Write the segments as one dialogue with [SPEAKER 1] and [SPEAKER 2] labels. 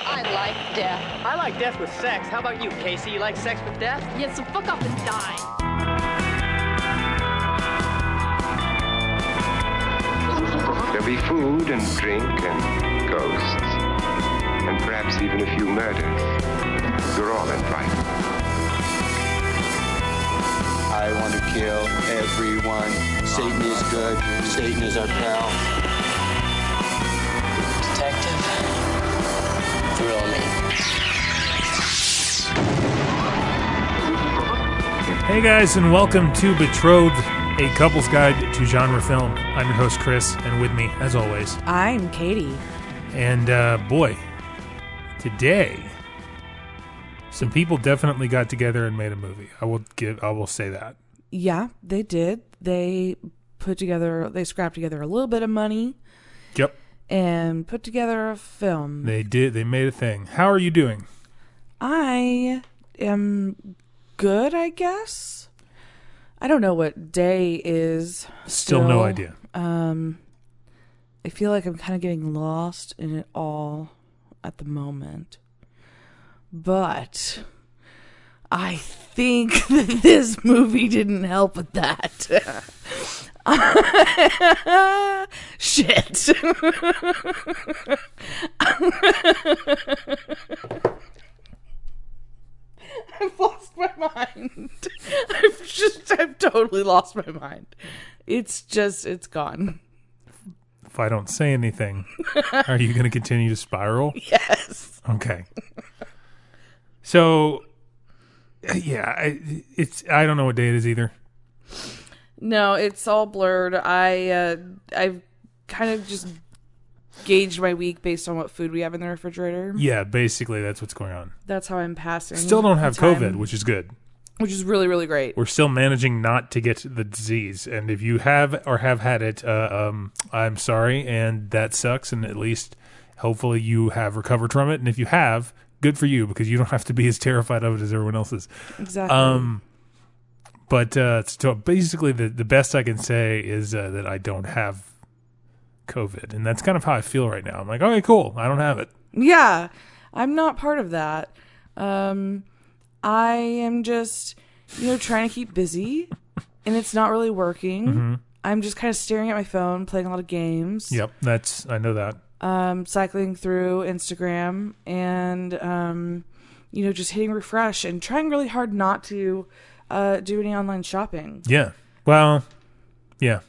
[SPEAKER 1] I like death.
[SPEAKER 2] I like death with sex. How about you, Casey? You like sex with death?
[SPEAKER 1] Yeah, so fuck up and die.
[SPEAKER 3] There'll be food and drink and ghosts. And perhaps even a few murders. You're all invited.
[SPEAKER 4] I want to kill everyone. Satan is good. Satan is our pal.
[SPEAKER 5] Detective, thrill me.
[SPEAKER 6] Hey guys, and welcome to Betrothed, a couple's guide to genre film. I'm your host Chris, and with me, as always,
[SPEAKER 7] I'm Katie.
[SPEAKER 6] and uh, boy, today some people definitely got together and made a movie. I will give, I will say that.
[SPEAKER 7] Yeah, they did. They put together, they scrapped together a little bit of money
[SPEAKER 6] Yep,
[SPEAKER 7] and put together a film.
[SPEAKER 6] they did. They made a thing. How are you doing?
[SPEAKER 7] I am good, I guess. I don't know what day is.
[SPEAKER 6] Still no
[SPEAKER 7] Still-
[SPEAKER 6] idea.
[SPEAKER 7] Um, I feel like I'm kind of getting lost in it all at the moment. But I think that this movie didn't help with that. Shit. I've lost my mind. I've just, I've totally lost my mind. It's just, it's gone.
[SPEAKER 6] If I don't say anything, are you going to continue to spiral?
[SPEAKER 7] Yes.
[SPEAKER 6] Okay. So, yeah, I, it's I don't know what day it is either.
[SPEAKER 7] No, it's all blurred. I uh, I've kind of just gauged my week based on what food we have in the refrigerator.
[SPEAKER 6] Yeah, basically that's what's going on.
[SPEAKER 7] That's how I'm passing.
[SPEAKER 6] Still don't have
[SPEAKER 7] the time,
[SPEAKER 6] COVID, which is good.
[SPEAKER 7] which is really really great.
[SPEAKER 6] We're still managing not to get the disease. And if you have or have had it, uh, um, I'm sorry, and that sucks. And at least, hopefully, you have recovered from it. And if you have, good for you because you don't have to be as terrified of it as everyone else is.
[SPEAKER 7] Exactly.
[SPEAKER 6] Um, but uh, so basically, the the best I can say is uh, that I don't have COVID, and that's kind of how I feel right now. I'm like, okay, cool, I don't have it.
[SPEAKER 7] yeah, I'm not part of that. Um, I am just you know trying to keep busy, and it's not really working. I'm just kind of staring at my phone, playing a lot of games.
[SPEAKER 6] Yep, that's I know that.
[SPEAKER 7] um, cycling through Instagram and um, you know just hitting refresh and trying really hard not to uh, do any online shopping.
[SPEAKER 6] Yeah. Well, yeah.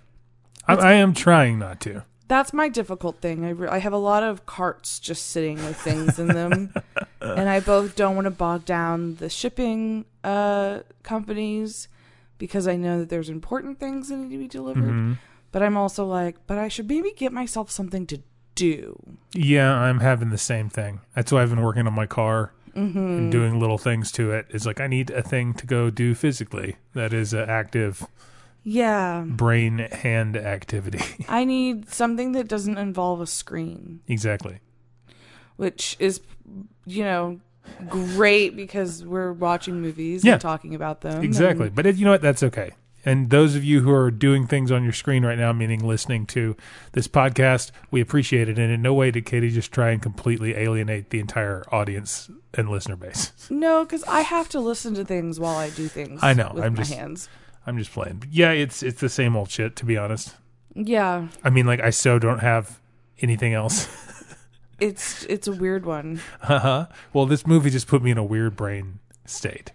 [SPEAKER 6] I, I am trying not to.
[SPEAKER 7] That's my difficult thing. I, re- I have a lot of carts just sitting with things in them, and I both don't want to bog down the shipping uh, companies because I know that there's important things that need to be delivered.
[SPEAKER 6] Mm-hmm.
[SPEAKER 7] But I'm also like, but I should maybe get myself something to do.
[SPEAKER 6] Yeah, I'm having the same thing. That's why I've been working on my car and doing little things to it. It's like I need a thing to go do physically that is an active
[SPEAKER 7] Yeah.
[SPEAKER 6] brain hand activity.
[SPEAKER 7] I need something that doesn't involve a screen,
[SPEAKER 6] exactly.
[SPEAKER 7] which is, you know, great because we're watching movies
[SPEAKER 6] Yeah.
[SPEAKER 7] and talking about them. and-
[SPEAKER 6] Exactly. But it, you know what? That's okay. And those of you who are doing things on your screen right now, meaning listening to this podcast, we appreciate it. And in no way did Katie just try and completely alienate the entire audience and listener base.
[SPEAKER 7] no, because I have to listen to things while I do things.
[SPEAKER 6] I know,
[SPEAKER 7] With
[SPEAKER 6] I'm
[SPEAKER 7] my
[SPEAKER 6] just-
[SPEAKER 7] hands.
[SPEAKER 6] I'm just playing. But yeah, it's it's the same old shit, to be honest.
[SPEAKER 7] Yeah,
[SPEAKER 6] I mean, like I so don't have anything else.
[SPEAKER 7] it's it's a weird one.
[SPEAKER 6] uh-huh. Well, this movie just put me in a weird brain state.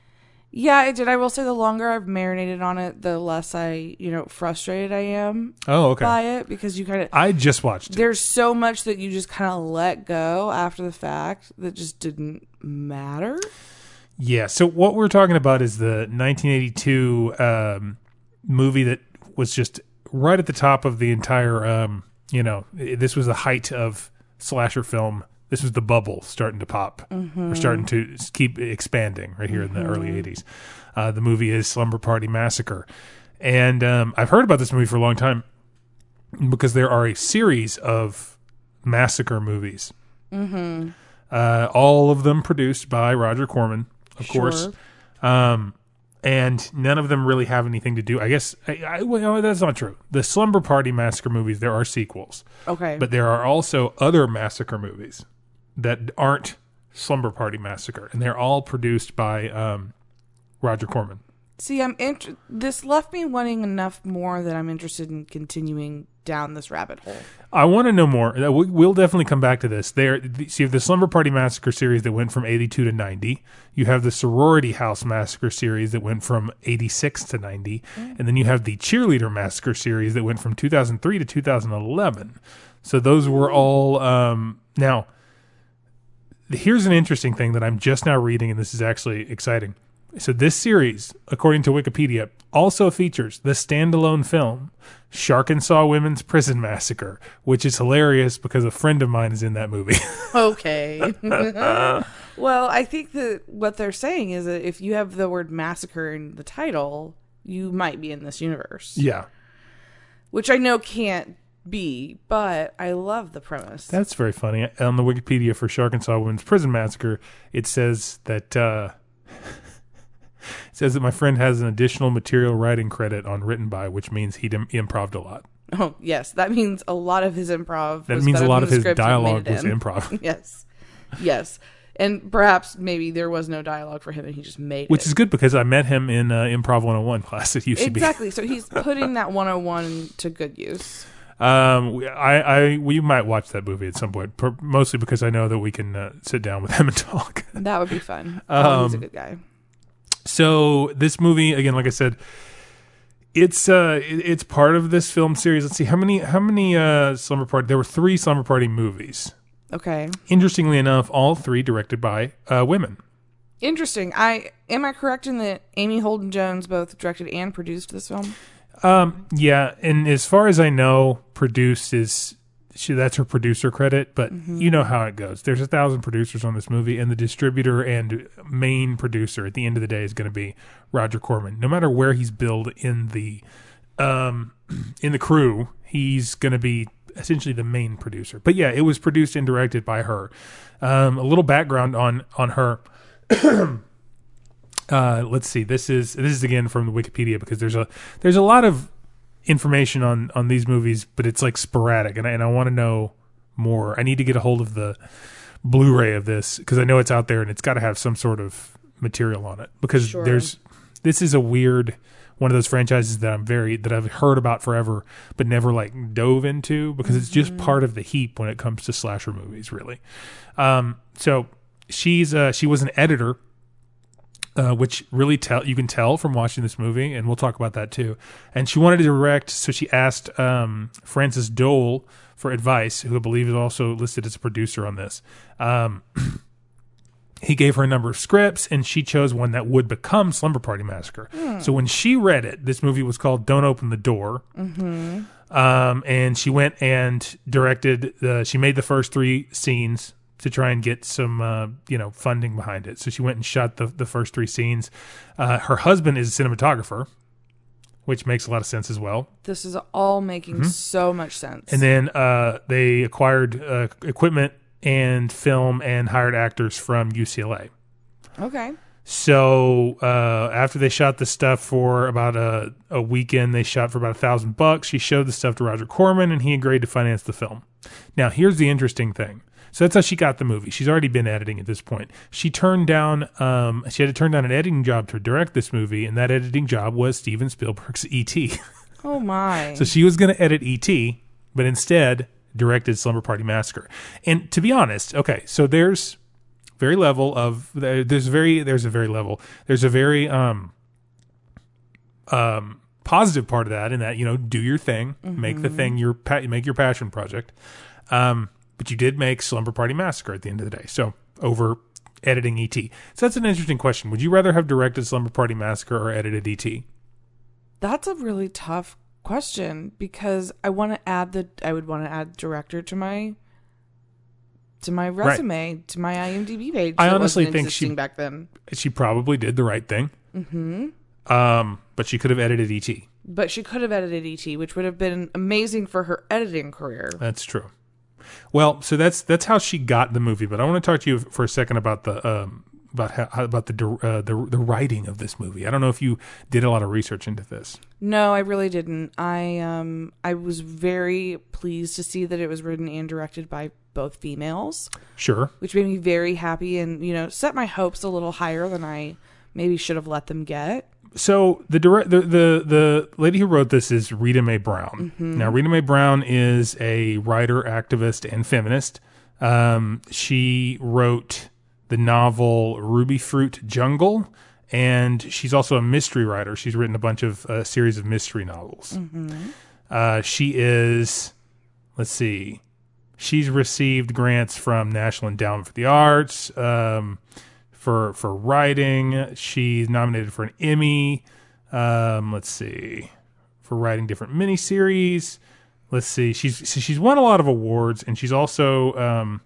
[SPEAKER 7] Yeah, it did. I will say the longer I've marinated on it, the less I, you know, frustrated I am
[SPEAKER 6] Oh, okay.
[SPEAKER 7] by it because you kind of
[SPEAKER 6] I just watched it.
[SPEAKER 7] there's so much that you just kind of let go after the fact that just didn't matter.
[SPEAKER 6] Yeah. So what we're talking about is the 1982 um, movie that was just right at the top of the entire. Um, you know, i- this was the height of slasher film. This was the bubble starting to pop, or starting to s- keep expanding right here in the early 80s. Uh, the movie is Slumber Party Massacre, and um, I've heard about this movie for a long time because there are a series of massacre movies uh, all of them produced by Roger Corman, of course. Um, and none of them really have anything to do. I guess I, I, well, that's not true. The Slumber Party massacre movies there are sequels,
[SPEAKER 7] Okay.
[SPEAKER 6] but there are also other massacre movies that aren't Slumber Party Massacre, and they're all produced by um, Roger Corman.
[SPEAKER 7] See, I'm int- this left me wanting enough more that I'm interested in continuing down this rabbit hole.
[SPEAKER 6] I want to know more. Uh, we- We'll definitely come back to this. There, th- so you have the Slumber Party Massacre series that went from 82 to 90. You have the Sorority House Massacre series that went from 86 to 90. And then you have the Cheerleader Massacre series that went from 2003 to 2011. So those were all. Um, now, here's an interesting thing that I'm just now reading, and this is actually exciting. So, this series, according to Wikipedia, also features the standalone film Shark and Saw Women's Prison Massacre, which is hilarious because a friend of mine is in that movie.
[SPEAKER 7] Okay. well, I think that what they're saying is that if you have the word massacre in the title, you might be in this universe,
[SPEAKER 6] yeah.
[SPEAKER 7] which I know can't be, but I love the premise.
[SPEAKER 6] That's very funny. On the Wikipedia for Shark and Saw Women's Prison Massacre, it says that uh, it says that my friend has an additional material writing credit on written by, which means he Im- improved a lot.
[SPEAKER 7] oh, yes. That means a lot of his improv.
[SPEAKER 6] That
[SPEAKER 7] was
[SPEAKER 6] means
[SPEAKER 7] better
[SPEAKER 6] a lot
[SPEAKER 7] than
[SPEAKER 6] of
[SPEAKER 7] the
[SPEAKER 6] his
[SPEAKER 7] script when it made
[SPEAKER 6] dialogue
[SPEAKER 7] it
[SPEAKER 6] was
[SPEAKER 7] in.
[SPEAKER 6] improv.
[SPEAKER 7] Yes. Yes. And perhaps maybe there was no dialogue for him and he just made
[SPEAKER 6] Which
[SPEAKER 7] it.
[SPEAKER 6] is good because I met him in uh, Improv 101 class at UCB.
[SPEAKER 7] Exactly. So he's putting that 101 to good use.
[SPEAKER 6] Um, we- I, I, we might watch that movie at some point, per, mostly because I know that we can uh, sit down with him and talk.
[SPEAKER 7] That would be fun. oh,
[SPEAKER 6] Um,
[SPEAKER 7] he's a good guy.
[SPEAKER 6] So this movie, again, like I said, it's uh, it- it's part of this film series. Let's see how many how many uh, slumber party. There were three slumber party movies.
[SPEAKER 7] Okay.
[SPEAKER 6] Interestingly enough, all three directed by uh, women.
[SPEAKER 7] Interesting. I am I correct in that Amy Holden Jones both directed and produced this film?
[SPEAKER 6] Um, yeah, and as far as I know, produced is she that's her producer credit, but you know how it goes. There's a thousand producers on this movie, and the distributor and main producer at the end of the day is going to be Roger Corman. No matter where he's billed in the um in the crew, he's going to be essentially the main producer. But yeah, it was produced and directed by her. Um, a little background on on her. uh, let's see. This is this is again from the Wikipedia because there's a there's a lot of information on on these movies, but it's like sporadic, and I, and I want to know more. I need to get a hold of the Blu-ray of this because I know it's out there and it's got to have some sort of material on it because there's this is a weird one of those franchises that I'm very that I've heard about forever but never like dove into because it's just part of the heap when it comes to slasher movies really. Um so she's uh she was an editor uh, which really tell you can tell from watching this movie, and we'll talk about that too. And she wanted to direct, so she asked um, Francis Dole for advice, who I believe is also listed as a producer on this. Um, he gave her a number of scripts, and she chose one that would become Slumber Party Massacre. So when she read it, this movie was called "Don't Open the Door," um, and she went and directed. The, she made the first three scenes to try and get some uh, you know funding behind it. So she went and shot the the first three scenes. Uh, her husband is a cinematographer, which makes a lot of sense as well.
[SPEAKER 7] This is all making so much sense.
[SPEAKER 6] Mm-hmm. And then uh, they acquired uh, equipment and film and hired actors from UCLA.
[SPEAKER 7] okay.
[SPEAKER 6] So uh, after they shot the stuff for about a, a weekend, they shot for about a thousand bucks. She showed the stuff to Roger Corman, and he agreed to finance the film. Now here's the interesting thing. So that's how she got the movie. She's already been editing at this point. She turned down, um, she had to turn down an editing job to direct this movie, and that editing job was Steven Spielberg's E E.T.
[SPEAKER 7] Oh my.
[SPEAKER 6] So she was going to edit ET, but instead directed Slumber Party Massacre. And to be honest, okay, so there's very level of there- there's very there's a very level there's a very um um positive part of that in that you know do your thing make the thing your pa- make your passion project um but you did make slumber party massacre at the end of the day so over editing et so that's an interesting question would you rather have directed slumber party massacre or edited E et
[SPEAKER 7] That's a really tough question because I want to add the I would want to add director to my to my resume to my IMDb page.
[SPEAKER 6] I
[SPEAKER 7] that
[SPEAKER 6] honestly
[SPEAKER 7] wasn't
[SPEAKER 6] think she-
[SPEAKER 7] existing back then,
[SPEAKER 6] she probably did the right thing. Mm-hmm. Um, but she could have edited ET.
[SPEAKER 7] but she could have edited ET, which would have been amazing for her editing career.
[SPEAKER 6] That's true. Well, so that's that's how she got the movie. But I want to talk to you for a second about the um, about how, about the dir- uh, the the writing of this movie. I don't know if you did a lot of research into this.
[SPEAKER 7] No, I really didn't. I um I was very pleased to see that it was written and directed by both females,
[SPEAKER 6] Sure.
[SPEAKER 7] which made me very happy and, you know, set my hopes a little higher than I maybe should have let them get.
[SPEAKER 6] so the direct the, the the lady who wrote this is Rita Mae Brown. Now Rita Mae Brown is a writer, activist, and feminist. Um, she wrote the novel Ruby Fruit Jungle, and she's also a mystery writer. She's written a bunch of uh, series of mystery novels. Uh, she is, let's see, she's received grants from National Endowment for the Arts. Um, for for writing. She's nominated for an Emmy. Um, let's see, for writing different miniseries. Let's see, she's so she's won a lot of awards, and she's also um,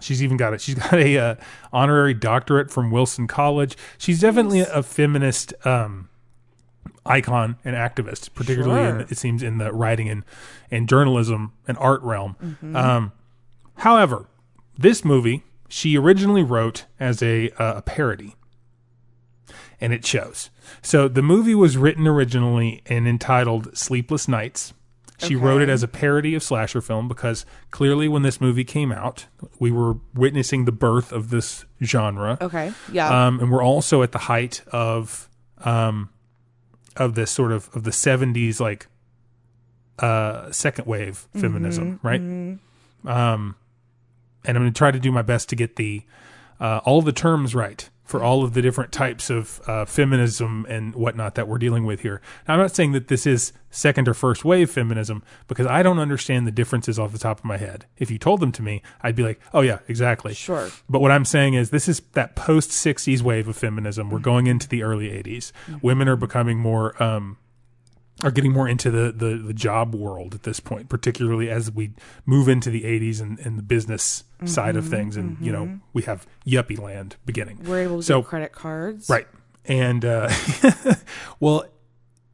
[SPEAKER 6] she's even got it. She's got a uh, honorary doctorate from Wilson College. She's definitely a feminist um, icon and activist, particularly in,
[SPEAKER 7] Sure.
[SPEAKER 6] it seems in the writing and and journalism and art realm. Um, however, this movie she originally wrote as a, uh, a parody and it shows so the movie was written originally and entitled sleepless nights she wrote it as a parody of slasher film because clearly when this movie came out we were witnessing the birth of this genre
[SPEAKER 7] Okay. Yeah.
[SPEAKER 6] um, and we're also at the height of um, of this sort of of the seventies like uh, second wave feminism, right? Um, and I'm going to try to do my best to get the uh, all the terms right for all of the different types of uh, feminism and whatnot that we're dealing with here. Now, I'm not saying that this is second or first wave feminism because I don't understand the differences off the top of my head. If you told them to me, I'd be like, "Oh yeah, exactly."
[SPEAKER 7] Sure.
[SPEAKER 6] But what I'm saying is this is that post 60s wave of feminism. We're going into the early 80s. Women are becoming more um are getting more into the, the the job world at this point, particularly as we move into the 80s and, and the business side of things and you know, we have yuppie land beginning.
[SPEAKER 7] Mm-hmm, We're able to
[SPEAKER 6] so-
[SPEAKER 7] get credit cards.
[SPEAKER 6] Right. And uh well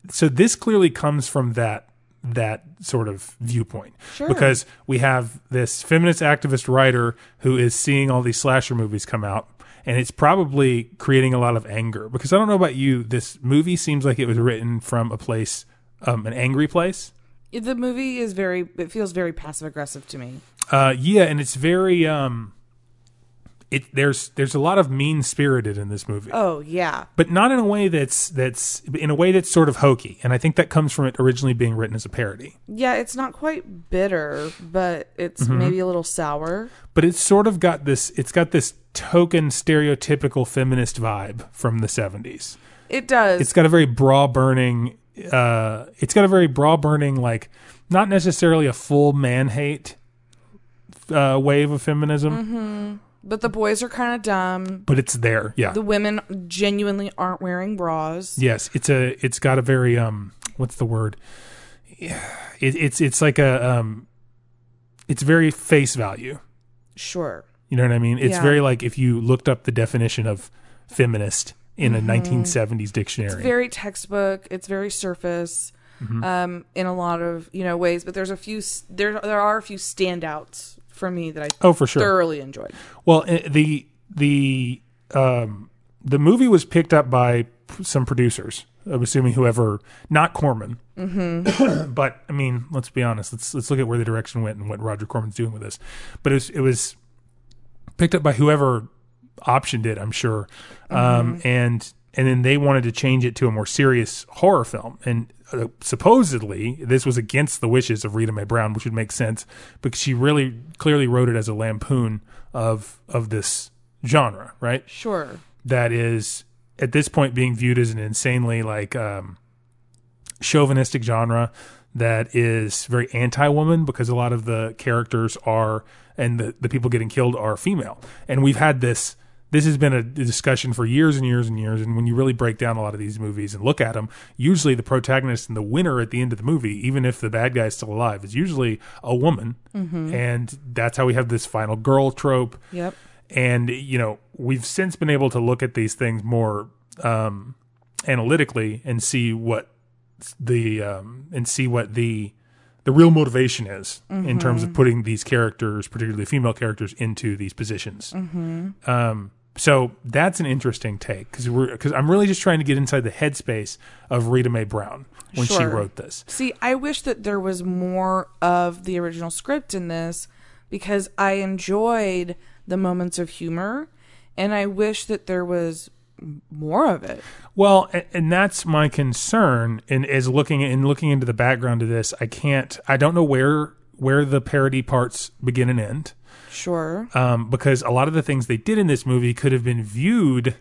[SPEAKER 6] so this clearly comes from that that sort of viewpoint
[SPEAKER 7] Sure.
[SPEAKER 6] because we have this feminist activist writer who is seeing all these slasher movies come out and it's probably creating a lot of anger because I don't know about you this movie seems like it was written from a place um an angry place
[SPEAKER 7] The movie is very, it feels very passive aggressive to me.
[SPEAKER 6] uh yeah and it's very um it there's there's a lot of mean spirited in this movie
[SPEAKER 7] Oh, yeah.
[SPEAKER 6] but not in a way that's that's in a way that's sort of hokey and i think that comes from it originally being written as a parody
[SPEAKER 7] Yeah, it's not quite bitter, but it's
[SPEAKER 6] Mm-hmm.
[SPEAKER 7] maybe a little sour.
[SPEAKER 6] but it's sort of got this it's got this token stereotypical feminist vibe from the 70s
[SPEAKER 7] It does.
[SPEAKER 6] it's got a very bra burning uh it's got a very bra burning like not necessarily a full man hate uh wave of feminism
[SPEAKER 7] but the boys are kind of dumb.
[SPEAKER 6] but it's there yeah
[SPEAKER 7] The women genuinely aren't wearing bras.
[SPEAKER 6] Yes, it's a it's got a very um what's the word? Yeah, It, it's it's like a um it's very face value.
[SPEAKER 7] Sure.
[SPEAKER 6] You know what I mean? It's
[SPEAKER 7] Yeah.
[SPEAKER 6] very like if you looked up the definition of feminist in a 1970s dictionary.
[SPEAKER 7] Mm-hmm. Very textbook. It's very surface
[SPEAKER 6] Mm-hmm.
[SPEAKER 7] um, in a lot of you know ways. But there's a few. s- There there are a few standouts for me that I
[SPEAKER 6] oh, for sure.
[SPEAKER 7] thoroughly enjoyed.
[SPEAKER 6] Well, eh, the the um the movie was picked up by p- some producers. I'm assuming whoever, not Corman, mm-hmm. but I mean, let's be honest. Let's let's look at where the direction went and what Roger Corman's doing with this. But it was it was picked up by whoever optioned it, I'm sure. Um, and and then they wanted to change it to a more serious horror film. And uh, supposedly this was against the wishes of Rita Mae Brown, which would make sense because she really clearly wrote it as a lampoon of of this genre, right?
[SPEAKER 7] Sure.
[SPEAKER 6] That is at this point being viewed as an insanely like um, chauvinistic genre that is very anti-woman because a lot of the characters are and the, the people getting killed are female and we've had this this has been a discussion for years and years and years and when you really break down a lot of these movies and look at them usually the protagonist and the winner at the end of the movie even if the bad guy is still alive is usually a woman and that's how we have this final girl trope
[SPEAKER 7] Yep.
[SPEAKER 6] and you know we've since been able to look at these things more um analytically and see what the um and see what the the real motivation is in terms of putting these characters particularly female characters into these positions um so that's an interesting take because we're because i'm really just trying to get inside the headspace of rita mae brown when she
[SPEAKER 7] Sure.
[SPEAKER 6] wrote this
[SPEAKER 7] See, I wish that there was more of the original script in this because I enjoyed the moments of humor and I wish that there was m- more of it.
[SPEAKER 6] Well, and, and that's my concern. And is looking in looking into the background of this, I can't. I don't know where where the parody parts begin and end,
[SPEAKER 7] Sure.
[SPEAKER 6] um, because a lot of the things they did in this movie could have been viewed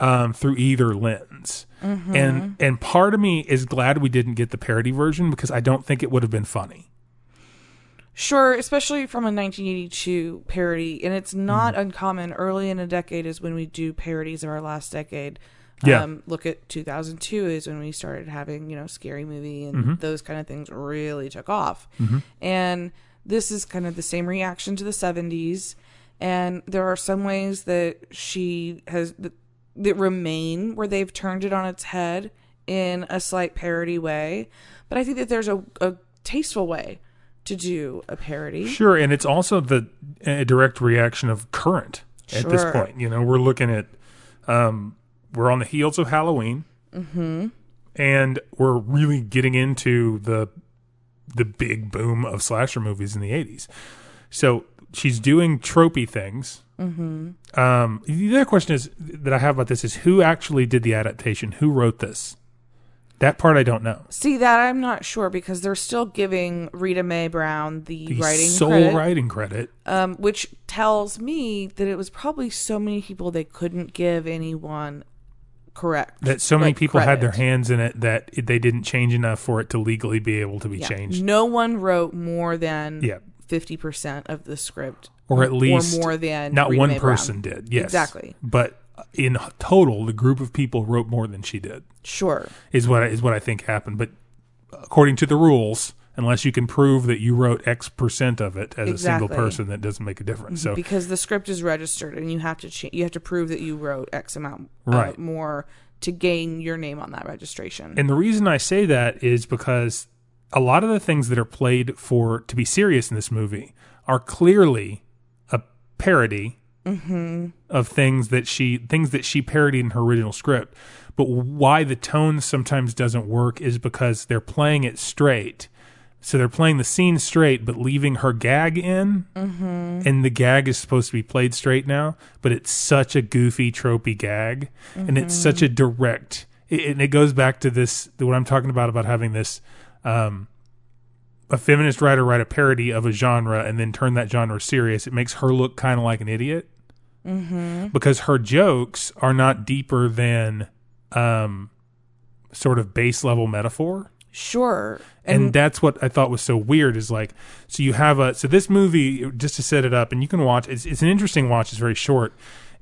[SPEAKER 6] um, through either lens. And and part of me is glad we didn't get the parody version because I don't think it would have been funny.
[SPEAKER 7] Sure, especially from a 1982 parody, and it's not uncommon. Early in a decade is when we do parodies of our last decade. Um,
[SPEAKER 6] Yeah.
[SPEAKER 7] look at 2002 is when we started having you know scary movie and
[SPEAKER 6] Mm-hmm.
[SPEAKER 7] those kind of things really took off, and this is kind of the same reaction to the 70s, and there are some ways that she has that, that remain where they've turned it on its head in a slight parody way, but I think that there's a, a tasteful way to do a parody.
[SPEAKER 6] Sure, and it's also the a direct reaction of current at this
[SPEAKER 7] Sure.
[SPEAKER 6] point. You know, we're looking at um, we're on the heels of Halloween, mm-hmm. and we're really getting into the the big boom of slasher movies in the '80s. So she's doing tropey things. Mm-hmm. Um, the other question is that I have about this is who actually did the adaptation? Who wrote this? That part I don't know.
[SPEAKER 7] See that I'm not sure because they're still giving Rita Mae Brown the,
[SPEAKER 6] The
[SPEAKER 7] writing
[SPEAKER 6] sole
[SPEAKER 7] credit,
[SPEAKER 6] writing credit.
[SPEAKER 7] um, which tells me that it was probably so many people they couldn't give anyone correct
[SPEAKER 6] that so many
[SPEAKER 7] like,
[SPEAKER 6] people had their
[SPEAKER 7] credit.
[SPEAKER 6] hands in it that it, they didn't change enough for it to legally be able to be
[SPEAKER 7] Yeah.
[SPEAKER 6] changed
[SPEAKER 7] No one wrote more than
[SPEAKER 6] Yeah.
[SPEAKER 7] fifty percent of the script,
[SPEAKER 6] or at least
[SPEAKER 7] more than
[SPEAKER 6] not
[SPEAKER 7] Rita
[SPEAKER 6] one
[SPEAKER 7] Mae Brown.
[SPEAKER 6] person did yes
[SPEAKER 7] Exactly.
[SPEAKER 6] but in total the group of people wrote more than she did
[SPEAKER 7] Sure,
[SPEAKER 6] is what I- is what i think happened but according to the rules unless you can prove that you wrote x percent of it as a single
[SPEAKER 7] Exactly.
[SPEAKER 6] person that doesn't make a difference so
[SPEAKER 7] because the script is registered and you have to cha- you have to prove that you wrote X amount uh,
[SPEAKER 6] Right.
[SPEAKER 7] more to gain your name on that registration.
[SPEAKER 6] And the reason I say that is because a lot of the things that are played for to be serious in this movie are clearly a parody of things that she things that she parodied in her original script. But why the tone sometimes doesn't work is because they're playing it straight. So they're playing the scene straight, but leaving her gag in, and the gag is supposed to be played straight now, but it's such a goofy, tropey gag, and it's such a direct. It, and it goes back to this what I'm talking about about having this, um, a feminist writer write a parody of a genre and then turn that genre serious. It makes her look kind of like an idiot because her jokes are not deeper than, um, sort of base level metaphor
[SPEAKER 7] sure,
[SPEAKER 6] and, that's what I thought was so weird is like so you have a so this movie just to set it up and you can watch it's it's an interesting watch it's very short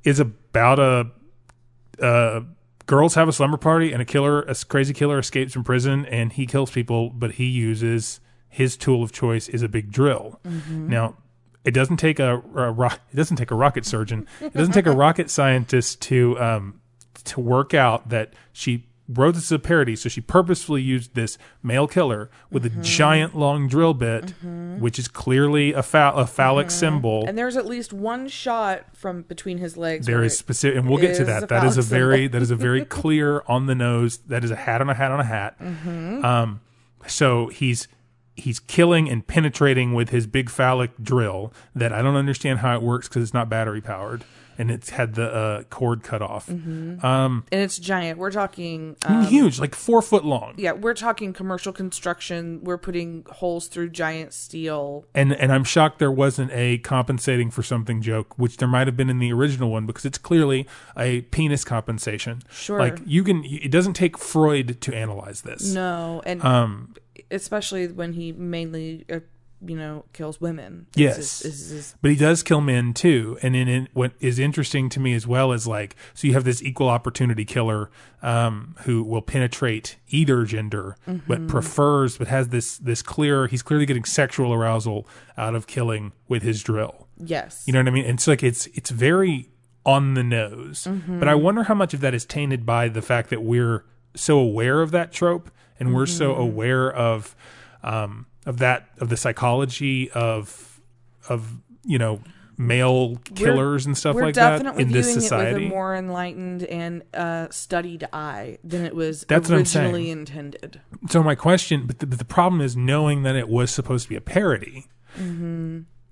[SPEAKER 6] is about a uh girls have a slumber party and a killer a crazy killer escapes from prison and he kills people but he uses his tool of choice is a big drill now it doesn't take a, a ro- it doesn't take a rocket surgeon it doesn't take a rocket scientist to um to work out that she wrote this as a parody, so she purposefully used this male killer with a giant long drill bit, which is clearly a, pha- a phallic symbol.
[SPEAKER 7] And there's at least one shot from between his legs.
[SPEAKER 6] there
[SPEAKER 7] where
[SPEAKER 6] is
[SPEAKER 7] it-
[SPEAKER 6] specific, and we'll get to
[SPEAKER 7] is
[SPEAKER 6] that.
[SPEAKER 7] a
[SPEAKER 6] That is a
[SPEAKER 7] phallic
[SPEAKER 6] very
[SPEAKER 7] symbol.
[SPEAKER 6] that is a very clear on the nose. That is a hat on a hat on a hat.
[SPEAKER 7] Mm-hmm.
[SPEAKER 6] Um, so he's he's killing and penetrating with his big phallic drill that I don't understand how it works because it's not battery powered and it's had the uh, cord cut off.
[SPEAKER 7] Mm-hmm. and it's giant. We're talking,
[SPEAKER 6] I
[SPEAKER 7] um,
[SPEAKER 6] mean, huge, like four foot long.
[SPEAKER 7] yeah, we're talking commercial construction. We're putting holes through giant steel.
[SPEAKER 6] and and I'm shocked there wasn't a compensating for something joke, which there might have been in the original one because it's clearly a penis compensation.
[SPEAKER 7] Sure.
[SPEAKER 6] like you can. It doesn't take Freud to analyze this.
[SPEAKER 7] No, and
[SPEAKER 6] Um,
[SPEAKER 7] especially when he mainly, uh, you know, kills women. It's
[SPEAKER 6] Yes.
[SPEAKER 7] his- is his-
[SPEAKER 6] But he does kill men too, and in, in what is interesting to me as well is like so you have this equal opportunity killer um, who will penetrate either gender, but prefers, but has this this clear. He's clearly getting sexual arousal out of killing with his drill.
[SPEAKER 7] yes,
[SPEAKER 6] You know what I mean? And it's like it's it's very on the nose.
[SPEAKER 7] Mm-hmm.
[SPEAKER 6] But I wonder how much of that is tainted by the fact that we're so aware of that trope and we're
[SPEAKER 7] Mm-hmm.
[SPEAKER 6] so aware of um of that of the psychology of of you know male killers and stuff
[SPEAKER 7] we're
[SPEAKER 6] like that
[SPEAKER 7] definitely
[SPEAKER 6] in
[SPEAKER 7] viewing
[SPEAKER 6] this
[SPEAKER 7] it with
[SPEAKER 6] society.
[SPEAKER 7] a more enlightened and uh, studied eye than it was
[SPEAKER 6] That's what I'm saying.
[SPEAKER 7] originally intended.
[SPEAKER 6] so my question, but the, but the problem is knowing that it was supposed to be a parody.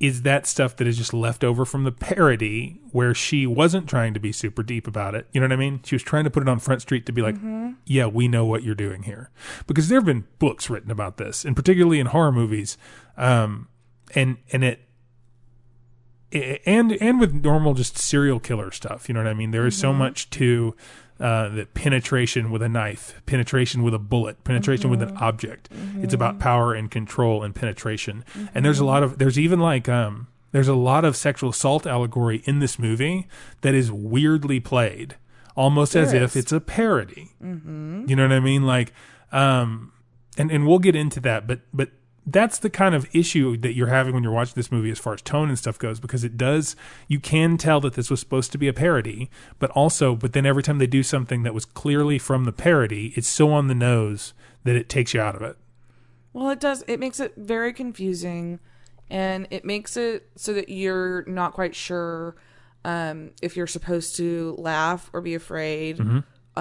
[SPEAKER 6] is that stuff that is just left over from the parody where she wasn't trying to be super deep about it. You know what I mean? She was trying to put it on Front Street to be like, yeah, we know what you're doing here. Because there have been books written about this, and particularly in horror movies. Um, and, and it, a- and and with normal just serial killer stuff you know what i mean there is so much to uh, that penetration with a knife penetration with a bullet penetration with an object it's about power and control and penetration and there's a lot of there's even like um there's a lot of sexual assault allegory in this movie that is weirdly played almost as if it's a parody you know what I mean? Like, um, and and we'll get into that, but but that's the kind of issue that you're having when you're watching this movie as far as tone and stuff goes because it does you can tell that this was supposed to be a parody but also but then every time they do something that was clearly from the parody it's so on the nose that it takes you out of it
[SPEAKER 7] Well, it does. It makes it very confusing, and it makes it so that you're not quite sure um, if you're supposed to laugh or be afraid. Um,
[SPEAKER 6] Mm-hmm.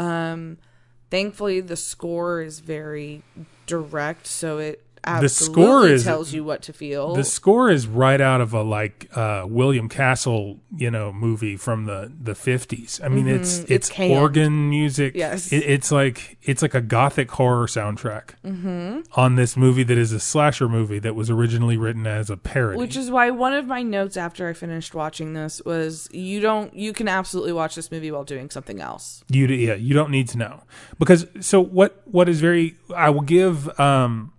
[SPEAKER 7] thankfully, the score is very direct, so it absolutely
[SPEAKER 6] score is-
[SPEAKER 7] tells you what to feel.
[SPEAKER 6] the score is right out of a like uh, William Castle, you know, movie from the the fifties. I mean, it's it's,
[SPEAKER 7] canned.
[SPEAKER 6] organ music.
[SPEAKER 7] Mm-hmm. Yes.
[SPEAKER 6] it, it's like it's like a gothic horror soundtrack
[SPEAKER 7] Mm-hmm.
[SPEAKER 6] on this movie that is a slasher movie that was originally written as a parody.
[SPEAKER 7] which is why one of my notes after I finished watching this was you don't you can absolutely watch this movie while doing something else.
[SPEAKER 6] You d- yeah, you don't need to know because so what what is very I will give um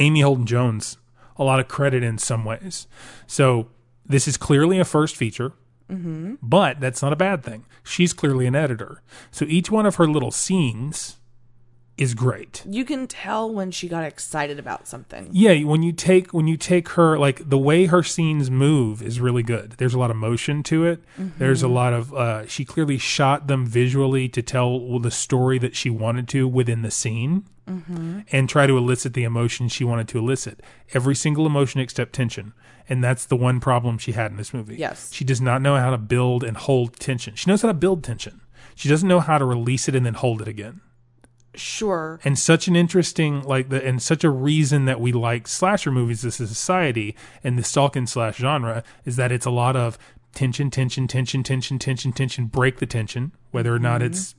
[SPEAKER 6] Amy Holden Jones a lot of credit in some ways. So this is clearly a first feature. But that's not a bad thing. She's clearly an editor. So each one of her little scenes is great.
[SPEAKER 7] You can tell when she got excited about something.
[SPEAKER 6] Yeah, when you take when you take her like the way her scenes move is really good. There's a lot of motion to it. There's a lot of uh, she clearly shot them visually to tell the story that she wanted to within the scene, and try to elicit the emotion she wanted to elicit. Every single emotion except tension, and that's the one problem she had in this movie.
[SPEAKER 7] Yes.
[SPEAKER 6] she does not know how to build and hold tension. She knows how to build tension. She doesn't know how to release it and then hold it again
[SPEAKER 7] Sure.
[SPEAKER 6] and such an interesting like the and such a reason that we like slasher movies as a society and the stalking slash genre is that it's a lot of tension tension tension tension tension tension break the tension whether or not it's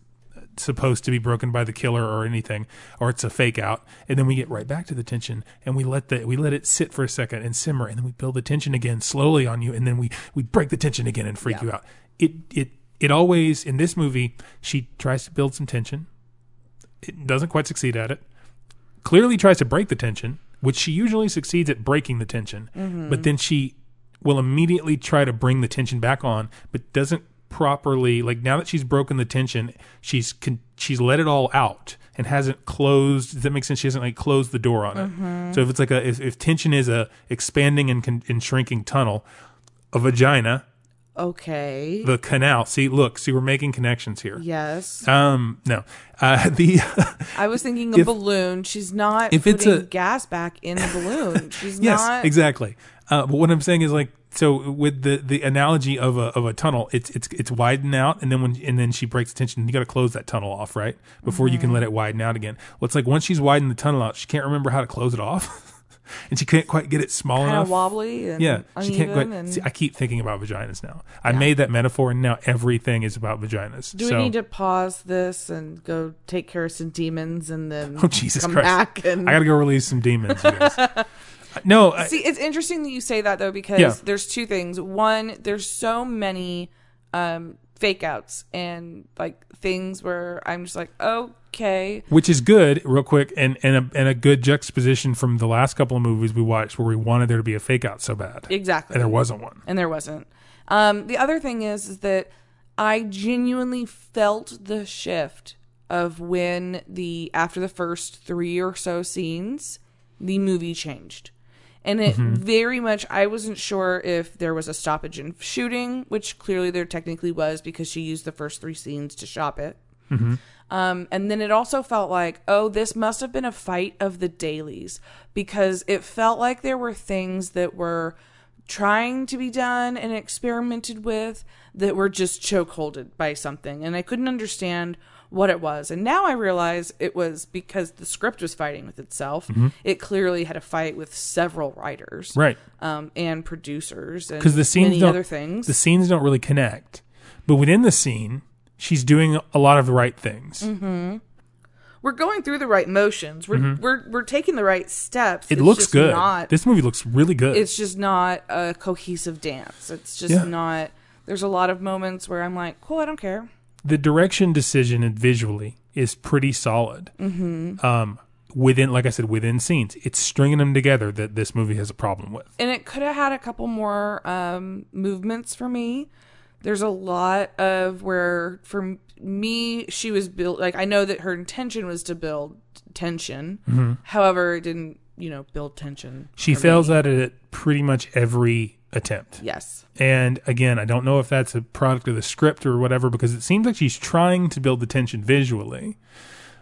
[SPEAKER 6] supposed to be broken by the killer or anything or it's a fake out and then we get right back to the tension and we let the we let it sit for a second and simmer and then we build the tension again slowly on you and then we we break the tension again and freak you out it it it always in this movie she tries to build some tension it doesn't quite succeed at it. Clearly tries to break the tension, which she usually succeeds at breaking the tension, but then she will immediately try to bring the tension back on, but doesn't properly like now that she's broken the tension, she's con- she's let it all out and hasn't closed. Does that make sense? She hasn't like closed the door on it. So if it's like a if, if tension is a expanding and con- and shrinking tunnel, a vagina,
[SPEAKER 7] Okay.
[SPEAKER 6] the canal. See, look, see, we're making connections here.
[SPEAKER 7] Yes.
[SPEAKER 6] Um, no, uh, the.
[SPEAKER 7] I was thinking a
[SPEAKER 6] If-
[SPEAKER 7] balloon. She's not
[SPEAKER 6] if
[SPEAKER 7] if
[SPEAKER 6] it's
[SPEAKER 7] it's
[SPEAKER 6] a-
[SPEAKER 7] gas back in the balloon. She's
[SPEAKER 6] yes,
[SPEAKER 7] not
[SPEAKER 6] exactly. Uh, but what I'm saying is like so with the the analogy of a of a tunnel, it's it's it's widened out, and then when and then she breaks the tension, you got to close that tunnel off right before you
[SPEAKER 7] Mm-hmm.
[SPEAKER 6] can let it widen out again. Well, it's like once she's widened the tunnel out, she can't remember how to close it off, and she can't quite get it small
[SPEAKER 7] kind
[SPEAKER 6] enough.
[SPEAKER 7] of wobbly and
[SPEAKER 6] Yeah,
[SPEAKER 7] uneven.
[SPEAKER 6] she can't quite.
[SPEAKER 7] and
[SPEAKER 6] see, I keep thinking about vaginas now. I made that metaphor, and now everything is about vaginas.
[SPEAKER 7] do
[SPEAKER 6] so,
[SPEAKER 7] we need to pause this and go take care of some demons and then
[SPEAKER 6] Oh Jesus
[SPEAKER 7] come
[SPEAKER 6] Christ!
[SPEAKER 7] back and
[SPEAKER 6] I got to go release some demons. You guys. no, I,
[SPEAKER 7] see? It's interesting that you say that though because
[SPEAKER 6] Yeah.
[SPEAKER 7] there's two things. One, there's so many um, fake outs and like things where I'm just like, okay,
[SPEAKER 6] which is good real quick and and a, and a good juxtaposition from the last couple of movies we watched where we wanted there to be a fake out so bad
[SPEAKER 7] exactly.
[SPEAKER 6] and there wasn't one
[SPEAKER 7] and there wasn't. Um, the other thing is, is that I genuinely felt the shift of when the after the first three or so scenes, the movie changed, and it very much. I wasn't sure if there was a stoppage in shooting, which clearly there technically was because she used the first three scenes to shop it. Um, and then it also felt like, oh, this must have been a fight of the dailies because it felt like there were things that were trying to be done and experimented with that were just chokeholded by something. And I couldn't understand what it was. And now I realize it was because the script was fighting with itself. It clearly had a fight with several writers
[SPEAKER 6] Mm-hmm. Right.
[SPEAKER 7] um, and producers and
[SPEAKER 6] because the scenes
[SPEAKER 7] many
[SPEAKER 6] don't
[SPEAKER 7] other things.
[SPEAKER 6] the scenes don't really connect. But within the scene, she's doing a lot of the right things.
[SPEAKER 7] Mm-hmm. we're going through the right motions. We're, we're, we're taking the right steps.
[SPEAKER 6] Mm-hmm. It
[SPEAKER 7] It's
[SPEAKER 6] looks
[SPEAKER 7] just
[SPEAKER 6] good.
[SPEAKER 7] Not,
[SPEAKER 6] this movie looks really good.
[SPEAKER 7] it's just not a cohesive dance. It's just
[SPEAKER 6] Yeah.
[SPEAKER 7] not. There's a lot of moments where I'm like, cool, I don't care.
[SPEAKER 6] the direction decision and visually is pretty solid. Mm-hmm. Um, within, like I said, within scenes, it's stringing them together that this movie has a problem with.
[SPEAKER 7] And it could have had a couple more um, movements for me. There's a lot of where, for m- me, she was built. Like, I know that her intention was to build tension.
[SPEAKER 6] Mm-hmm.
[SPEAKER 7] However, it didn't, you know, build tension.
[SPEAKER 6] She
[SPEAKER 7] for me.
[SPEAKER 6] fails at it at pretty much every attempt.
[SPEAKER 7] Yes.
[SPEAKER 6] And again, I don't know if that's a product of the script or whatever, because it seems like she's trying to build the tension visually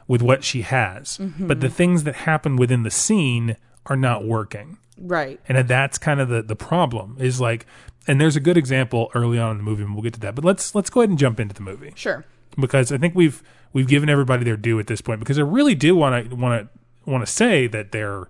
[SPEAKER 6] with what she has. But the things that happen within the scene are not working.
[SPEAKER 7] Right.
[SPEAKER 6] And that's kind of the, the problem is like, and there's a good example early on in the movie, and we'll get to that. But let's let's go ahead and jump into the movie
[SPEAKER 7] Sure.
[SPEAKER 6] because I think we've we've given everybody their due at this point because I really do want to want to want to say that they're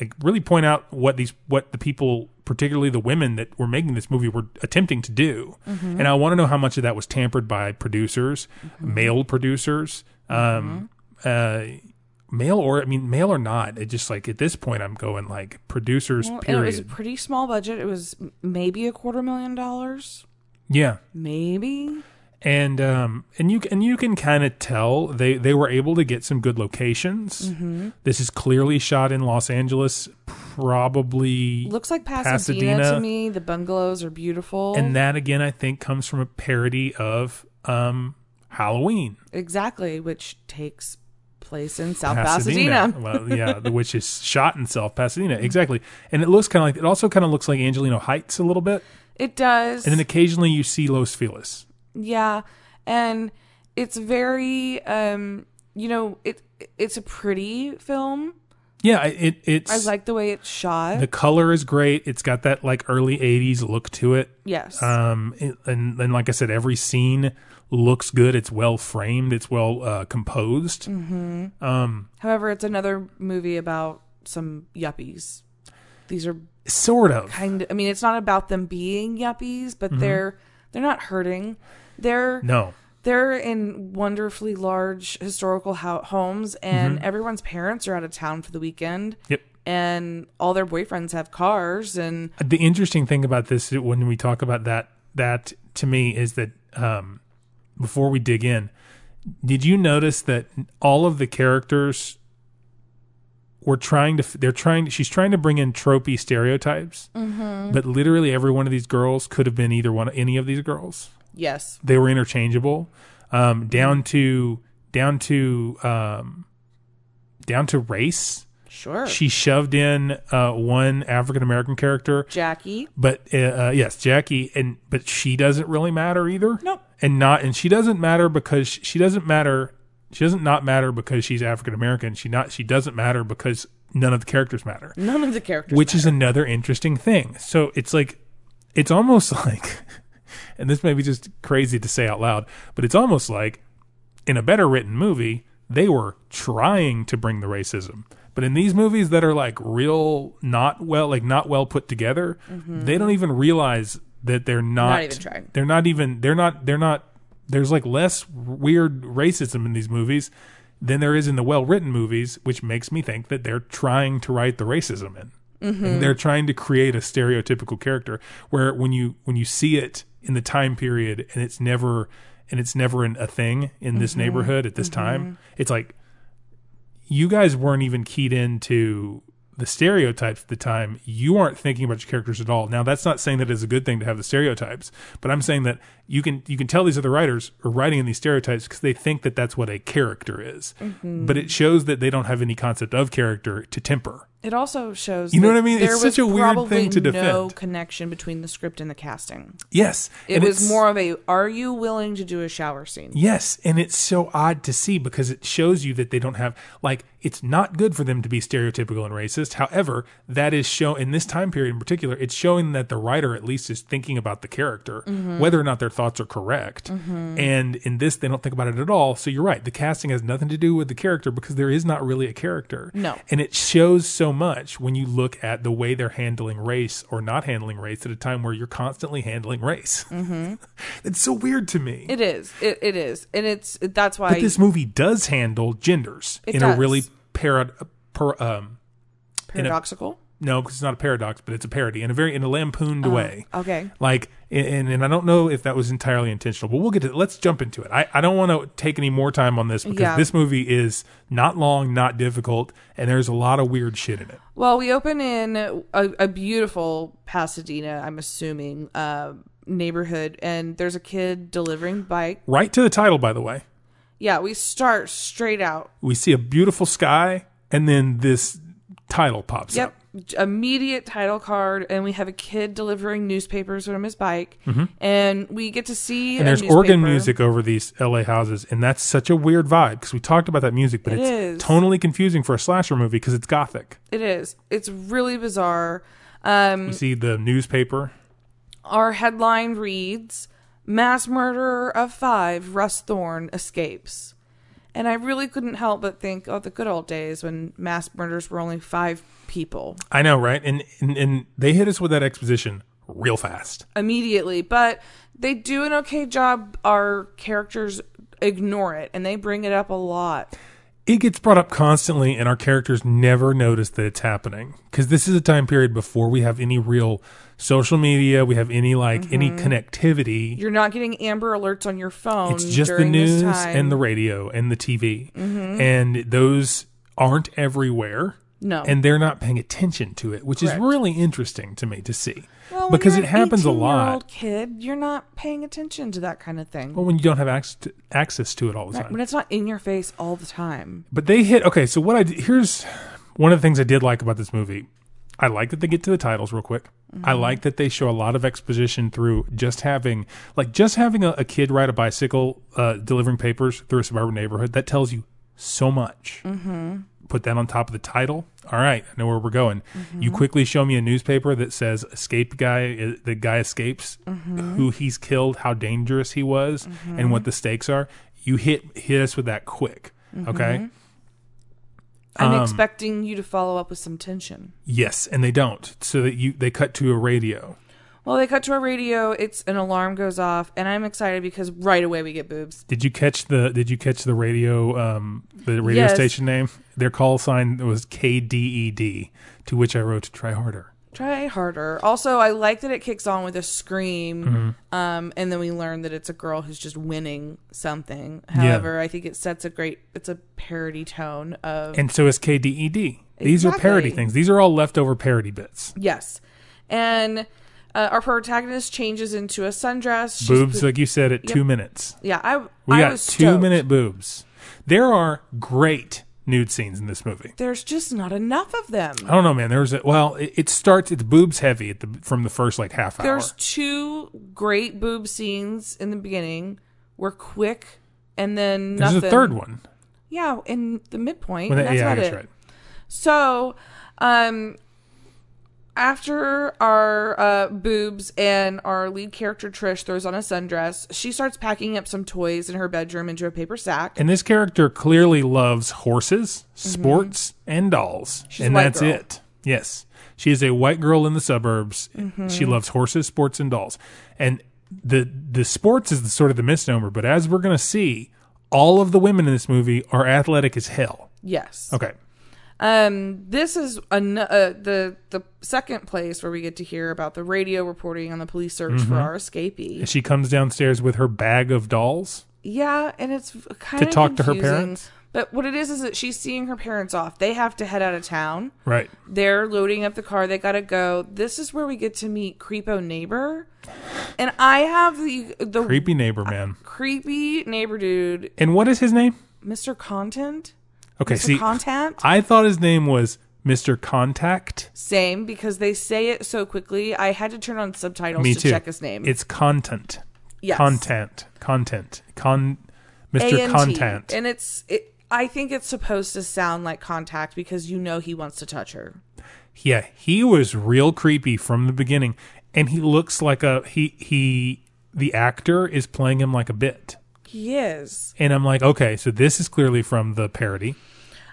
[SPEAKER 6] like really point out what these what the people particularly the women that were making this movie were attempting to do
[SPEAKER 7] Mm-hmm.
[SPEAKER 6] and I want to know how much of that was tampered by producers male producers um
[SPEAKER 7] Mm-hmm.
[SPEAKER 6] uh male or I mean male or not it just like at this point I'm going like producers
[SPEAKER 7] Well, and
[SPEAKER 6] period
[SPEAKER 7] it was a pretty small budget. It was m- maybe a quarter million dollars,
[SPEAKER 6] yeah
[SPEAKER 7] maybe.
[SPEAKER 6] and um and you and you can kind of tell they they were able to get some good locations.
[SPEAKER 7] Mm-hmm.
[SPEAKER 6] This is clearly shot in Los Angeles, probably
[SPEAKER 7] Looks like Pasadena,
[SPEAKER 6] Pasadena.
[SPEAKER 7] to me. The bungalows are beautiful.
[SPEAKER 6] and that again I think comes from a parody of um Halloween
[SPEAKER 7] exactly, which takes place in South
[SPEAKER 6] Pasadena.
[SPEAKER 7] Pasadena. Mm-hmm.
[SPEAKER 6] well, yeah, the- which is shot in South Pasadena exactly, and it looks kind of like it also kind of looks like Angelino Heights a little bit,
[SPEAKER 7] It does.
[SPEAKER 6] and then occasionally you see Los Feliz.
[SPEAKER 7] yeah. And it's very um you know, it it's a pretty film.
[SPEAKER 6] Yeah, I- it it's
[SPEAKER 7] I like the way it's shot.
[SPEAKER 6] the color is great. It's got that like early '80s look to it.
[SPEAKER 7] yes.
[SPEAKER 6] Um, it- and then, like I said, every scene looks good. It's well framed. It's well uh, composed.
[SPEAKER 7] However, it's another movie about some yuppies. These are
[SPEAKER 6] Sort of.
[SPEAKER 7] kind of, I mean, it's not about them being yuppies,
[SPEAKER 6] Mm-hmm.
[SPEAKER 7] but they're they're not hurting. They're
[SPEAKER 6] No.
[SPEAKER 7] they're in wonderfully large historical ho- homes, and everyone's parents are out of town for the weekend,
[SPEAKER 6] Mm-hmm. Yep.
[SPEAKER 7] and all their boyfriends have cars, and
[SPEAKER 6] The interesting thing about this when we talk about that that to me is that um, before we dig in, did you notice that all of the characters were trying to they're trying she's trying to bring in tropey stereotypes, but literally every one of these girls could have been either one any of these girls.
[SPEAKER 7] yes,
[SPEAKER 6] they were interchangeable um
[SPEAKER 7] Mm-hmm.
[SPEAKER 6] down to down to um down to race
[SPEAKER 7] sure,
[SPEAKER 6] she shoved in uh one african american character
[SPEAKER 7] Jackie,
[SPEAKER 6] but uh, uh yes jackie and but she doesn't really matter either
[SPEAKER 7] Nope.
[SPEAKER 6] and not and she doesn't matter because she, she doesn't matter she doesn't not matter because she's african american she not she doesn't matter because none of the characters matter
[SPEAKER 7] none of the characters,
[SPEAKER 6] which is another interesting thing. So it's like, it's almost like, and this may be just crazy to say out loud, but it's almost like in a better written movie, they were trying to bring the racism. But in these movies that are like real, not well, like not well put together, they don't even realize that they're not,
[SPEAKER 7] Mm-hmm. even trying.
[SPEAKER 6] They're not even, they're not, they're not, there's like less weird racism in these movies than there is in the well written movies, which makes me think that they're trying to write the racism in. And they're trying to create a stereotypical character where when you when you see it in the time period and it's never and it's never an, a thing in
[SPEAKER 7] Mm-hmm.
[SPEAKER 6] this neighborhood at this time it's like you guys weren't even keyed into the stereotypes at the time you aren't thinking about your characters at all now that's not saying that it's a good thing to have the stereotypes but i'm saying that you can you can tell these other writers are writing in these stereotypes because they think
[SPEAKER 7] Mm-hmm.
[SPEAKER 6] that that's what a character is but it shows that they don't have any concept of character to temper
[SPEAKER 7] It also shows
[SPEAKER 6] You know
[SPEAKER 7] that
[SPEAKER 6] what I mean?
[SPEAKER 7] There
[SPEAKER 6] It's
[SPEAKER 7] was
[SPEAKER 6] such a weird
[SPEAKER 7] probably
[SPEAKER 6] thing to
[SPEAKER 7] No
[SPEAKER 6] defend.
[SPEAKER 7] connection between the script and the casting.
[SPEAKER 6] Yes,
[SPEAKER 7] It
[SPEAKER 6] and
[SPEAKER 7] was
[SPEAKER 6] it's-
[SPEAKER 7] more of a Are you willing to do a shower scene?
[SPEAKER 6] Yes, and it's so odd to see because it shows you that they don't have like it's not good for them to be stereotypical and racist. However, that is show in this time period in particular, it's showing that the writer at least is thinking about the character, whether or not their thoughts are correct. And in this, they don't think about it at all. So you're right. The casting has nothing to do with the character because there is not really a character.
[SPEAKER 7] No.
[SPEAKER 6] And it shows so much when you look at the way they're handling race or not handling race at a time where you're constantly handling race. it's so weird to me.
[SPEAKER 7] It is. It, it is, and it's that's why
[SPEAKER 6] But this movie does handle genders
[SPEAKER 7] It
[SPEAKER 6] in a
[SPEAKER 7] does.
[SPEAKER 6] really parad per um
[SPEAKER 7] paradoxical.
[SPEAKER 6] no because it's not a paradox but it's a parody in a very in a
[SPEAKER 7] Oh,
[SPEAKER 6] lampooned way
[SPEAKER 7] okay.
[SPEAKER 6] like and and I don't know if that was entirely intentional but we'll get to let's jump into it I I don't want to take any more time on this because
[SPEAKER 7] Yeah.
[SPEAKER 6] this movie is not long not difficult and there's a lot of weird shit in it
[SPEAKER 7] Well, we open in a, a beautiful Pasadena, I'm assuming, uh, neighborhood, and there's a kid delivering bike.
[SPEAKER 6] right to the title by the way
[SPEAKER 7] Yeah, we start straight out.
[SPEAKER 6] we see a beautiful sky and then this title pops
[SPEAKER 7] Yep.
[SPEAKER 6] up
[SPEAKER 7] Immediate title card, and we have a kid delivering newspapers from his bike, and we get to see.
[SPEAKER 6] Mm-hmm. and
[SPEAKER 7] a
[SPEAKER 6] there's organ
[SPEAKER 7] newspaper.
[SPEAKER 6] music over these LA houses, and that's such a weird vibe because we talked about that music, but
[SPEAKER 7] It
[SPEAKER 6] it's
[SPEAKER 7] is.
[SPEAKER 6] tonally confusing for a slasher movie because it's gothic.
[SPEAKER 7] It is. It's really bizarre. Um,
[SPEAKER 6] You see the newspaper,
[SPEAKER 7] our headline reads mass murderer of five russ thorne escapes and i really couldn't help but think of the good old days when mass murders were only five people
[SPEAKER 6] I know, right? And and, and they hit us with that exposition real fast.
[SPEAKER 7] immediately but they do an okay job our characters ignore it and they bring it up a lot
[SPEAKER 6] It gets brought up constantly, and our characters never notice that it's happening because this is a time period before we have any real social media, we have any like any
[SPEAKER 7] Mm-hmm.
[SPEAKER 6] connectivity.
[SPEAKER 7] you're not getting amber alerts on your phone
[SPEAKER 6] it's just the
[SPEAKER 7] during
[SPEAKER 6] news
[SPEAKER 7] this time. Mm-hmm.
[SPEAKER 6] and the radio and the TV, and those aren't everywhere.
[SPEAKER 7] No.
[SPEAKER 6] and they're not paying attention to it, which is really interesting to me to see
[SPEAKER 7] Well, when
[SPEAKER 6] because
[SPEAKER 7] you're
[SPEAKER 6] it
[SPEAKER 7] an
[SPEAKER 6] happens a
[SPEAKER 7] 18-year-old
[SPEAKER 6] lot.
[SPEAKER 7] kid you're not paying attention to that kind of thing
[SPEAKER 6] Well, when you don't have access to, access to it all the time,
[SPEAKER 7] when it's not in your face all the time
[SPEAKER 6] but they hit okay. So what I did, here's one of the things I did like about this movie. I like that they get to the titles real quick. I like that they show a lot of exposition through just having like just having a, a kid ride a bicycle uh, delivering papers through a suburban neighborhood. That tells you so much. Mm-hmm. Put that on top of the title. All right, I know where we're going. You quickly show me a newspaper that says "escape guy." uh, The guy escapes. Who he's killed? How dangerous he was, and what the stakes are. You hit hit us with that quick. Okay.
[SPEAKER 7] I'm
[SPEAKER 6] Um,
[SPEAKER 7] expecting you to follow up with some tension.
[SPEAKER 6] Yes, and they don't. So that you they cut to a radio.
[SPEAKER 7] Well, they cut to a radio. It's an alarm goes off, and I'm excited because right away we get boobs.
[SPEAKER 6] Did you catch the Did you catch the radio um the radio
[SPEAKER 7] Yes.
[SPEAKER 6] station name? Their call sign was KDED. To which I wrote, "Try harder."
[SPEAKER 7] Try harder. Also, I like that it kicks on with a scream,
[SPEAKER 6] Mm-hmm.
[SPEAKER 7] um, and then we learn that it's a girl who's just winning something. However, I think it sets a great. It's a parody tone of
[SPEAKER 6] And so is KDED. These are parody
[SPEAKER 7] Exactly.
[SPEAKER 6] things. These are all leftover parody bits.
[SPEAKER 7] yes, and uh, our protagonist changes into a sundress. She's
[SPEAKER 6] boobs,
[SPEAKER 7] po-
[SPEAKER 6] like you said, at two minutes.
[SPEAKER 7] yeah, I
[SPEAKER 6] We
[SPEAKER 7] I
[SPEAKER 6] got
[SPEAKER 7] was
[SPEAKER 6] two
[SPEAKER 7] stoked.
[SPEAKER 6] minute boobs. There are great nude scenes in this movie.
[SPEAKER 7] There's just not enough of them.
[SPEAKER 6] I don't know, man. There's a well, it, it starts. It's boobs heavy at the from the first like half hour.
[SPEAKER 7] There's two great boob scenes in the beginning. We're quick, and then
[SPEAKER 6] There's
[SPEAKER 7] nothing.
[SPEAKER 6] a third one.
[SPEAKER 7] Yeah, in the midpoint.
[SPEAKER 6] When
[SPEAKER 7] and
[SPEAKER 6] they-
[SPEAKER 7] that's
[SPEAKER 6] yeah, I
[SPEAKER 7] about
[SPEAKER 6] guess
[SPEAKER 7] it.
[SPEAKER 6] right.
[SPEAKER 7] So, um, after our uh, boobs and our lead character Trish throws on a sundress, she starts packing up some toys in her bedroom into a paper sack.
[SPEAKER 6] And this character clearly loves horses, sports, and dolls.
[SPEAKER 7] Mm-hmm. She's
[SPEAKER 6] and
[SPEAKER 7] a white
[SPEAKER 6] that's
[SPEAKER 7] girl.
[SPEAKER 6] it. Yes. She is a white girl in the suburbs.
[SPEAKER 7] Mm-hmm.
[SPEAKER 6] She loves horses, sports, and dolls. And the the sports is the sort of the misnomer, but as we're gonna see, all of the women in this movie are athletic as hell.
[SPEAKER 7] Yes.
[SPEAKER 6] Okay.
[SPEAKER 7] Um, this is an, uh, the the second place where we get to hear about the radio reporting on the police search
[SPEAKER 6] Mm-hmm.
[SPEAKER 7] for our escapee.
[SPEAKER 6] And she comes downstairs with her bag of dolls.
[SPEAKER 7] Yeah, and it's kind of
[SPEAKER 6] talk to her
[SPEAKER 7] confusing.
[SPEAKER 6] parents?
[SPEAKER 7] But what it is is that she's seeing her parents off. They have to head out of town.
[SPEAKER 6] Right.
[SPEAKER 7] They're loading up the car. They gotta go. This is where we get to meet creepo neighbor, and I have the the
[SPEAKER 6] Creepy neighbor man.
[SPEAKER 7] creepy neighbor dude,
[SPEAKER 6] And what is his name?
[SPEAKER 7] Mister Content,
[SPEAKER 6] Okay,
[SPEAKER 7] Mr.
[SPEAKER 6] see
[SPEAKER 7] Content.
[SPEAKER 6] I thought his name was Mr. Contact.
[SPEAKER 7] Same because they say it so quickly. I had to turn on subtitles
[SPEAKER 6] Me
[SPEAKER 7] to
[SPEAKER 6] too.
[SPEAKER 7] check his name.
[SPEAKER 6] It's content.
[SPEAKER 7] Yes.
[SPEAKER 6] Content. Content. Con. Mr.
[SPEAKER 7] A-N-T.
[SPEAKER 6] Content.
[SPEAKER 7] and it's. It, I think it's supposed to sound like contact because you know he wants to touch her.
[SPEAKER 6] Yeah, he was real creepy from the beginning, and he looks like a he he. The actor is playing him like a bit,
[SPEAKER 7] He is.
[SPEAKER 6] and I'm like, okay, so this is clearly from the parody.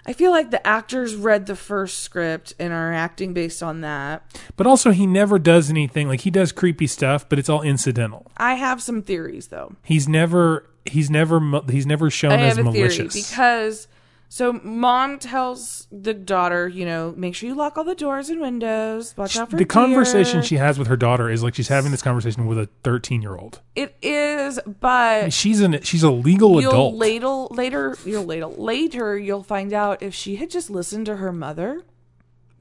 [SPEAKER 7] I feel like the actors read the first script and are acting based on that.
[SPEAKER 6] But also, he never does anything like he does creepy stuff, but it's all incidental.
[SPEAKER 7] I have some theories though.
[SPEAKER 6] He's never he's never mo- he's never shown
[SPEAKER 7] I
[SPEAKER 6] as
[SPEAKER 7] have a theory
[SPEAKER 6] malicious.
[SPEAKER 7] because so mom tells the daughter, you know, make sure you lock all the doors and windows. Watch out for
[SPEAKER 6] the conversation
[SPEAKER 7] deer."
[SPEAKER 6] she has with her daughter is like she's having this conversation with a 13 year old.
[SPEAKER 7] it is, but
[SPEAKER 6] She's an she's a legal
[SPEAKER 7] you'll
[SPEAKER 6] adult.
[SPEAKER 7] ladle later. You'll ladle later. You'll find out if she had just listened to her mother.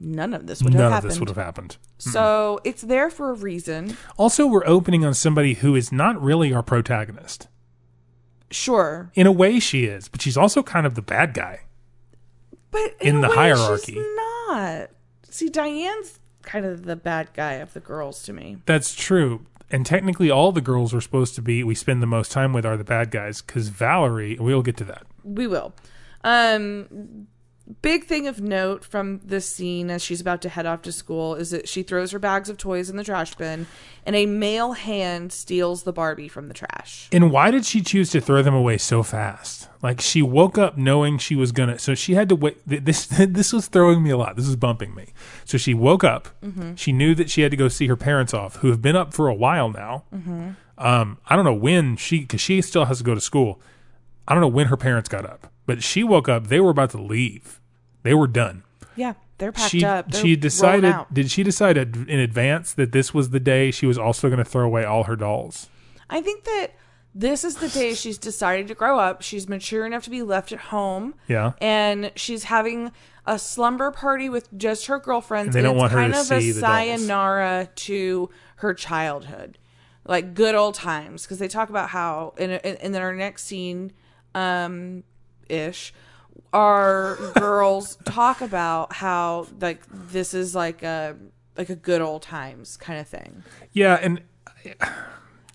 [SPEAKER 7] None of this would have
[SPEAKER 6] None of
[SPEAKER 7] happened.
[SPEAKER 6] this would have happened.
[SPEAKER 7] So it's there for a reason.
[SPEAKER 6] Also, we're opening on somebody who is not really our protagonist.
[SPEAKER 7] Sure,
[SPEAKER 6] In a way, she is, but she's also kind of the bad guy.
[SPEAKER 7] but
[SPEAKER 6] In
[SPEAKER 7] in, a
[SPEAKER 6] the
[SPEAKER 7] way,
[SPEAKER 6] hierarchy.
[SPEAKER 7] she's not. See, Diane's kind of the bad guy of the girls to me.
[SPEAKER 6] That's true. And technically, all the girls we're supposed to be, we spend the most time with, are the bad guys. Because Valerie, we'll get to that.
[SPEAKER 7] we will. Um, big thing of note from this scene as she's about to head off to school is that she throws her bags of toys in the trash bin, and a male hand steals the Barbie from the trash.
[SPEAKER 6] And why did she choose to throw them away so fast? Like she woke up knowing she was gonna, so she had to wait. th- This this was throwing me a lot. This was bumping me. So she woke up.
[SPEAKER 7] Mm-hmm.
[SPEAKER 6] She knew that she had to go see her parents off, who have been up for a while now.
[SPEAKER 7] Mm-hmm.
[SPEAKER 6] Um, I don't know when she, because she still has to go to school. I don't know when her parents got up, but she woke up. They were about to leave. They were done.
[SPEAKER 7] Yeah, they're packed
[SPEAKER 6] She
[SPEAKER 7] up. They're
[SPEAKER 6] she decided.
[SPEAKER 7] rolling out.
[SPEAKER 6] Did she decide ad- in advance that this was the day she was also going to throw away all her dolls?
[SPEAKER 7] I think that this is the day she's decided to grow up. She's mature enough to be left at home.
[SPEAKER 6] Yeah.
[SPEAKER 7] And she's having a slumber party with just her girlfriends.
[SPEAKER 6] And they don't
[SPEAKER 7] it's
[SPEAKER 6] want her
[SPEAKER 7] kind
[SPEAKER 6] to
[SPEAKER 7] of
[SPEAKER 6] see
[SPEAKER 7] a
[SPEAKER 6] the dolls.
[SPEAKER 7] sayonara to her childhood. Like good old times. Because they talk about how, in, in, in our next scene, um, ish our girls talk about how like this is like a like a good old times kind of thing
[SPEAKER 6] Yeah, and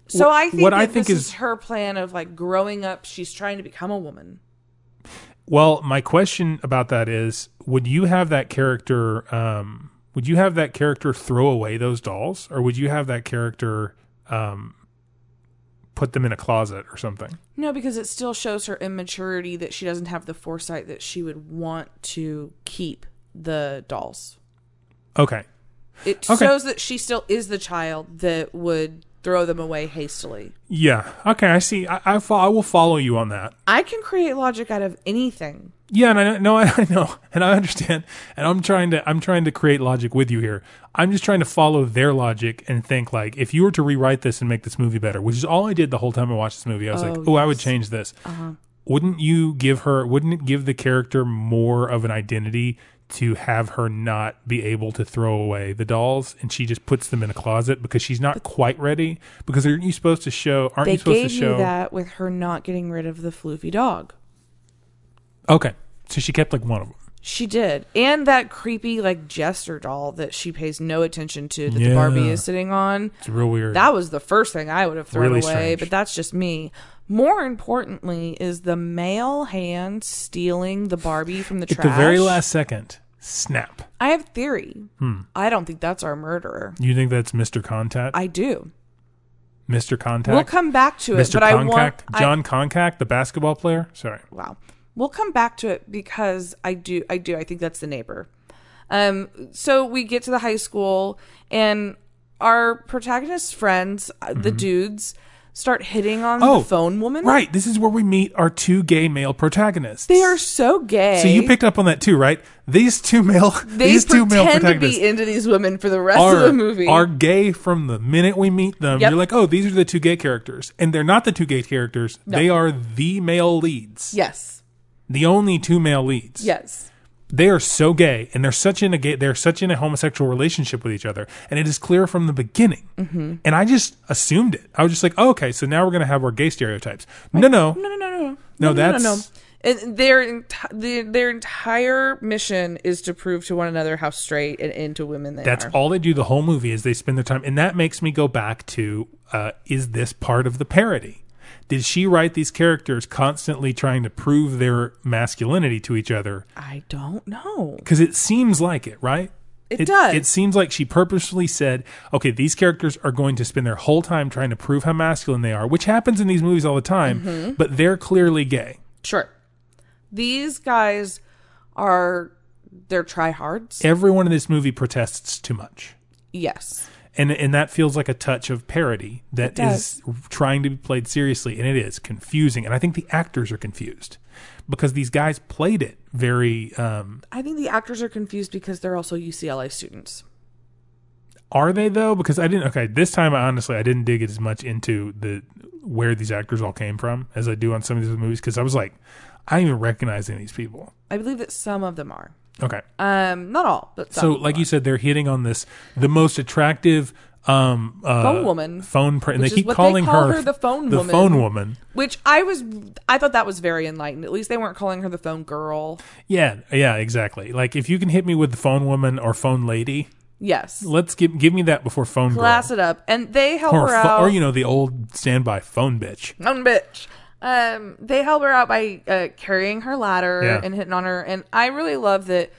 [SPEAKER 7] so
[SPEAKER 6] Wh-
[SPEAKER 7] I think
[SPEAKER 6] what
[SPEAKER 7] that
[SPEAKER 6] I think
[SPEAKER 7] this
[SPEAKER 6] is-
[SPEAKER 7] is, her plan of like growing up. She's trying to become a woman.
[SPEAKER 6] Well, my question about that is: Would you have that character? Um, would you have that character throw away those dolls, or would you have that character um, put them in a closet or something?
[SPEAKER 7] No, because it still shows her immaturity that she doesn't have the foresight that she would want to keep the dolls.
[SPEAKER 6] Okay,
[SPEAKER 7] It
[SPEAKER 6] Okay.
[SPEAKER 7] shows that she still is the child that would throw them away hastily.
[SPEAKER 6] yeah, okay, I see. I, I, fo- I will follow you on that.
[SPEAKER 7] I can create logic out of anything.
[SPEAKER 6] Yeah, and I know, no, I know, and I understand, and I'm trying to, I'm trying to create logic with you here. I'm just trying to follow their logic and think like, if you were to rewrite this and make this movie better, which is all I did the whole time I watched this movie, I was like,
[SPEAKER 7] Oh, Uh-huh.
[SPEAKER 6] oh, I would change this. Wouldn't you give her? Wouldn't it give the character more of an identity to have her not be able to throw away the dolls, and she just puts them in a closet because she's not quite ready? Because aren't you supposed to show? Aren't
[SPEAKER 7] They
[SPEAKER 6] you supposed to
[SPEAKER 7] gave
[SPEAKER 6] show?
[SPEAKER 7] you that with her not getting rid of the floofy dog.
[SPEAKER 6] Okay, so she kept like one of them.
[SPEAKER 7] She did. And that creepy like jester doll that she pays no attention to that
[SPEAKER 6] Yeah.
[SPEAKER 7] the Barbie is sitting on.
[SPEAKER 6] It's real weird.
[SPEAKER 7] That was the first thing I would have thrown
[SPEAKER 6] Really
[SPEAKER 7] away,
[SPEAKER 6] strange.
[SPEAKER 7] but that's just me. More importantly, is the male hand stealing the Barbie from the
[SPEAKER 6] At
[SPEAKER 7] trash.
[SPEAKER 6] the very last Hmm. second, snap.
[SPEAKER 7] I have theory. I don't think that's our murderer.
[SPEAKER 6] You think that's Mr. Contact?
[SPEAKER 7] I do.
[SPEAKER 6] Mr. Contact?
[SPEAKER 7] We'll come back to it,
[SPEAKER 6] Mr.
[SPEAKER 7] but I want
[SPEAKER 6] Contact?
[SPEAKER 7] I-
[SPEAKER 6] John Contact, the basketball player? Sorry.
[SPEAKER 7] wow. We'll come back to it because I do I do I think that's the neighbor. Um so we get to the high school and our protagonist's friends, uh the dudes, start hitting on
[SPEAKER 6] Mm-hmm. Oh,
[SPEAKER 7] the phone woman.
[SPEAKER 6] Right. This is where we meet our two gay male protagonists.
[SPEAKER 7] They are so gay.
[SPEAKER 6] So you picked up on that too, right? These two male
[SPEAKER 7] they
[SPEAKER 6] these two
[SPEAKER 7] pretend
[SPEAKER 6] male
[SPEAKER 7] to
[SPEAKER 6] protagonists
[SPEAKER 7] be into these women for the rest
[SPEAKER 6] are,
[SPEAKER 7] of the movie.
[SPEAKER 6] are gay from the minute we meet them.
[SPEAKER 7] Yep.
[SPEAKER 6] You're like, oh, these are the two gay characters. And they're not the two gay characters. They are the male leads.
[SPEAKER 7] yes,
[SPEAKER 6] The only two male leads.
[SPEAKER 7] yes.
[SPEAKER 6] they are so gay and they're such in a gay they're such in a homosexual relationship with each other and it is clear from the beginning and i just assumed it i was just like oh, okay so now we're going to have our gay stereotypes no no
[SPEAKER 7] No, no, no, no, no.
[SPEAKER 6] No, that's-
[SPEAKER 7] no, no. And their enti- the, their entire mission is to prove to one another how straight and into women they
[SPEAKER 6] That's
[SPEAKER 7] are.
[SPEAKER 6] all they do the whole movie is they spend their time, and that makes me go back to: uh, Is this part of the parody? Did she write these characters constantly trying to prove their masculinity to each other?
[SPEAKER 7] I don't know.
[SPEAKER 6] Because it seems like it, right?
[SPEAKER 7] It does.
[SPEAKER 6] It seems like she purposely said, "Okay, these characters are going to spend their whole time trying to prove how masculine they are," which happens in these movies all the time.
[SPEAKER 7] Mm-hmm.
[SPEAKER 6] But they're clearly gay.
[SPEAKER 7] Sure. These guys are they're tryhards.
[SPEAKER 6] Everyone in this movie protests too much.
[SPEAKER 7] Yes.
[SPEAKER 6] and and that feels like a touch of parody that is trying to be played seriously and it is confusing and i think the actors are confused because these guys played it very um
[SPEAKER 7] I think the actors are confused because they're also UCLA students.
[SPEAKER 6] are they though because i didn't okay this time i honestly i didn't dig as much into the where these actors all came from as i do on some of these other movies because i was like i don't even recognize any of these people
[SPEAKER 7] I believe that some of them are.
[SPEAKER 6] okay
[SPEAKER 7] Um, not all, but some.
[SPEAKER 6] so like you said they're hitting on this the most attractive um uh,
[SPEAKER 7] Phone woman.
[SPEAKER 6] phone pr- and
[SPEAKER 7] Which
[SPEAKER 6] they
[SPEAKER 7] is
[SPEAKER 6] keep
[SPEAKER 7] what they
[SPEAKER 6] calling
[SPEAKER 7] call
[SPEAKER 6] her,
[SPEAKER 7] her, the phone
[SPEAKER 6] the
[SPEAKER 7] woman.
[SPEAKER 6] phone woman
[SPEAKER 7] which I was, I thought that was very enlightened. At least they weren't calling her the phone girl.
[SPEAKER 6] Yeah, yeah, exactly. Like if you can hit me with the phone woman or phone lady,
[SPEAKER 7] Yes,
[SPEAKER 6] let's give give me that before phone
[SPEAKER 7] class
[SPEAKER 6] girl
[SPEAKER 7] it up, and they help
[SPEAKER 6] or
[SPEAKER 7] her
[SPEAKER 6] pho-
[SPEAKER 7] out.
[SPEAKER 6] or you know the old standby phone bitch.
[SPEAKER 7] Dumb bitch. Um, they help her out by uh, carrying her ladder
[SPEAKER 6] Yeah.
[SPEAKER 7] and hitting on her, and I really love that.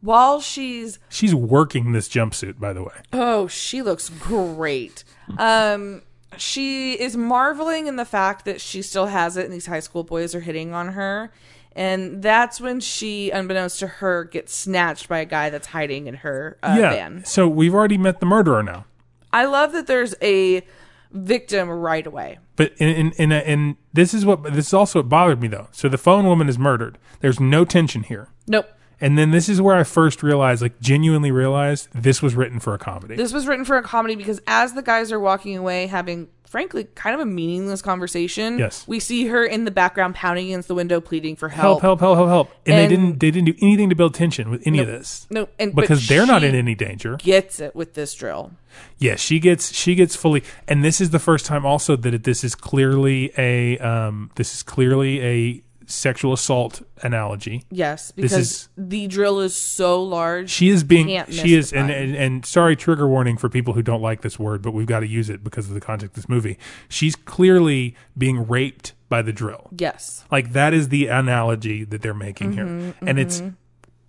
[SPEAKER 7] While she's
[SPEAKER 6] She's working this jumpsuit, by the way.
[SPEAKER 7] oh, she looks great. Um, she is marveling in the fact that she still has it, and these high school boys are hitting on her. And that's when she, unbeknownst to her, gets snatched by a guy that's hiding in her uh,
[SPEAKER 6] yeah.
[SPEAKER 7] van.
[SPEAKER 6] So we've already met the murderer now,
[SPEAKER 7] I love that there's a victim right away.
[SPEAKER 6] but in in in, in this is what this is also what bothered me though. So the phone woman is murdered. There's no tension here.
[SPEAKER 7] Nope.
[SPEAKER 6] And then this is where I first realized, like genuinely realized, this was written for a comedy.
[SPEAKER 7] This was written for a comedy because as the guys are walking away having frankly kind of a meaningless conversation,
[SPEAKER 6] Yes.
[SPEAKER 7] we see her in the background pounding against the window pleading for
[SPEAKER 6] help,
[SPEAKER 7] help.
[SPEAKER 6] help, help, help, help. And,
[SPEAKER 7] And-
[SPEAKER 6] they didn't they didn't do anything to build tension with any of this.
[SPEAKER 7] No, and but
[SPEAKER 6] because they're not
[SPEAKER 7] she
[SPEAKER 6] in any danger.
[SPEAKER 7] Gets it with this drill.
[SPEAKER 6] Yeah, she gets she gets fully, and this is the first time also that it, this is clearly a um, this is clearly a sexual assault analogy.
[SPEAKER 7] Yes,
[SPEAKER 6] This
[SPEAKER 7] because
[SPEAKER 6] is-
[SPEAKER 7] the drill is so large.
[SPEAKER 6] She is being
[SPEAKER 7] Can't
[SPEAKER 6] she is and,
[SPEAKER 7] mystify.
[SPEAKER 6] and and sorry trigger warning for people who don't like this word, but we've got to use it because of the context of this movie. She's clearly being raped by the drill.
[SPEAKER 7] yes,
[SPEAKER 6] Like that is the analogy that they're making here,
[SPEAKER 7] Mm-hmm,
[SPEAKER 6] and it's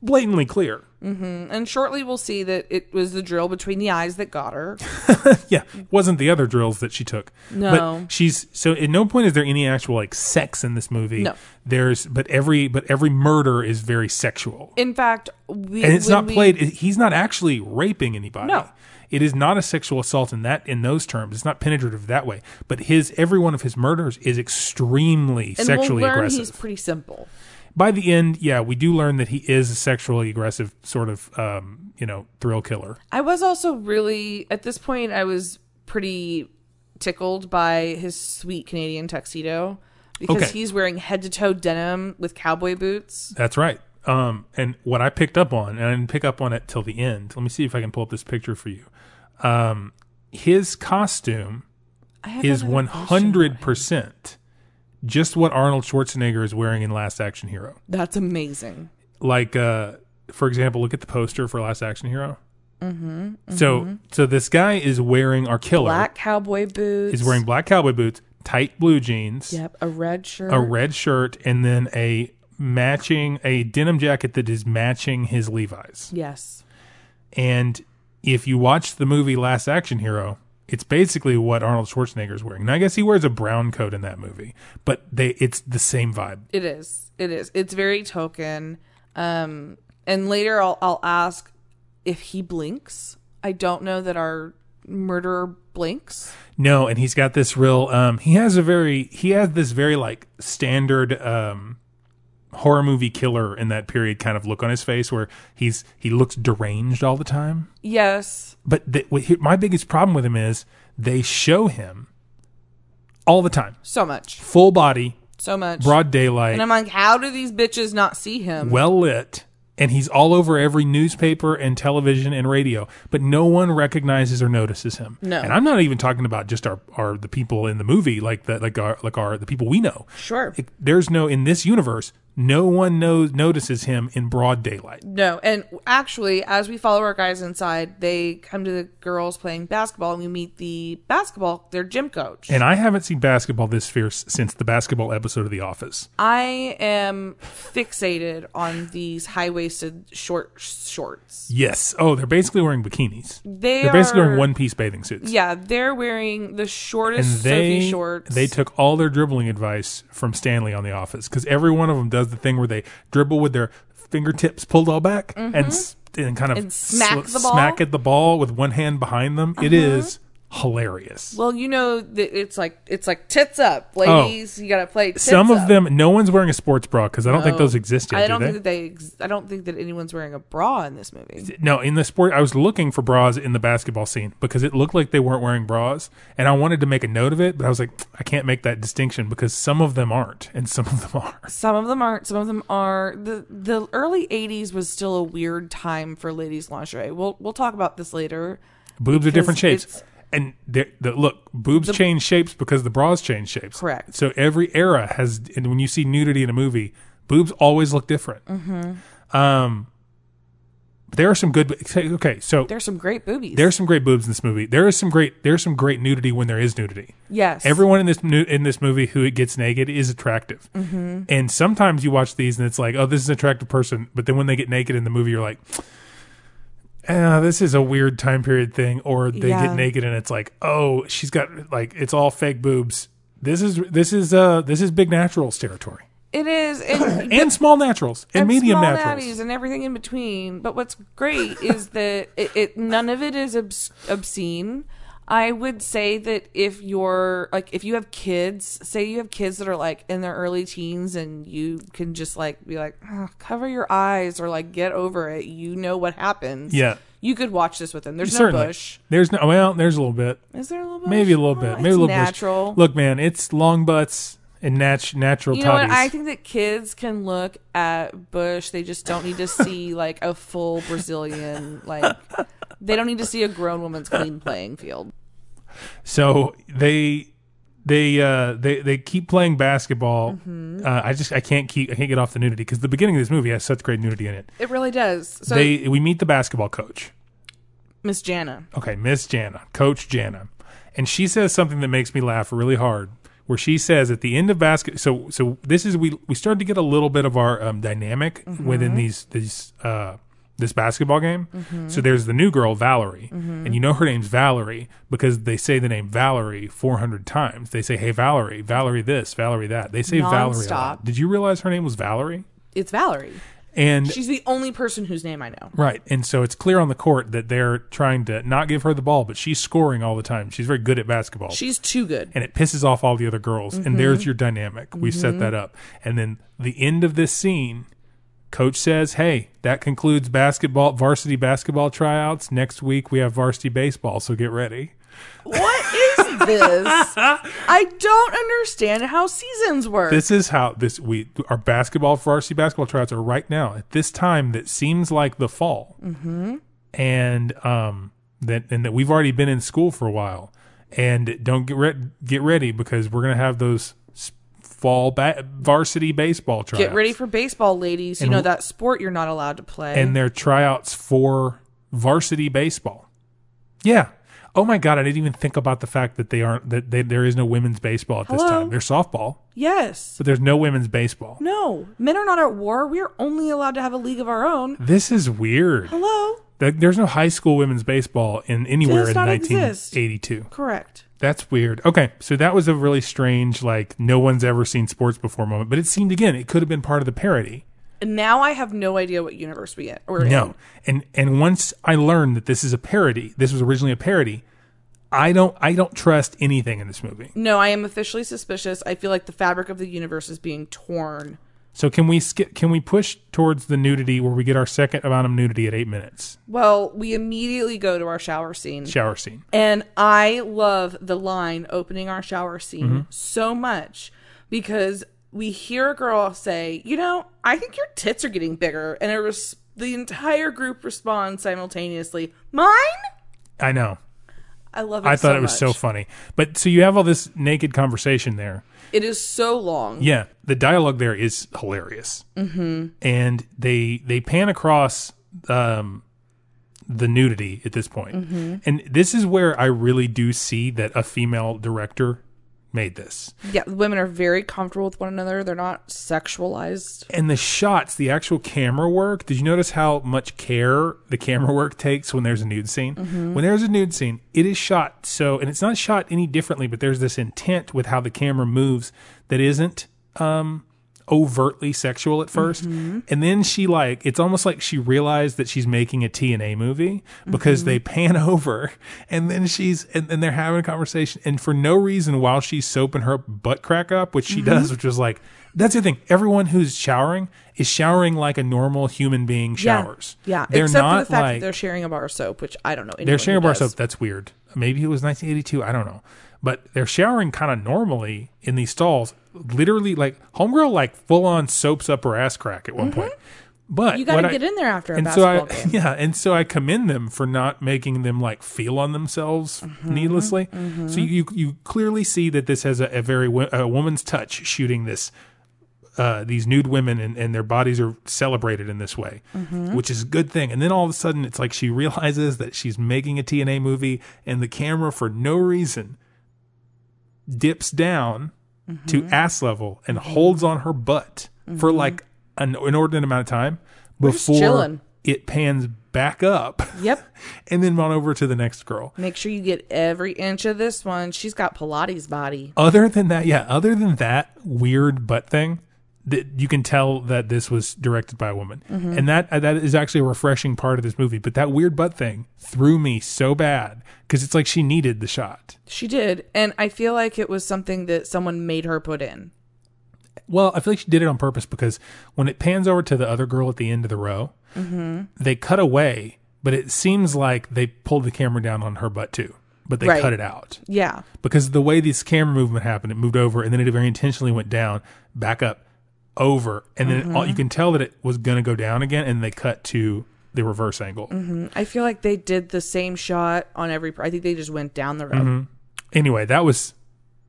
[SPEAKER 6] blatantly clear.
[SPEAKER 7] and shortly we'll see that it was the drill between the eyes that got her.
[SPEAKER 6] Yeah, wasn't the other drills that she took.
[SPEAKER 7] No.
[SPEAKER 6] but she's so. At no point is there any actual like sex in this movie.
[SPEAKER 7] No.
[SPEAKER 6] there's but every but every murder is very sexual,
[SPEAKER 7] In fact, we
[SPEAKER 6] and it's
[SPEAKER 7] when
[SPEAKER 6] not
[SPEAKER 7] we-
[SPEAKER 6] played. He's not actually raping anybody.
[SPEAKER 7] No.
[SPEAKER 6] It is not a sexual assault in that in those terms. It's not penetrative that way. But his every one of his murders is extremely
[SPEAKER 7] and
[SPEAKER 6] sexually
[SPEAKER 7] we'll learn
[SPEAKER 6] aggressive.
[SPEAKER 7] He's pretty simple.
[SPEAKER 6] By the end, yeah, we do learn that he is a sexually aggressive sort of um, you know thrill killer.
[SPEAKER 7] I was also really at this point I was pretty tickled by his sweet Canadian tuxedo because
[SPEAKER 6] Okay.
[SPEAKER 7] he's wearing head to toe denim with cowboy boots.
[SPEAKER 6] That's right. Um, and what I picked up on, and I didn't pick up on it till the end. Let me see if I can pull up this picture for you. Um, his costume
[SPEAKER 7] I have
[SPEAKER 6] is
[SPEAKER 7] another
[SPEAKER 6] one
[SPEAKER 7] question.
[SPEAKER 6] hundred percent just what Arnold Schwarzenegger is wearing in Last Action Hero.
[SPEAKER 7] That's amazing.
[SPEAKER 6] Like, uh, for example, look at the poster for Last Action Hero. Mm-hmm, So, so this guy is wearing our killer
[SPEAKER 7] Black cowboy boots.
[SPEAKER 6] is wearing black cowboy boots, tight blue jeans,
[SPEAKER 7] yep a red shirt.
[SPEAKER 6] a red shirt, and then a matching a denim jacket that is matching his Levi's.
[SPEAKER 7] yes.
[SPEAKER 6] And if you watch the movie Last Action Hero, it's basically what Arnold Schwarzenegger is wearing. And I guess he wears a brown coat in that movie, but they it's the same vibe.
[SPEAKER 7] It is. It is. It's very token. Um, and later I'll I'll ask if he blinks. I don't know that our murderer blinks.
[SPEAKER 6] No, and he's got this real um he has a very he has this very like standard um horror movie killer in that period kind of look on his face where he's he looks deranged all the time.
[SPEAKER 7] Yes.
[SPEAKER 6] But the, what he- my biggest problem with him is they show him all the time.
[SPEAKER 7] So much.
[SPEAKER 6] Full body,
[SPEAKER 7] So much.
[SPEAKER 6] broad daylight.
[SPEAKER 7] And I'm like, how do these bitches not see him?
[SPEAKER 6] well lit, and he's all over every newspaper and television and radio, but no one recognizes or notices him.
[SPEAKER 7] No.
[SPEAKER 6] and I'm not even talking about just our, our the people in the movie, like the like our like our the people we know.
[SPEAKER 7] sure.
[SPEAKER 6] It- there's no in this universe, No one knows notices him in broad daylight.
[SPEAKER 7] No, and actually, as we follow our guys inside, they come to the girls playing basketball, and we meet the basketball, their gym coach.
[SPEAKER 6] And I haven't seen basketball this fierce since the basketball episode of The Office.
[SPEAKER 7] I am fixated on these high waisted short shorts.
[SPEAKER 6] Yes. Oh, they're basically wearing bikinis.
[SPEAKER 7] They
[SPEAKER 6] They are basically
[SPEAKER 7] are-
[SPEAKER 6] wearing one piece bathing suits.
[SPEAKER 7] Yeah, they're wearing the
[SPEAKER 6] And
[SPEAKER 7] shortest
[SPEAKER 6] they
[SPEAKER 7] Sophie shorts.
[SPEAKER 6] they took all their dribbling advice from Stanley on The Office because every one of them does the thing where they dribble with their fingertips pulled all back and s- and kind of
[SPEAKER 7] Mm-hmm. And smack
[SPEAKER 6] sl-
[SPEAKER 7] the ball. Uh-huh.
[SPEAKER 6] smack at the ball with one hand behind them. It is hilarious.
[SPEAKER 7] well, you know that it's like it's like tits up, ladies. You gotta play. Tits
[SPEAKER 6] Oh. Some
[SPEAKER 7] up.
[SPEAKER 6] of them, no one's wearing a sports bra because I don't think those exist yet.
[SPEAKER 7] I don't
[SPEAKER 6] do they?
[SPEAKER 7] think that they. Ex- I don't think that anyone's wearing a bra in this movie.
[SPEAKER 6] no, in the sport, I was looking for bras in the basketball scene because it looked like they weren't wearing bras, and I wanted to make a note of it, but I was like, I can't make that distinction because some of them aren't, and some of them are.
[SPEAKER 7] Some of them aren't. Some of them are. the The early '80s was still a weird time for ladies' lingerie. We'll we'll talk about this later.
[SPEAKER 6] Boobs are different
[SPEAKER 7] Because
[SPEAKER 6] shapes, and they're- the, look, boobs change shapes because the bras change shapes.
[SPEAKER 7] Correct.
[SPEAKER 6] So every era has, and when you see nudity in a movie, boobs always look different. Mm-hmm. Um, there are some good. Okay, so
[SPEAKER 7] There's some great boobies.
[SPEAKER 6] there's some great boobs in this movie. There is some great. There's some great nudity when there is nudity.
[SPEAKER 7] yes.
[SPEAKER 6] Everyone in this nu- in this movie who it gets naked is attractive, mm-hmm. and sometimes you watch these and it's like, oh, this is an attractive person, but then when they get naked in the movie, you're like, ah, this is a weird time period thing, or they
[SPEAKER 7] Yeah.
[SPEAKER 6] get naked and it's like, oh, she's got like it's all fake boobs. This is this is uh this is big naturals territory
[SPEAKER 7] it is. And,
[SPEAKER 6] and small naturals and, medium
[SPEAKER 7] small
[SPEAKER 6] naturals.
[SPEAKER 7] natties and everything in between. But what's great is that it, it none of it is obs- obscene. I would say that if you're like if you have kids, say you have kids that are like in their early teens and you can just like be like "Ugh, cover your eyes or like get over it, you know what happens.
[SPEAKER 6] Yeah.
[SPEAKER 7] You could watch this with them. There's
[SPEAKER 6] Certainly,
[SPEAKER 7] no bush.
[SPEAKER 6] there's no well, there's a little bit.
[SPEAKER 7] Is there a little bush?
[SPEAKER 6] Maybe a little
[SPEAKER 7] Oh,
[SPEAKER 6] bit.
[SPEAKER 7] it's
[SPEAKER 6] Maybe a little
[SPEAKER 7] natural.
[SPEAKER 6] Bush. Look, man, it's long butts and nat- natural
[SPEAKER 7] You know what?
[SPEAKER 6] toddies.
[SPEAKER 7] I think that kids can look at Bush. They just don't need to see like a full Brazilian. Like they don't need to see a grown woman's clean playing field.
[SPEAKER 6] so they they uh they they keep playing basketball. Uh, I just I can't keep I can't get off the nudity because the beginning of this movie has such great nudity in it.
[SPEAKER 7] It really does. So
[SPEAKER 6] they we meet the basketball coach.
[SPEAKER 7] Miss Jana,
[SPEAKER 6] Okay, Miss Jana, Coach Jana, and she says something that makes me laugh really hard. Where she says at the end of basket, so so this is we we started to get a little bit of our um, dynamic within these these uh, this basketball game. So there's the new girl Valerie, and you know her name's Valerie because they say the name Valerie 400 times. They say, "Hey Valerie, Valerie this, Valerie that." They say Valerie. A lot.
[SPEAKER 7] Nonstop.
[SPEAKER 6] Did you realize her name was Valerie?
[SPEAKER 7] it's Valerie.
[SPEAKER 6] And
[SPEAKER 7] She's the only person whose name I know.
[SPEAKER 6] Right. And so it's clear on the court that they're trying to not give her the ball, but she's scoring all the time. She's very good at basketball.
[SPEAKER 7] She's too good.
[SPEAKER 6] and it pisses off all the other girls. And there's your dynamic. We've set that up. And then the end of this scene, coach says, Hey, that concludes basketball, varsity basketball tryouts. Next week we have varsity baseball. So get ready.
[SPEAKER 7] What is this? I don't understand how seasons work.
[SPEAKER 6] This is how this we our basketball varsity basketball tryouts are right now at this time that seems like the fall, mm-hmm. and um that and that we've already been in school for a while, and don't get re- get ready because we're gonna have those s- fall ba- varsity baseball tryouts.
[SPEAKER 7] Get ready for baseball, ladies. You
[SPEAKER 6] And
[SPEAKER 7] know
[SPEAKER 6] w-
[SPEAKER 7] that sport you're not allowed to play.
[SPEAKER 6] and their tryouts for varsity baseball. Yeah. Oh my God! I didn't even think about the fact that they aren't that they, there is no women's baseball at this
[SPEAKER 7] Hello?
[SPEAKER 6] time. There's softball,
[SPEAKER 7] yes.
[SPEAKER 6] but there's no women's baseball.
[SPEAKER 7] No, men are not at war. We are only allowed to have a league of our own.
[SPEAKER 6] This is weird.
[SPEAKER 7] Hello?
[SPEAKER 6] Th- There's no high school women's baseball in anywhere
[SPEAKER 7] Does
[SPEAKER 6] in
[SPEAKER 7] not
[SPEAKER 6] 1982.
[SPEAKER 7] Correct.
[SPEAKER 6] That's weird. Okay, so that was a really strange, like no one's ever seen sports before moment. But it seemed again, it could have been part of the parody.
[SPEAKER 7] And now I have no idea what universe we at. Or
[SPEAKER 6] No, and and once I learned that this is a parody, this was originally a parody. I don't I don't trust anything in this movie.
[SPEAKER 7] No, I am officially suspicious. I feel like the fabric of the universe is being torn.
[SPEAKER 6] So can we skip? Can we push towards the nudity where we get our second amount of nudity at eight minutes
[SPEAKER 7] Well, we immediately go to our shower scene.
[SPEAKER 6] shower scene?
[SPEAKER 7] And I love the line opening our shower scene
[SPEAKER 6] Mm-hmm.
[SPEAKER 7] so much because we hear a girl say, "You know, I think your tits are getting bigger," and it res- the entire group responds simultaneously, "Mine."
[SPEAKER 6] I know
[SPEAKER 7] I love it.
[SPEAKER 6] I thought
[SPEAKER 7] so
[SPEAKER 6] it was so
[SPEAKER 7] much.
[SPEAKER 6] funny. But so you have all this naked conversation there.
[SPEAKER 7] It is so long.
[SPEAKER 6] Yeah, the dialogue there is hilarious, mm-hmm. and they they pan across um, the nudity at this point, and this is where I really do see that a female director made this.
[SPEAKER 7] Yeah, women are very comfortable with one another. They're not sexualized.
[SPEAKER 6] And the shots, the actual camera work. Did you notice how much care the camera work takes when there's a nude scene? When there's a nude scene, it is shot so, and it's not shot any differently, but there's this intent with how the camera moves that isn't um, overtly sexual at 1st
[SPEAKER 7] Mm-hmm.
[SPEAKER 6] And then she, like, it's almost like she realized that she's making a TNA movie because they
[SPEAKER 7] Mm-hmm.
[SPEAKER 6] pan over and then she's, and, and they're having a conversation. And for no reason, while she's soaping her butt crack up, which she
[SPEAKER 7] Mm-hmm.
[SPEAKER 6] does, which was like, that's the thing. Everyone who's showering is showering like a normal human being
[SPEAKER 7] Yeah.
[SPEAKER 6] showers.
[SPEAKER 7] Yeah,
[SPEAKER 6] They're
[SPEAKER 7] except
[SPEAKER 6] not
[SPEAKER 7] for the fact
[SPEAKER 6] like
[SPEAKER 7] that they're sharing a bar of soap, which I don't know. anyone
[SPEAKER 6] they're
[SPEAKER 7] who
[SPEAKER 6] sharing a bar of
[SPEAKER 7] does.
[SPEAKER 6] soap. That's weird. Maybe it was 1982. I don't know. But they're showering kind of normally in these stalls. Literally, like homegirl, like full on soaps up her ass crack at one point. But
[SPEAKER 7] Mm-hmm. You got to
[SPEAKER 6] what I-
[SPEAKER 7] get in there after a
[SPEAKER 6] and so I,
[SPEAKER 7] basketball game.
[SPEAKER 6] yeah, and so I commend them for not making them like feel on themselves
[SPEAKER 7] Mm-hmm,
[SPEAKER 6] needlessly. So you you clearly see that this has a, a very wo- a woman's touch shooting this. Uh, these nude women and, and their bodies are celebrated in this way,
[SPEAKER 7] Mm-hmm.
[SPEAKER 6] which is a good thing. And then all of a sudden, it's like she realizes that she's making a TNA movie, and the camera, for no reason, dips down to
[SPEAKER 7] Mm-hmm.
[SPEAKER 6] ass level and holds on her butt for like an inordinate amount of time
[SPEAKER 7] just
[SPEAKER 6] before
[SPEAKER 7] chilling.
[SPEAKER 6] it pans back up
[SPEAKER 7] Yep.
[SPEAKER 6] and then on over to the next girl.
[SPEAKER 7] Make sure you get every inch of this one. She's got Pilates body.
[SPEAKER 6] Other than that, yeah, other than that weird butt thing, that you can tell that this was directed by a woman.
[SPEAKER 7] Mm-hmm.
[SPEAKER 6] And that uh, that is actually a refreshing part of this movie, but that weird butt thing threw me so bad cuz it's like she needed the shot.
[SPEAKER 7] She did, and I feel like it was something that someone made her put in.
[SPEAKER 6] Well, I feel like she did it on purpose because when it pans over to the other girl at the end of the row, they cut away, but it seems like they pulled the camera down on her butt too, but they
[SPEAKER 7] Right.
[SPEAKER 6] cut it out
[SPEAKER 7] Yeah.
[SPEAKER 6] because the way this camera movement happened, it moved over and then it very intentionally went down, back up, over, and then it all, you can tell that it was going to go down again, and they cut to the reverse angle.
[SPEAKER 7] I feel like they did the same shot on every. I think they just went down the road.
[SPEAKER 6] Mm-hmm. Anyway, that was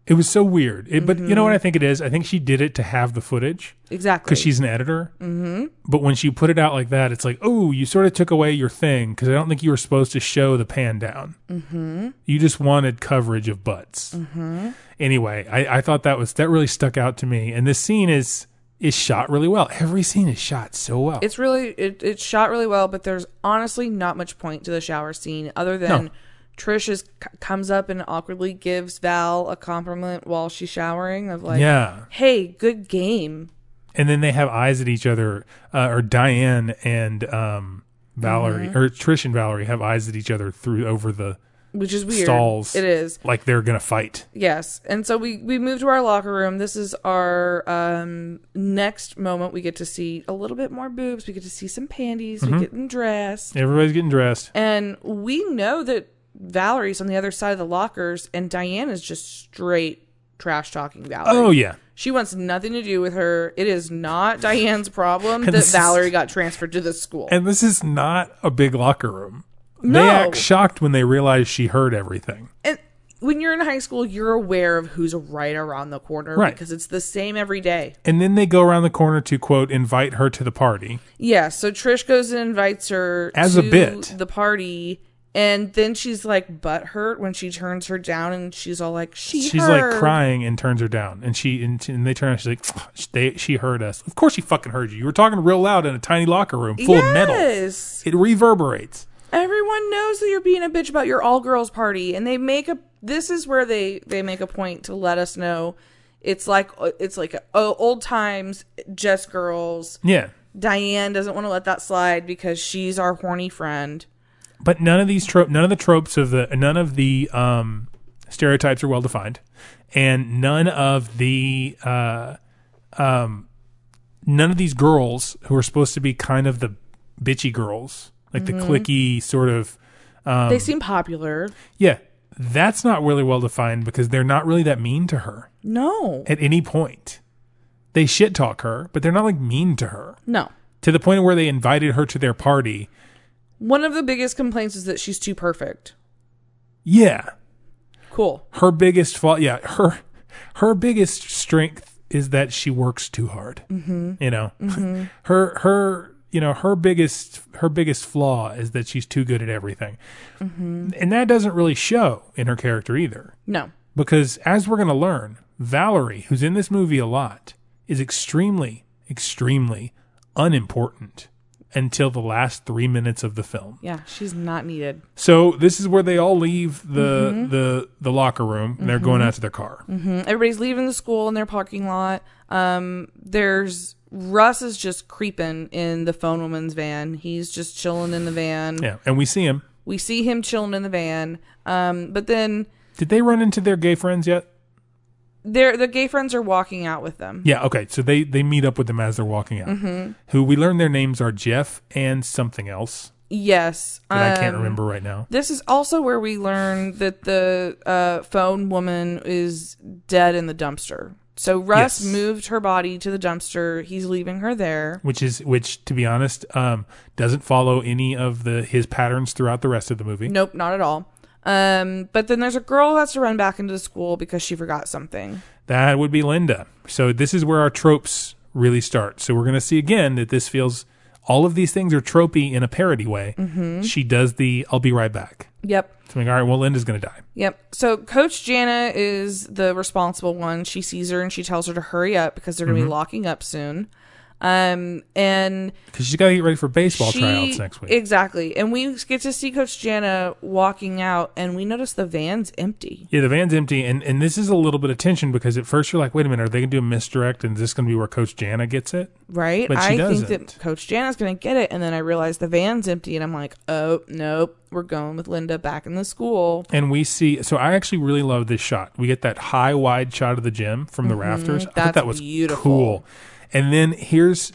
[SPEAKER 6] it was so weird, it, but you know what I think it is? I think she did it to have the footage.
[SPEAKER 7] Exactly.
[SPEAKER 6] because she's an editor. Mm-hmm. But when she put it out like that, it's like, oh, you sort of took away your thing because I don't think you were supposed to show the pan down. Mm-hmm. You just wanted coverage of butts. Mm-hmm. Anyway, I, I thought that was that really stuck out to me, and this scene is is shot really well. Every scene is shot so well.
[SPEAKER 7] it's really it, it's shot really well but there's honestly not much point to the shower scene other than
[SPEAKER 6] No.
[SPEAKER 7] trish is, c- comes up and awkwardly gives val a compliment while she's showering of like
[SPEAKER 6] yeah,
[SPEAKER 7] hey good game
[SPEAKER 6] and then they have eyes at each other, uh, or Diane and um, Valerie or Trish and Valerie have eyes at each other through over the
[SPEAKER 7] which is weird
[SPEAKER 6] stalls.
[SPEAKER 7] it is
[SPEAKER 6] like they're gonna fight.
[SPEAKER 7] yes and so we we move to our locker room this is our um next moment we get to see a little bit more boobs we get to see some panties
[SPEAKER 6] Mm-hmm.
[SPEAKER 7] we get them dressed
[SPEAKER 6] Everybody's getting dressed.
[SPEAKER 7] and we know that valerie's on the other side of the lockers and diane is just straight trash talking valerie
[SPEAKER 6] Oh yeah.
[SPEAKER 7] She wants nothing to do with her. It is not Diane's problem that
[SPEAKER 6] this is-
[SPEAKER 7] Valerie got transferred to this school.
[SPEAKER 6] And this is not a big locker room.
[SPEAKER 7] No.
[SPEAKER 6] They act shocked when they realize she heard everything.
[SPEAKER 7] And when you're in high school, you're aware of who's right around the corner
[SPEAKER 6] Right.
[SPEAKER 7] because it's the same every day.
[SPEAKER 6] And then they go around the corner to quote invite her to the party.
[SPEAKER 7] Yeah, so Trish goes and invites her
[SPEAKER 6] As
[SPEAKER 7] to
[SPEAKER 6] a bit.
[SPEAKER 7] the party. And then she's like butthurt when she turns her down, and she's all like, "She
[SPEAKER 6] She's
[SPEAKER 7] heard."
[SPEAKER 6] like crying and turns her down. And she and, she- and they turn around. She's like, they, she heard us. Of course she fucking heard you. You were talking real loud in a tiny locker room full of metal.
[SPEAKER 7] Yes,
[SPEAKER 6] It reverberates.
[SPEAKER 7] everyone knows that you're being a bitch about your all girls party and they make a this is where they they make a point to let us know it's like it's like oh, old times just girls
[SPEAKER 6] Yeah.
[SPEAKER 7] diane doesn't want to let that slide because she's our horny friend
[SPEAKER 6] But none of these trope, none of the tropes of the, none of the um, stereotypes are well defined, and none of the, uh, um, none of these girls who are supposed to be kind of the bitchy girls, like the clicky sort of,
[SPEAKER 7] they seem popular
[SPEAKER 6] yeah, that's not really well defined because they're not really that mean to her
[SPEAKER 7] no
[SPEAKER 6] at any point. They shit talk her, but they're not like mean to her
[SPEAKER 7] no
[SPEAKER 6] to the point where they invited her to their party.
[SPEAKER 7] one of the biggest complaints is that she's too perfect
[SPEAKER 6] Yeah.
[SPEAKER 7] Cool.
[SPEAKER 6] Her biggest fault, yeah, her her biggest strength is that she works too hard. Mm-hmm. You know, her her you know her biggest her biggest flaw is that she's too good at everything, and that doesn't really show in her character either.
[SPEAKER 7] No.
[SPEAKER 6] Because as we're going to learn, Valerie, who's in this movie a lot, is extremely, extremely unimportant until the last three minutes of the film.
[SPEAKER 7] Yeah, she's not needed.
[SPEAKER 6] So this is where they all leave the the the locker room. And they're going out to their car.
[SPEAKER 7] everybody's leaving the school in their parking lot. Um, there's Russ is just creeping in the phone woman's van. He's just chilling in the van.
[SPEAKER 6] Yeah, and we see him.
[SPEAKER 7] We see him chilling in the van. Um, but then
[SPEAKER 6] Did they run into their gay friends yet?
[SPEAKER 7] their the gay friends are walking out with them.
[SPEAKER 6] Yeah. Okay. So they they meet up with them as they're walking out.
[SPEAKER 7] Mm-hmm.
[SPEAKER 6] Who we learn their names are Jeff and something else
[SPEAKER 7] Yes,
[SPEAKER 6] that I can't
[SPEAKER 7] um,
[SPEAKER 6] remember right now.
[SPEAKER 7] This is also where we learn that the uh, phone woman is dead in the dumpster. So Russ
[SPEAKER 6] Yes.
[SPEAKER 7] moved her body to the dumpster. He's leaving her there.
[SPEAKER 6] Which is which to be honest, um, doesn't follow any of the his patterns throughout the rest of the movie.
[SPEAKER 7] Nope, not at all. Um, but then there's a girl who has to run back into the school because she forgot something.
[SPEAKER 6] That would be Linda. So this is where our tropes really start. So we're going to see again that this feels all of these things are tropey in a parody way.
[SPEAKER 7] Mm-hmm.
[SPEAKER 6] She does the "I'll be right back."
[SPEAKER 7] Yep.
[SPEAKER 6] So I'm like, all right, well, Linda's going to die.
[SPEAKER 7] Yep. So Coach Jana is the responsible one. She sees her and she tells her to hurry up because they're going
[SPEAKER 6] Mm-hmm.
[SPEAKER 7] to be locking up soon. Um, and
[SPEAKER 6] Because she's got to get ready for baseball
[SPEAKER 7] she,
[SPEAKER 6] tryouts next week.
[SPEAKER 7] Exactly. And we get to see Coach Jana walking out and we notice the van's empty.
[SPEAKER 6] yeah, the van's empty, and, and this is a little bit of tension because at first you're like, wait a minute, are they going to do a misdirect, and is this going to be where Coach Jana gets it?
[SPEAKER 7] Right?
[SPEAKER 6] But she
[SPEAKER 7] I think
[SPEAKER 6] doesn't.
[SPEAKER 7] that Coach Jana's going to get it. And then I realize the van's empty and I'm like, oh, nope. We're going with Linda back in the school.
[SPEAKER 6] And we see, so I actually really love this shot. We get that high wide shot of the gym from the rafters. I thought
[SPEAKER 7] Mm-hmm. That's
[SPEAKER 6] that was
[SPEAKER 7] beautiful.
[SPEAKER 6] cool. And then here's,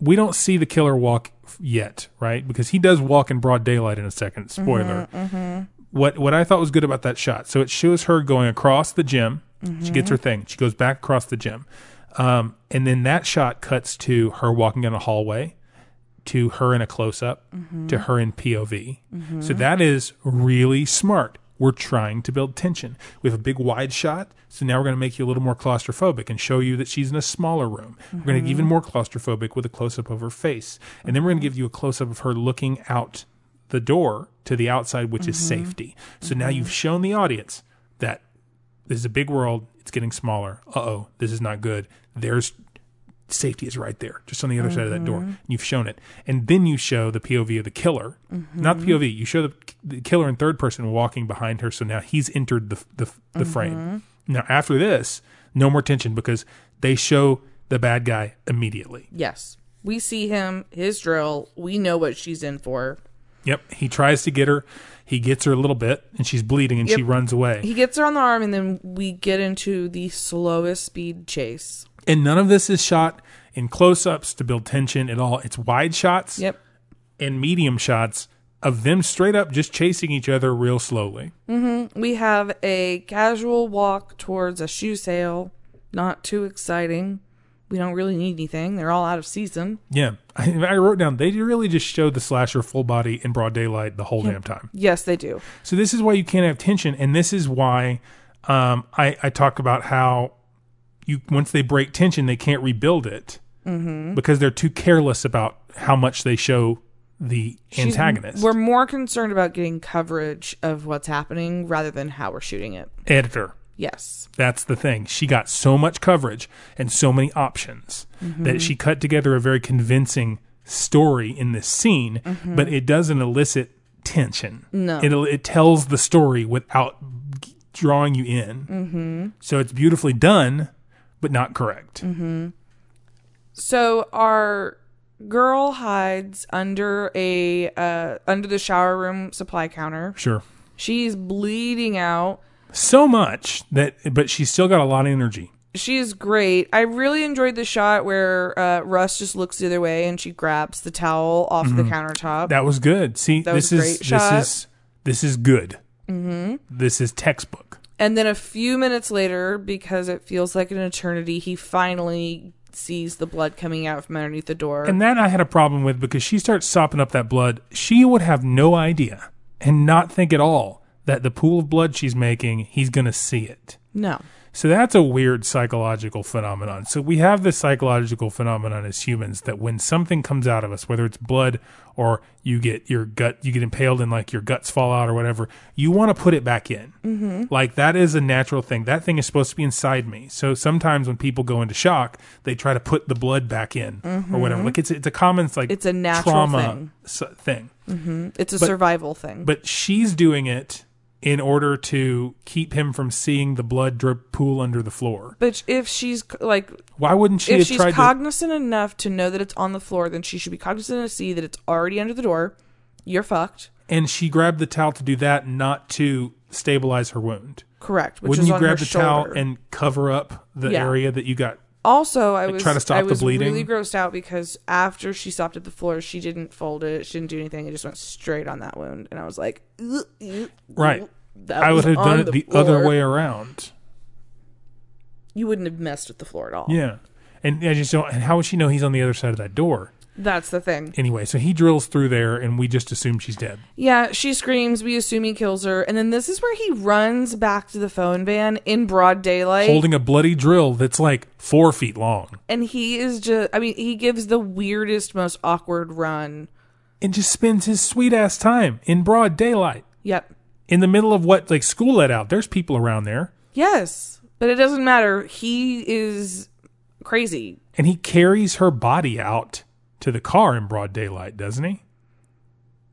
[SPEAKER 6] we don't see the killer walk yet, right? Because he does walk in broad daylight in a second.
[SPEAKER 7] Mm-hmm,
[SPEAKER 6] Spoiler. What what I thought was good about that shot, so it shows her going across the gym. She
[SPEAKER 7] Mm-hmm.
[SPEAKER 6] gets her thing. She goes back across the gym, um, and then that shot cuts to her walking down a hallway to her in a close up, to her in POV. So that is really smart. We're trying to build tension. We have a big wide shot, so now we're going to make you a little more claustrophobic and show you that she's in a smaller room. We're going to get even more claustrophobic with a close up of her face. And then we're going to give you a close up of her looking out the door to the outside, which is safety. So now you've shown the audience that this is a big world, it's getting smaller. Uh oh, this is not good. There's safety is right there, just on the other side of that
[SPEAKER 7] Mm-hmm.
[SPEAKER 6] door. And you've shown it. And then you show the POV of the killer,
[SPEAKER 7] Mm-hmm.
[SPEAKER 6] not the POV. You show the, the killer in third person walking behind her. So now he's entered the, the, the
[SPEAKER 7] Mm-hmm.
[SPEAKER 6] frame. Now, after this, no more tension because they show the bad guy immediately.
[SPEAKER 7] Yes. We see him, his drill. We know what she's in for.
[SPEAKER 6] Yep. He tries to get her. He gets her a little bit and she's bleeding and she
[SPEAKER 7] Yep.
[SPEAKER 6] runs away.
[SPEAKER 7] He gets her on the arm, and then we get into the slowest speed chase.
[SPEAKER 6] and none of this is shot in close ups to build tension at all. It's wide shots
[SPEAKER 7] Yep.
[SPEAKER 6] and medium shots of them straight up just chasing each other real slowly.
[SPEAKER 7] We have a casual walk towards a shoe sale. Not too exciting. We don't really need anything. They're all out of season.
[SPEAKER 6] Yeah, I, I wrote down they really just showed the slasher full body in broad daylight the whole damn time.
[SPEAKER 7] Yes, they do.
[SPEAKER 6] So this is why you can't have tension, and this is why um, I, I talk about how you once they break tension, they can't rebuild it
[SPEAKER 7] Mm-hmm.
[SPEAKER 6] because they're too careless about how much they show the
[SPEAKER 7] She's-
[SPEAKER 6] antagonist.
[SPEAKER 7] We're more concerned about getting coverage of what's happening rather than how we're shooting it.
[SPEAKER 6] Editor,
[SPEAKER 7] Yes.
[SPEAKER 6] That's the thing. She got so much coverage and so many options
[SPEAKER 7] Mm-hmm.
[SPEAKER 6] that she cut together a very convincing story in this scene,
[SPEAKER 7] Mm-hmm.
[SPEAKER 6] but it doesn't elicit tension. No. It, it tells the story without g- drawing you in. Mm-hmm. So it's beautifully done, but not correct.
[SPEAKER 7] Mm-hmm. So our girl hides under a uh, under the shower room supply counter.
[SPEAKER 6] Sure.
[SPEAKER 7] She's bleeding out.
[SPEAKER 6] So much that, but she's still got a lot of energy.
[SPEAKER 7] She's great. I really enjoyed the shot where uh, Russ just looks the other way and she grabs the towel off the countertop.
[SPEAKER 6] Mm-hmm. That was good. See,
[SPEAKER 7] That
[SPEAKER 6] this
[SPEAKER 7] was a
[SPEAKER 6] is
[SPEAKER 7] great shot.
[SPEAKER 6] this is this is good. Mm-hmm. This is textbook.
[SPEAKER 7] and then a few minutes later, because it feels like an eternity, he finally sees the blood coming out from underneath the door.
[SPEAKER 6] And that I had a problem with because she starts sopping up that blood. She would have no idea and not think at all that the pool of blood she's making, he's going to see it.
[SPEAKER 7] No.
[SPEAKER 6] So that's a weird psychological phenomenon. So we have this psychological phenomenon as humans that when something comes out of us, whether it's blood or you get your gut, you get impaled and like your guts fall out or whatever, you want to put it back in. Mm-hmm. Like that is a natural thing. That thing is supposed to be inside me. So sometimes when people go into shock, they try to put the blood back in or whatever. Like it's it's a common like
[SPEAKER 7] Mm-hmm. It's a natural
[SPEAKER 6] trauma
[SPEAKER 7] thing.
[SPEAKER 6] s- thing.
[SPEAKER 7] It's a survival thing.
[SPEAKER 6] But she's doing it in order to keep him from seeing the blood drip pool under the floor.
[SPEAKER 7] but if she's c- like
[SPEAKER 6] Why wouldn't she
[SPEAKER 7] if
[SPEAKER 6] have
[SPEAKER 7] she's
[SPEAKER 6] tried
[SPEAKER 7] cognizant enough to know that it's on the floor, then she should be cognizant enough to see that it's already under the door. You're fucked.
[SPEAKER 6] to? And she grabbed the towel to do that, not to stabilize her wound.
[SPEAKER 7] Correct. Which
[SPEAKER 6] wouldn't
[SPEAKER 7] is
[SPEAKER 6] you
[SPEAKER 7] on
[SPEAKER 6] grab
[SPEAKER 7] her
[SPEAKER 6] the towel
[SPEAKER 7] shoulder.
[SPEAKER 6] and cover up the
[SPEAKER 7] Yeah.
[SPEAKER 6] area that you got?
[SPEAKER 7] also I
[SPEAKER 6] like,
[SPEAKER 7] was
[SPEAKER 6] try to stop
[SPEAKER 7] I
[SPEAKER 6] the
[SPEAKER 7] was
[SPEAKER 6] bleeding?
[SPEAKER 7] really grossed out because after she stopped at the floor, she didn't fold it, she didn't do anything, it just went straight on that wound, and I was like, "Ugh, ugh,
[SPEAKER 6] Right.
[SPEAKER 7] that
[SPEAKER 6] I would
[SPEAKER 7] was
[SPEAKER 6] have
[SPEAKER 7] on
[SPEAKER 6] done it the other
[SPEAKER 7] floor."
[SPEAKER 6] way around.
[SPEAKER 7] You wouldn't have messed with the floor at all.
[SPEAKER 6] Yeah. And I just don't. And how would she know he's on the other side of that door?
[SPEAKER 7] That's the thing.
[SPEAKER 6] Anyway, so he drills through there, and we just assume she's dead.
[SPEAKER 7] Yeah, she screams. We assume he kills her, and then this is where he runs back to the phone van in broad daylight,
[SPEAKER 6] Holding a bloody drill that's like four feet long
[SPEAKER 7] and he is just—I mean, he gives the weirdest, most awkward run.
[SPEAKER 6] and just spends his sweet ass time in broad daylight
[SPEAKER 7] Yep.
[SPEAKER 6] in the middle of what, like, school let out. There's people around there.
[SPEAKER 7] Yes, but it doesn't matter. He is crazy.
[SPEAKER 6] And he carries her body out to the car in broad daylight, doesn't he?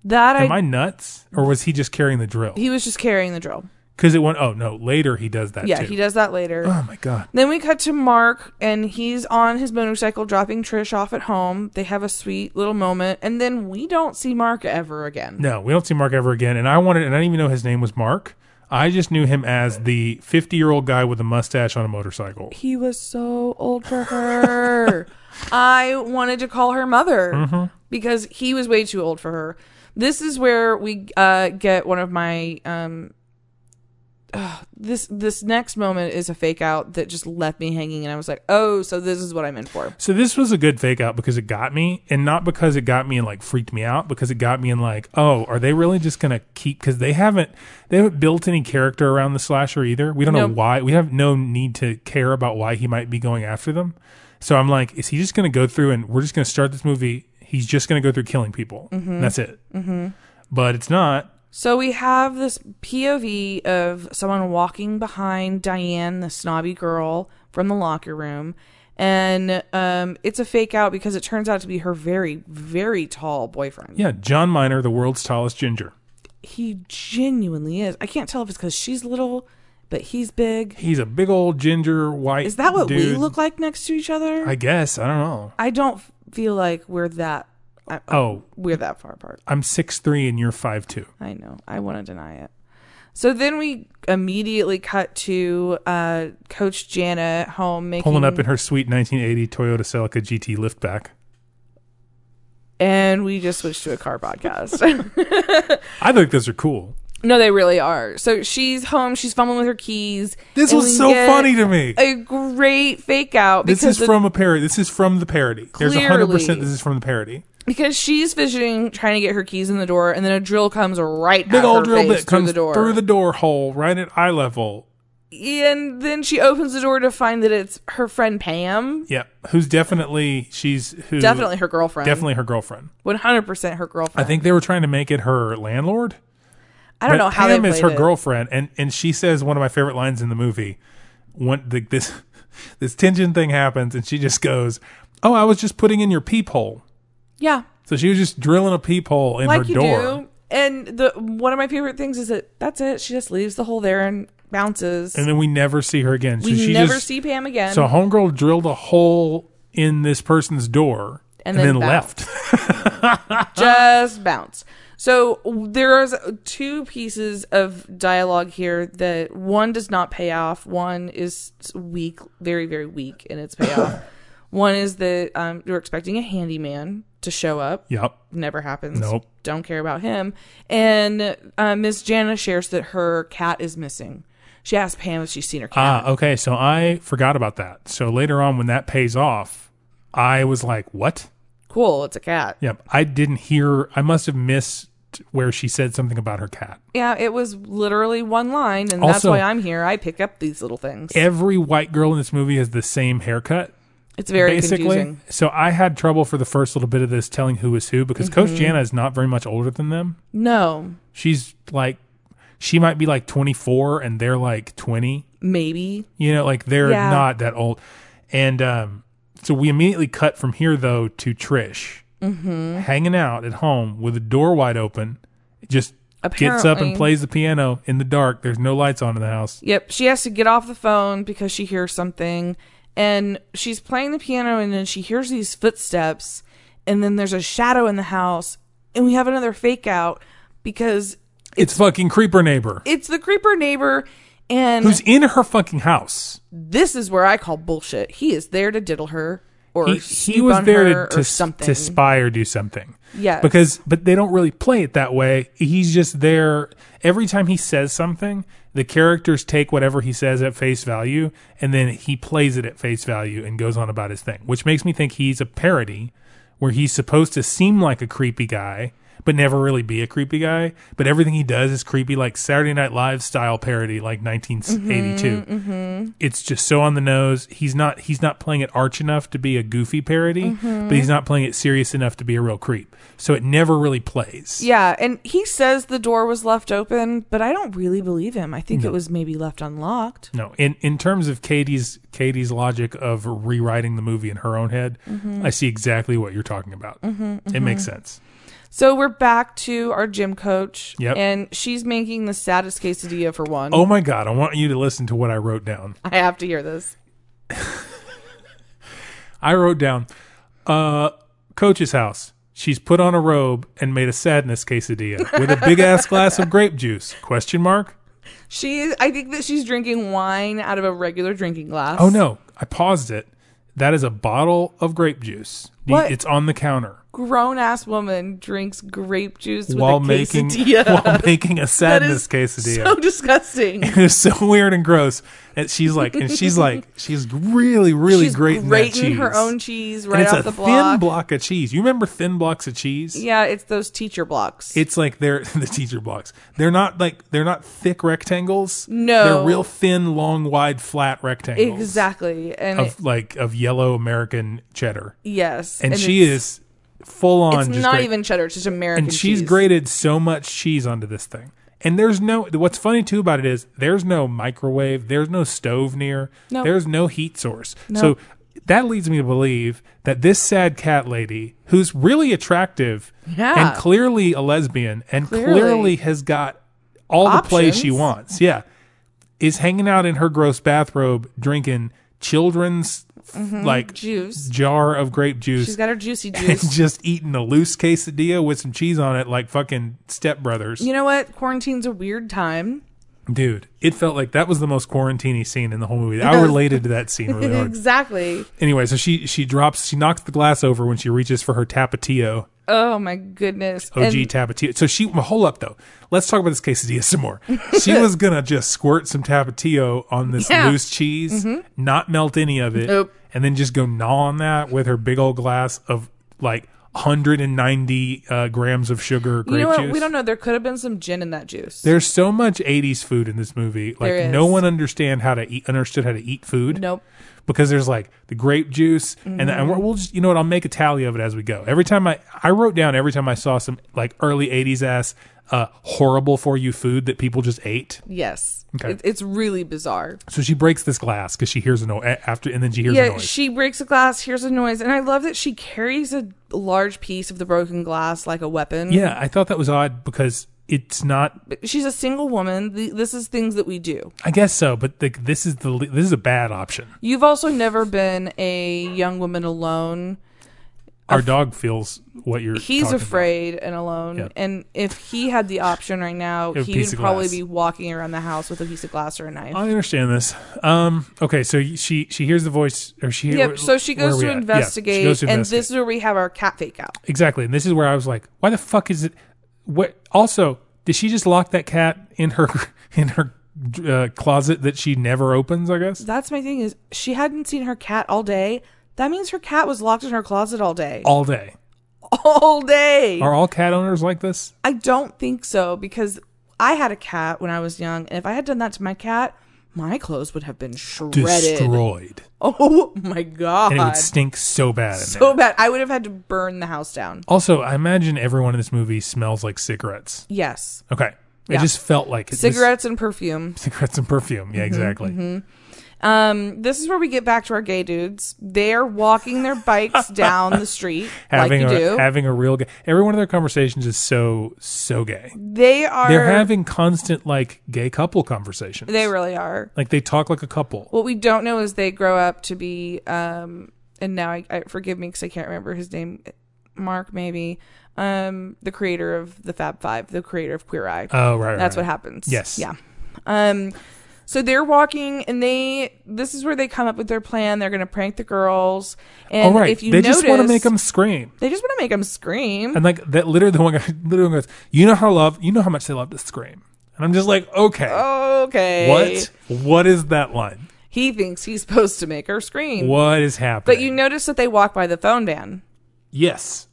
[SPEAKER 7] That
[SPEAKER 6] Am
[SPEAKER 7] I,
[SPEAKER 6] I nuts? Or was he just carrying the drill?
[SPEAKER 7] he was just carrying the drill.
[SPEAKER 6] Because it went, oh no, later he does that
[SPEAKER 7] Yeah,
[SPEAKER 6] too.
[SPEAKER 7] he does that later.
[SPEAKER 6] Oh my God.
[SPEAKER 7] Then we cut to Mark, and he's on his motorcycle dropping Trish off at home. They have a sweet little moment, and then we don't see Mark ever again.
[SPEAKER 6] No, we don't see Mark ever again. And I wanted, and I didn't even know his name was Mark. I just knew him as the 50 year old guy with a mustache on a motorcycle.
[SPEAKER 7] He was so old for her. I wanted to call her mother because he was way too old for her. This is where we uh, get one of my um, ugh, this this next moment is a fake out that just left me hanging, and I was like, oh, so this is what I'm in for.
[SPEAKER 6] So this was a good fake out because it got me, and not because it got me and like freaked me out, because it got me in like, oh, are they really just gonna keep? Because they haven't they haven't built any character around the slasher either. We don't know
[SPEAKER 7] Nope.
[SPEAKER 6] why. We have no need to care about why he might be going after them. So I'm like, is he just gonna go through and we're just gonna start this movie? He's just gonna go through killing people. And that's it. Mm-hmm. But it's not.
[SPEAKER 7] So we have this POV of someone walking behind Diane, the snobby girl from the locker room. And um, it's a fake out because it turns out to be her very, very tall boyfriend.
[SPEAKER 6] Yeah, John Miner, the world's tallest ginger.
[SPEAKER 7] He genuinely is. I can't tell if it's because she's little, but he's big.
[SPEAKER 6] He's a big old ginger white.
[SPEAKER 7] Is that what we
[SPEAKER 6] dude.
[SPEAKER 7] look like next to each other?
[SPEAKER 6] I
[SPEAKER 7] I,
[SPEAKER 6] guess I don't know.
[SPEAKER 7] don't feel like we're that. I,
[SPEAKER 6] Oh,
[SPEAKER 7] we're that far apart.
[SPEAKER 6] I'm six three and you're five two.
[SPEAKER 7] I know. I want to deny it. So then we immediately cut to uh, Coach Jana at home making
[SPEAKER 6] pulling up in her sweet 1980 Toyota Celica GT liftback.
[SPEAKER 7] and we just switched to a car podcast.
[SPEAKER 6] I think those are cool.
[SPEAKER 7] no, they really are. So she's home. She's fumbling with her keys.
[SPEAKER 6] This
[SPEAKER 7] and
[SPEAKER 6] was
[SPEAKER 7] we
[SPEAKER 6] so
[SPEAKER 7] get
[SPEAKER 6] funny to me.
[SPEAKER 7] A great fake out
[SPEAKER 6] This
[SPEAKER 7] Oh, because
[SPEAKER 6] is
[SPEAKER 7] of-
[SPEAKER 6] from a parody. This is from the parody. There's There's 100 percent.
[SPEAKER 7] Clearly.
[SPEAKER 6] This is from the parody.
[SPEAKER 7] because she's fishing, trying to get her keys in the door, and then a drill comes right
[SPEAKER 6] Big
[SPEAKER 7] at
[SPEAKER 6] old
[SPEAKER 7] her
[SPEAKER 6] drill
[SPEAKER 7] face
[SPEAKER 6] bit
[SPEAKER 7] through
[SPEAKER 6] comes
[SPEAKER 7] the door.
[SPEAKER 6] through the door hole right at eye level.
[SPEAKER 7] and then she opens the door to find that it's her friend Pam,
[SPEAKER 6] Yep. Who's definitely she's who
[SPEAKER 7] definitely her girlfriend,
[SPEAKER 6] definitely her girlfriend.
[SPEAKER 7] one hundred percent her
[SPEAKER 6] I
[SPEAKER 7] girlfriend.
[SPEAKER 6] think they were trying to make it her landlord.
[SPEAKER 7] I don't
[SPEAKER 6] But
[SPEAKER 7] know how
[SPEAKER 6] Pam
[SPEAKER 7] they
[SPEAKER 6] is her
[SPEAKER 7] played it.
[SPEAKER 6] girlfriend, and and she says one of my favorite lines in the movie. When the, this this tension thing happens, and she just goes, "Oh, I was just putting in your peephole."
[SPEAKER 7] Yeah,
[SPEAKER 6] So she was just drilling a peephole in
[SPEAKER 7] like
[SPEAKER 6] her
[SPEAKER 7] you
[SPEAKER 6] door.
[SPEAKER 7] do. And the one of my favorite things is that that's it. She just leaves the hole there and bounces.
[SPEAKER 6] And then we never see her again. So
[SPEAKER 7] we
[SPEAKER 6] she
[SPEAKER 7] never
[SPEAKER 6] just,
[SPEAKER 7] see Pam again.
[SPEAKER 6] So homegirl drilled a hole in this person's door
[SPEAKER 7] And
[SPEAKER 6] and,
[SPEAKER 7] then
[SPEAKER 6] then,
[SPEAKER 7] bounced.
[SPEAKER 6] left.
[SPEAKER 7] just bounce. So there's two pieces of dialogue here that one does not pay off. One is weak, very very weak in its payoff. one is that um, you're expecting a handyman to show up.
[SPEAKER 6] yep.
[SPEAKER 7] Never happens.
[SPEAKER 6] Nope.
[SPEAKER 7] Don't care about him. And uh, Miss Jana shares that her cat is missing. She asks Pam if she's seen her cat.
[SPEAKER 6] Ah, okay. So I forgot about that. So later on, when that pays off, I was like, "What?"
[SPEAKER 7] cool, it's a cat.
[SPEAKER 6] Yep. I didn't hear. I must have missed where she said something about her cat.
[SPEAKER 7] Yeah, it was literally one line, and that's
[SPEAKER 6] Also-
[SPEAKER 7] why I'm here. I pick up these little things.
[SPEAKER 6] Every white girl in this movie has the same haircut.
[SPEAKER 7] It's very
[SPEAKER 6] basically.
[SPEAKER 7] confusing.
[SPEAKER 6] So I had trouble for the first little bit of this telling who is who because
[SPEAKER 7] Mm-hmm.
[SPEAKER 6] Coach Jana is not very much older than them.
[SPEAKER 7] No,
[SPEAKER 6] She's like, she might be like 24 and they're like 20.
[SPEAKER 7] maybe.
[SPEAKER 6] You know, like they're
[SPEAKER 7] Yeah.
[SPEAKER 6] not that old. And um, so we immediately cut from here though to Trish
[SPEAKER 7] Mm-hmm.
[SPEAKER 6] hanging out at home with the door wide open, just gets up and
[SPEAKER 7] Apparently.
[SPEAKER 6] plays the piano in the dark. There's no lights on in the house.
[SPEAKER 7] Yep, she has to get off the phone because she hears something, and she's playing the piano, and then she hears these footsteps, and then there's a shadow in the house, and we have another fake out because
[SPEAKER 6] It's, fucking creeper neighbor
[SPEAKER 7] it's the creeper neighbor, and
[SPEAKER 6] who's in her fucking house.
[SPEAKER 7] this is where I call bullshit. He is there to diddle her. Or
[SPEAKER 6] He,
[SPEAKER 7] snoop
[SPEAKER 6] he was
[SPEAKER 7] on
[SPEAKER 6] there
[SPEAKER 7] her
[SPEAKER 6] to,
[SPEAKER 7] or
[SPEAKER 6] to,
[SPEAKER 7] something.
[SPEAKER 6] to spy or do something.
[SPEAKER 7] Yes.
[SPEAKER 6] Because, but they don't really play it that way. He's just there. Every time he says something, the characters take whatever he says at face value and then he plays it at face value and goes on about his thing, which makes me think he's a parody where he's supposed to seem like a creepy guy, but never really be a creepy guy. But everything he does is creepy, like Saturday Night Live style parody, like 1982.
[SPEAKER 7] Mm-hmm,
[SPEAKER 6] It's just so on the nose. He's not he's not playing it arch enough to be a goofy parody, but he's not playing it serious enough to be a real creep. So it never really plays.
[SPEAKER 7] Yeah, and he says the door was left open, but I don't really believe him. I think it was maybe left unlocked.
[SPEAKER 6] No, in in terms of Katie's Katie's logic of rewriting the movie in her own head, I see exactly what you're talking about. It makes sense.
[SPEAKER 7] So we're back to our gym coach,
[SPEAKER 6] Yep.
[SPEAKER 7] and she's making the saddest quesadilla for one.
[SPEAKER 6] Oh my god, I want you to listen to what I wrote down.
[SPEAKER 7] I have to hear this.
[SPEAKER 6] I wrote down, uh, coach's house. She's put on a robe and made a sadness quesadilla with a big ass glass of grape juice. Question mark?
[SPEAKER 7] She, I think that she's drinking wine out of a regular drinking glass.
[SPEAKER 6] Oh no, I paused it. That is a bottle of grape juice. The-
[SPEAKER 7] What?
[SPEAKER 6] It's on the counter
[SPEAKER 7] Grown ass woman drinks grape juice with
[SPEAKER 6] while
[SPEAKER 7] a
[SPEAKER 6] making
[SPEAKER 7] quesadilla.
[SPEAKER 6] while making a
[SPEAKER 7] That
[SPEAKER 6] sadness
[SPEAKER 7] is
[SPEAKER 6] quesadilla.
[SPEAKER 7] So disgusting.
[SPEAKER 6] it's so weird and gross. And she's like, and she's like, she's really, really
[SPEAKER 7] she's
[SPEAKER 6] great in that
[SPEAKER 7] grating
[SPEAKER 6] cheese.
[SPEAKER 7] her own cheese
[SPEAKER 6] and
[SPEAKER 7] right
[SPEAKER 6] it's
[SPEAKER 7] off
[SPEAKER 6] a
[SPEAKER 7] the
[SPEAKER 6] thin
[SPEAKER 7] block.
[SPEAKER 6] block of cheese. You remember thin blocks of cheese?
[SPEAKER 7] Yeah, it's those teacher blocks.
[SPEAKER 6] It's like they're the teacher blocks. They're not like they're not thick rectangles.
[SPEAKER 7] No.
[SPEAKER 6] they're real thin, long, wide, flat rectangles.
[SPEAKER 7] exactly, and it-
[SPEAKER 6] Of like of yellow American cheddar,
[SPEAKER 7] yes,
[SPEAKER 6] and, she
[SPEAKER 7] it's-
[SPEAKER 6] is full on.
[SPEAKER 7] It's
[SPEAKER 6] just
[SPEAKER 7] not
[SPEAKER 6] great.
[SPEAKER 7] even cheddar; it's just American.
[SPEAKER 6] and she's
[SPEAKER 7] cheese.
[SPEAKER 6] grated so much cheese onto this thing. And there's no. What's funny too about it is there's no microwave. There's no stove near.
[SPEAKER 7] No.
[SPEAKER 6] There's no heat source.
[SPEAKER 7] No.
[SPEAKER 6] So that leads me to believe that this sad cat lady, who's really attractive
[SPEAKER 7] Yeah.
[SPEAKER 6] and clearly a lesbian and clearly,
[SPEAKER 7] Clearly.
[SPEAKER 6] has got all the play she
[SPEAKER 7] Options.
[SPEAKER 6] wants, yeah, is hanging out in her gross bathrobe drinking children's like
[SPEAKER 7] Mm-hmm. Juice.
[SPEAKER 6] jar of grape juice
[SPEAKER 7] She's got her juicy
[SPEAKER 6] and
[SPEAKER 7] juice.
[SPEAKER 6] just eating a loose quesadilla with some cheese on it, like fucking stepbrothers.
[SPEAKER 7] you know what? Quarantine's a weird time.
[SPEAKER 6] Dude, it felt like that was the most quarantine scene in the whole movie. I related to that scene really hard.
[SPEAKER 7] exactly.
[SPEAKER 6] Anyway, so she she drops, she knocks the glass over when she reaches for her tapatio,
[SPEAKER 7] Oh my goodness.
[SPEAKER 6] OG
[SPEAKER 7] And
[SPEAKER 6] tapatio. So she, well, hold up though, let's talk about this quesadilla some more. She was gonna just squirt some tapatio on this
[SPEAKER 7] Yeah. Mm-hmm.
[SPEAKER 6] loose cheese, not melt any of it,
[SPEAKER 7] Nope.
[SPEAKER 6] and then just go gnaw on that with her big old glass of like 190 uh, grams of sugar. Grape
[SPEAKER 7] you know what?
[SPEAKER 6] juice.
[SPEAKER 7] We don't know. There could have been some gin in that juice.
[SPEAKER 6] There's so much 80s food in this movie.
[SPEAKER 7] There
[SPEAKER 6] Like
[SPEAKER 7] is.
[SPEAKER 6] no one understand how to eat understood how to eat food.
[SPEAKER 7] Nope. Mm-hmm.
[SPEAKER 6] Because there's like the grape juice and, and we're- we'll just you know what I'll make a tally of it as we go. Every time I I wrote down every time I saw some like early 80s ass uh horrible for you food that people just ate.
[SPEAKER 7] yes.
[SPEAKER 6] Okay.
[SPEAKER 7] It, it's really bizarre.
[SPEAKER 6] So she breaks this glass cuz she hears a noise after and then she hears a
[SPEAKER 7] Yeah,
[SPEAKER 6] noise.
[SPEAKER 7] she breaks a glass, hears a noise, and I love that she carries a large piece of the broken glass like a weapon.
[SPEAKER 6] yeah, I thought that was odd because it's not
[SPEAKER 7] But She's a single woman. Th- This is things that we do.
[SPEAKER 6] I guess so, but the, this is the le- this is a bad option.
[SPEAKER 7] You've also never been a young woman alone.
[SPEAKER 6] Our dog feels what you're
[SPEAKER 7] He's
[SPEAKER 6] talking about.
[SPEAKER 7] afraid and alone.
[SPEAKER 6] Yeah.
[SPEAKER 7] And if he had the option right now,
[SPEAKER 6] A
[SPEAKER 7] he
[SPEAKER 6] piece
[SPEAKER 7] would
[SPEAKER 6] of
[SPEAKER 7] probably
[SPEAKER 6] glass.
[SPEAKER 7] be walking around the house with a piece of glass or a knife.
[SPEAKER 6] I understand this. Um, okay, so she she hears the voice, or she.
[SPEAKER 7] Yep. So she
[SPEAKER 6] where
[SPEAKER 7] goes
[SPEAKER 6] are we
[SPEAKER 7] to
[SPEAKER 6] at? Yeah, she
[SPEAKER 7] investigate,
[SPEAKER 6] goes to
[SPEAKER 7] and
[SPEAKER 6] investigate.
[SPEAKER 7] this is where we have our cat fake out.
[SPEAKER 6] exactly, and this is where I was like, why the fuck is it? What? Also, did she just lock that cat in her in her uh, closet that she never opens? I guess
[SPEAKER 7] That's my thing is she hadn't seen her cat all day. That means her cat was locked in her closet all day.
[SPEAKER 6] all day.
[SPEAKER 7] All, all day.
[SPEAKER 6] Are all cat owners like this?
[SPEAKER 7] I don't think so because I had a cat when I was young, and if I had done that to my cat, my clothes would have been shredded.
[SPEAKER 6] Destroyed.
[SPEAKER 7] Oh my god,
[SPEAKER 6] And it would stink so bad in there.
[SPEAKER 7] so bad! I would have had to burn the house down.
[SPEAKER 6] Also, I imagine everyone in this movie smells like cigarettes.
[SPEAKER 7] Yes,
[SPEAKER 6] Okay. It
[SPEAKER 7] Yeah.
[SPEAKER 6] just felt like it. This-
[SPEAKER 7] cigarettes Mm-hmm, and perfume.
[SPEAKER 6] cigarettes and perfume. Yeah, exactly.
[SPEAKER 7] Um, this is where we get back to our gay dudes. They're walking their bikes down the street
[SPEAKER 6] Having
[SPEAKER 7] like you
[SPEAKER 6] a
[SPEAKER 7] do.
[SPEAKER 6] having a real gay. Every one of their conversations is so so gay.
[SPEAKER 7] they are.
[SPEAKER 6] They're having constant like gay couple conversations.
[SPEAKER 7] They really are.
[SPEAKER 6] like they talk like a couple.
[SPEAKER 7] What we don't know is they grow up to be, um, and now I, I forgive me because I can't remember his name, Mark maybe, um, the creator of the Fab Five, the creator of Queer Eye.
[SPEAKER 6] oh right, right,
[SPEAKER 7] That's what
[SPEAKER 6] right.
[SPEAKER 7] happens.
[SPEAKER 6] Yes.
[SPEAKER 7] Yeah. Um, so they're walking, and they this is where they come up with their plan. They're going to prank the girls, and
[SPEAKER 6] All Oh, right,
[SPEAKER 7] if you
[SPEAKER 6] they
[SPEAKER 7] notice,
[SPEAKER 6] just want to make them scream.
[SPEAKER 7] They just want to make them scream.
[SPEAKER 6] And like that, literally, the one guy, literally one goes, "You know how love, you know how much they love to scream." And I'm just like, okay,
[SPEAKER 7] okay.
[SPEAKER 6] what, what is that line?
[SPEAKER 7] He thinks he's supposed to make her scream.
[SPEAKER 6] What is happening?
[SPEAKER 7] But you notice that they walk by the phone van.
[SPEAKER 6] yes.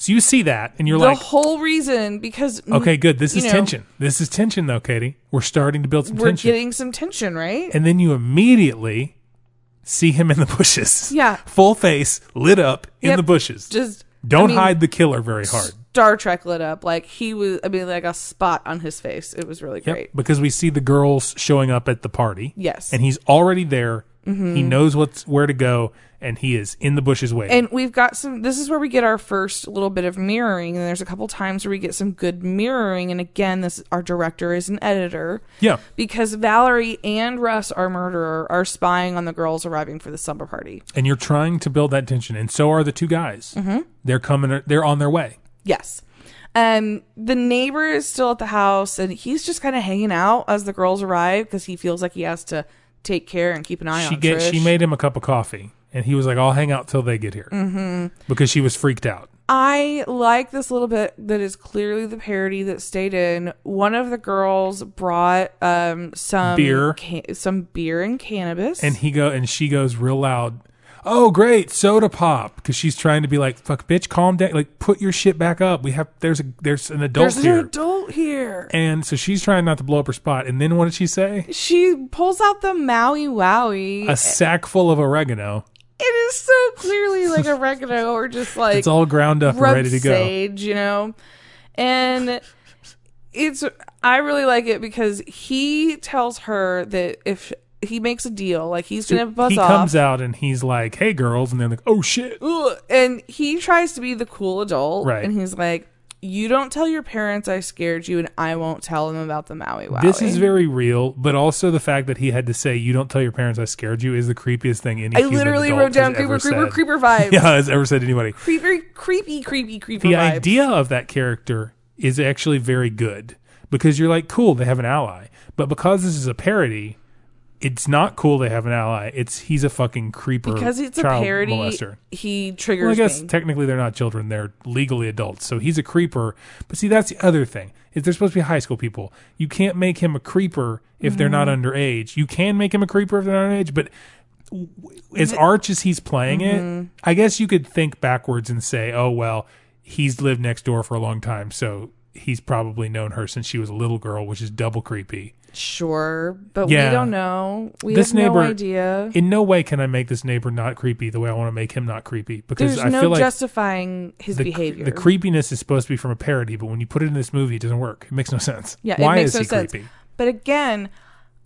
[SPEAKER 6] So you see that, and you're
[SPEAKER 7] the
[SPEAKER 6] like,
[SPEAKER 7] whole reason because mm,
[SPEAKER 6] okay, good. This
[SPEAKER 7] you
[SPEAKER 6] is
[SPEAKER 7] know,
[SPEAKER 6] tension. This is tension, though, Katie. We're starting to build some
[SPEAKER 7] We're
[SPEAKER 6] tension,
[SPEAKER 7] getting some tension, right?
[SPEAKER 6] and then you immediately see him in the bushes.
[SPEAKER 7] Yeah.
[SPEAKER 6] full face lit up in
[SPEAKER 7] Yep.
[SPEAKER 6] the bushes.
[SPEAKER 7] Just
[SPEAKER 6] Don't
[SPEAKER 7] I mean,
[SPEAKER 6] hide the killer very hard.
[SPEAKER 7] Star Trek lit up like he was. I mean, like a spot on his face. It was really
[SPEAKER 6] Yep,
[SPEAKER 7] great.
[SPEAKER 6] because we see the girls showing up at the party.
[SPEAKER 7] Yes. Mm-hmm.
[SPEAKER 6] and he's already there. He knows what's where to go, and he is in the bushes waiting.
[SPEAKER 7] And we've got some. This is where we get our first little bit of mirroring. And there's a couple times where we get some good mirroring. And again, this our director is an editor.
[SPEAKER 6] yeah,
[SPEAKER 7] Because Valerie and Russ, our murderer, are spying on the girls arriving for the slumber party.
[SPEAKER 6] and you're trying to build that tension, and so are the two guys.
[SPEAKER 7] Mm-hmm.
[SPEAKER 6] They're coming. They're on their way.
[SPEAKER 7] Yes. Um, the neighbor is still at the house and he's just kind of hanging out as the girls arrive because he feels like he has to take care and keep an eye
[SPEAKER 6] She
[SPEAKER 7] on
[SPEAKER 6] get.
[SPEAKER 7] Trish.
[SPEAKER 6] She made him a cup of coffee, and he was like, "I'll hang out till they get here," mm-hmm. because she was freaked out.
[SPEAKER 7] I like this little bit that is clearly the parody that stayed in. One of the girls brought um some
[SPEAKER 6] Beer.
[SPEAKER 7] ca- some beer and cannabis,
[SPEAKER 6] And he go and she goes real loud. Oh great, soda pop! Because she's trying to be like, "Fuck, bitch, calm down. Like, put your shit back up. We have there's a there's an adult
[SPEAKER 7] there's
[SPEAKER 6] here.
[SPEAKER 7] an adult here.
[SPEAKER 6] And so she's trying not to blow up her spot. And then what did she say?
[SPEAKER 7] she pulls out the Maui Wowie.
[SPEAKER 6] A sack full of oregano.
[SPEAKER 7] it is so clearly like a oregano or just like
[SPEAKER 6] It's all ground up and
[SPEAKER 7] rub
[SPEAKER 6] ready to go.
[SPEAKER 7] sage, you know, and it's I really like it because he tells her that if he makes a deal, like he's gonna buzz
[SPEAKER 6] he
[SPEAKER 7] off,
[SPEAKER 6] comes out and he's like, hey, girls. And they're like, oh, shit.
[SPEAKER 7] Ugh. and he tries to be the cool adult,
[SPEAKER 6] Right.
[SPEAKER 7] And he's like, "You don't tell your parents I scared you, and I won't tell them about the Maui Wowie."
[SPEAKER 6] This is very real, but also the fact that he had to say, you don't tell your parents I scared you is the creepiest thing any
[SPEAKER 7] I
[SPEAKER 6] human
[SPEAKER 7] literally
[SPEAKER 6] adult
[SPEAKER 7] wrote down
[SPEAKER 6] has ever
[SPEAKER 7] creeper,
[SPEAKER 6] said.
[SPEAKER 7] creeper, creeper vibes.
[SPEAKER 6] Yeah, has ever said to anybody.
[SPEAKER 7] Creepy, creepy, creepy, creepy
[SPEAKER 6] The
[SPEAKER 7] vibes.
[SPEAKER 6] idea of that character is actually very good because you're like, cool, they have an ally. But because this is a parody, it's not cool they have an ally. It's he's a fucking creeper
[SPEAKER 7] because it's a
[SPEAKER 6] child
[SPEAKER 7] parody,
[SPEAKER 6] molester.
[SPEAKER 7] he triggers
[SPEAKER 6] Well, I guess
[SPEAKER 7] me.
[SPEAKER 6] technically they're not children; they're legally adults. So he's a creeper. But see, that's the other thing: is they're supposed to be high school people. You can't make him a creeper if they're not
[SPEAKER 7] Mm-hmm.
[SPEAKER 6] underage. You can make him a creeper if they're not underage, but w- as arch as he's playing
[SPEAKER 7] Mm-hmm.
[SPEAKER 6] it, I guess you could think backwards and say, "Oh well, he's lived next door for a long time, so." He's probably known her since she was a little girl, which is double creepy.
[SPEAKER 7] Sure, but
[SPEAKER 6] Yeah.
[SPEAKER 7] we don't know. We
[SPEAKER 6] This
[SPEAKER 7] have
[SPEAKER 6] neighbor-
[SPEAKER 7] no idea.
[SPEAKER 6] In no way can I make this neighbor not creepy the way I want to make him not creepy because
[SPEAKER 7] There's
[SPEAKER 6] I
[SPEAKER 7] no
[SPEAKER 6] feel like
[SPEAKER 7] justifying his
[SPEAKER 6] the,
[SPEAKER 7] behavior.
[SPEAKER 6] the creepiness is supposed to be from a parody, but when you put it in this movie, it doesn't work. It makes no sense.
[SPEAKER 7] yeah,
[SPEAKER 6] Why
[SPEAKER 7] it makes
[SPEAKER 6] is
[SPEAKER 7] no
[SPEAKER 6] he
[SPEAKER 7] sense.
[SPEAKER 6] creepy?
[SPEAKER 7] But again,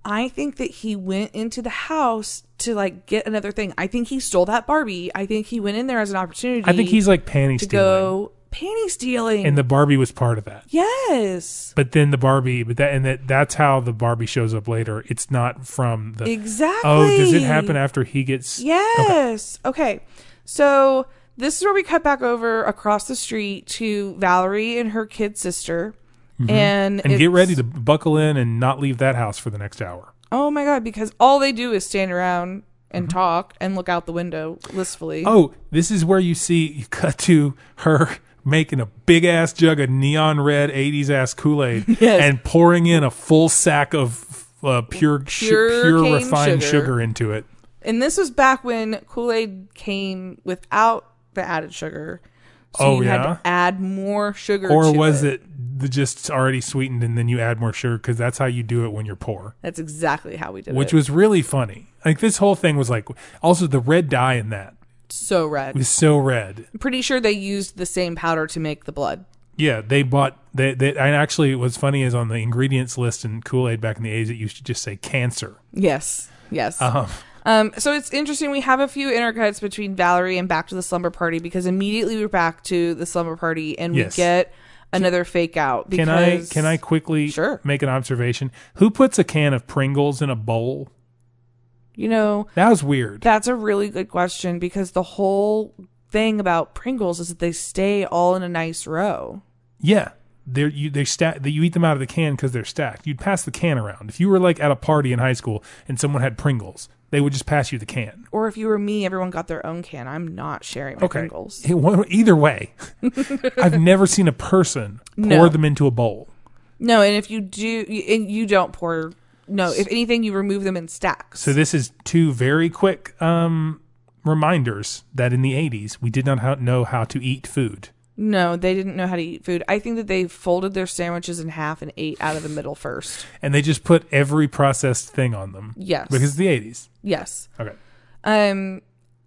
[SPEAKER 7] I think that he went into the house to like get another thing. I think he stole that Barbie. I think he went in there as an opportunity.
[SPEAKER 6] I think he's like panty
[SPEAKER 7] to
[SPEAKER 6] stealing,
[SPEAKER 7] go panty stealing.
[SPEAKER 6] and the Oh, Barbie was part of that.
[SPEAKER 7] yes,
[SPEAKER 6] But then the Barbie, but that and that that's how the Barbie shows up later. It's not from the
[SPEAKER 7] exactly.
[SPEAKER 6] Oh, does it happen after he gets?
[SPEAKER 7] Yes. Okay. So this is where we cut back over across the street to Valerie and her kid sister. And,
[SPEAKER 6] Mm-hmm. and get
[SPEAKER 7] it's-
[SPEAKER 6] ready to buckle in and not leave that house for the next hour.
[SPEAKER 7] Oh my god, because all they do is stand around and talk and look out the window listfully.
[SPEAKER 6] Mm-hmm. Oh, this is where you see you cut to her making a big ass jug of neon red 80s ass Kool Aid
[SPEAKER 7] Yes.
[SPEAKER 6] and pouring in a full sack of uh, pure, pure,
[SPEAKER 7] Pure
[SPEAKER 6] pure
[SPEAKER 7] cane
[SPEAKER 6] refined
[SPEAKER 7] sugar.
[SPEAKER 6] sugar into it.
[SPEAKER 7] And this was back when Kool Aid came without the added sugar. So
[SPEAKER 6] Oh,
[SPEAKER 7] you had
[SPEAKER 6] yeah?
[SPEAKER 7] to add more sugar.
[SPEAKER 6] Or
[SPEAKER 7] to
[SPEAKER 6] was it, the just already sweetened and then you add more sugar? Because that's how you do it when you're poor,
[SPEAKER 7] That's exactly how we did
[SPEAKER 6] which
[SPEAKER 7] it.
[SPEAKER 6] was really funny. Like this whole thing was like, also the red dye in that
[SPEAKER 7] so red.
[SPEAKER 6] was so red.
[SPEAKER 7] I'm pretty sure they used the same powder to make the blood.
[SPEAKER 6] Yeah, they bought they they. And actually, what's funny is on the ingredients list in Kool Aid back in the eighties, it used to just say cancer.
[SPEAKER 7] Yes. Yes.
[SPEAKER 6] Uh-huh.
[SPEAKER 7] Um, so it's interesting. We have a few intercuts between Valerie and Back to the Slumber Party because immediately we're back to the Slumber Party and
[SPEAKER 6] Yes.
[SPEAKER 7] we get another fake out. Because
[SPEAKER 6] Can I can I quickly
[SPEAKER 7] Sure.
[SPEAKER 6] make an observation? Who puts a can of Pringles in a bowl?
[SPEAKER 7] You know,
[SPEAKER 6] That was weird.
[SPEAKER 7] that's a really good question because the whole thing about Pringles is that they stay all in a nice row.
[SPEAKER 6] yeah, they you they stack you eat them out of the can because they're stacked. You'd pass the can around if you were like at a party in high school and someone had Pringles. They would just pass you the can.
[SPEAKER 7] Or if you were me, everyone got their own can. I'm not sharing my
[SPEAKER 6] Okay.
[SPEAKER 7] Pringles.
[SPEAKER 6] It won't- either way, I've never seen a person pour
[SPEAKER 7] No.
[SPEAKER 6] them into a bowl.
[SPEAKER 7] No, and if you do, you- and you don't pour. No, if anything, you remove them in stacks.
[SPEAKER 6] So this is two very quick um, reminders that in the 80s we did not ho- know how to eat food.
[SPEAKER 7] No, they didn't know how to eat food. I think that they folded their sandwiches in half and ate out of the middle first.
[SPEAKER 6] And they just put every processed thing on them.
[SPEAKER 7] Yes.
[SPEAKER 6] Because it's the 80s.
[SPEAKER 7] Yes.
[SPEAKER 6] Okay.
[SPEAKER 7] Um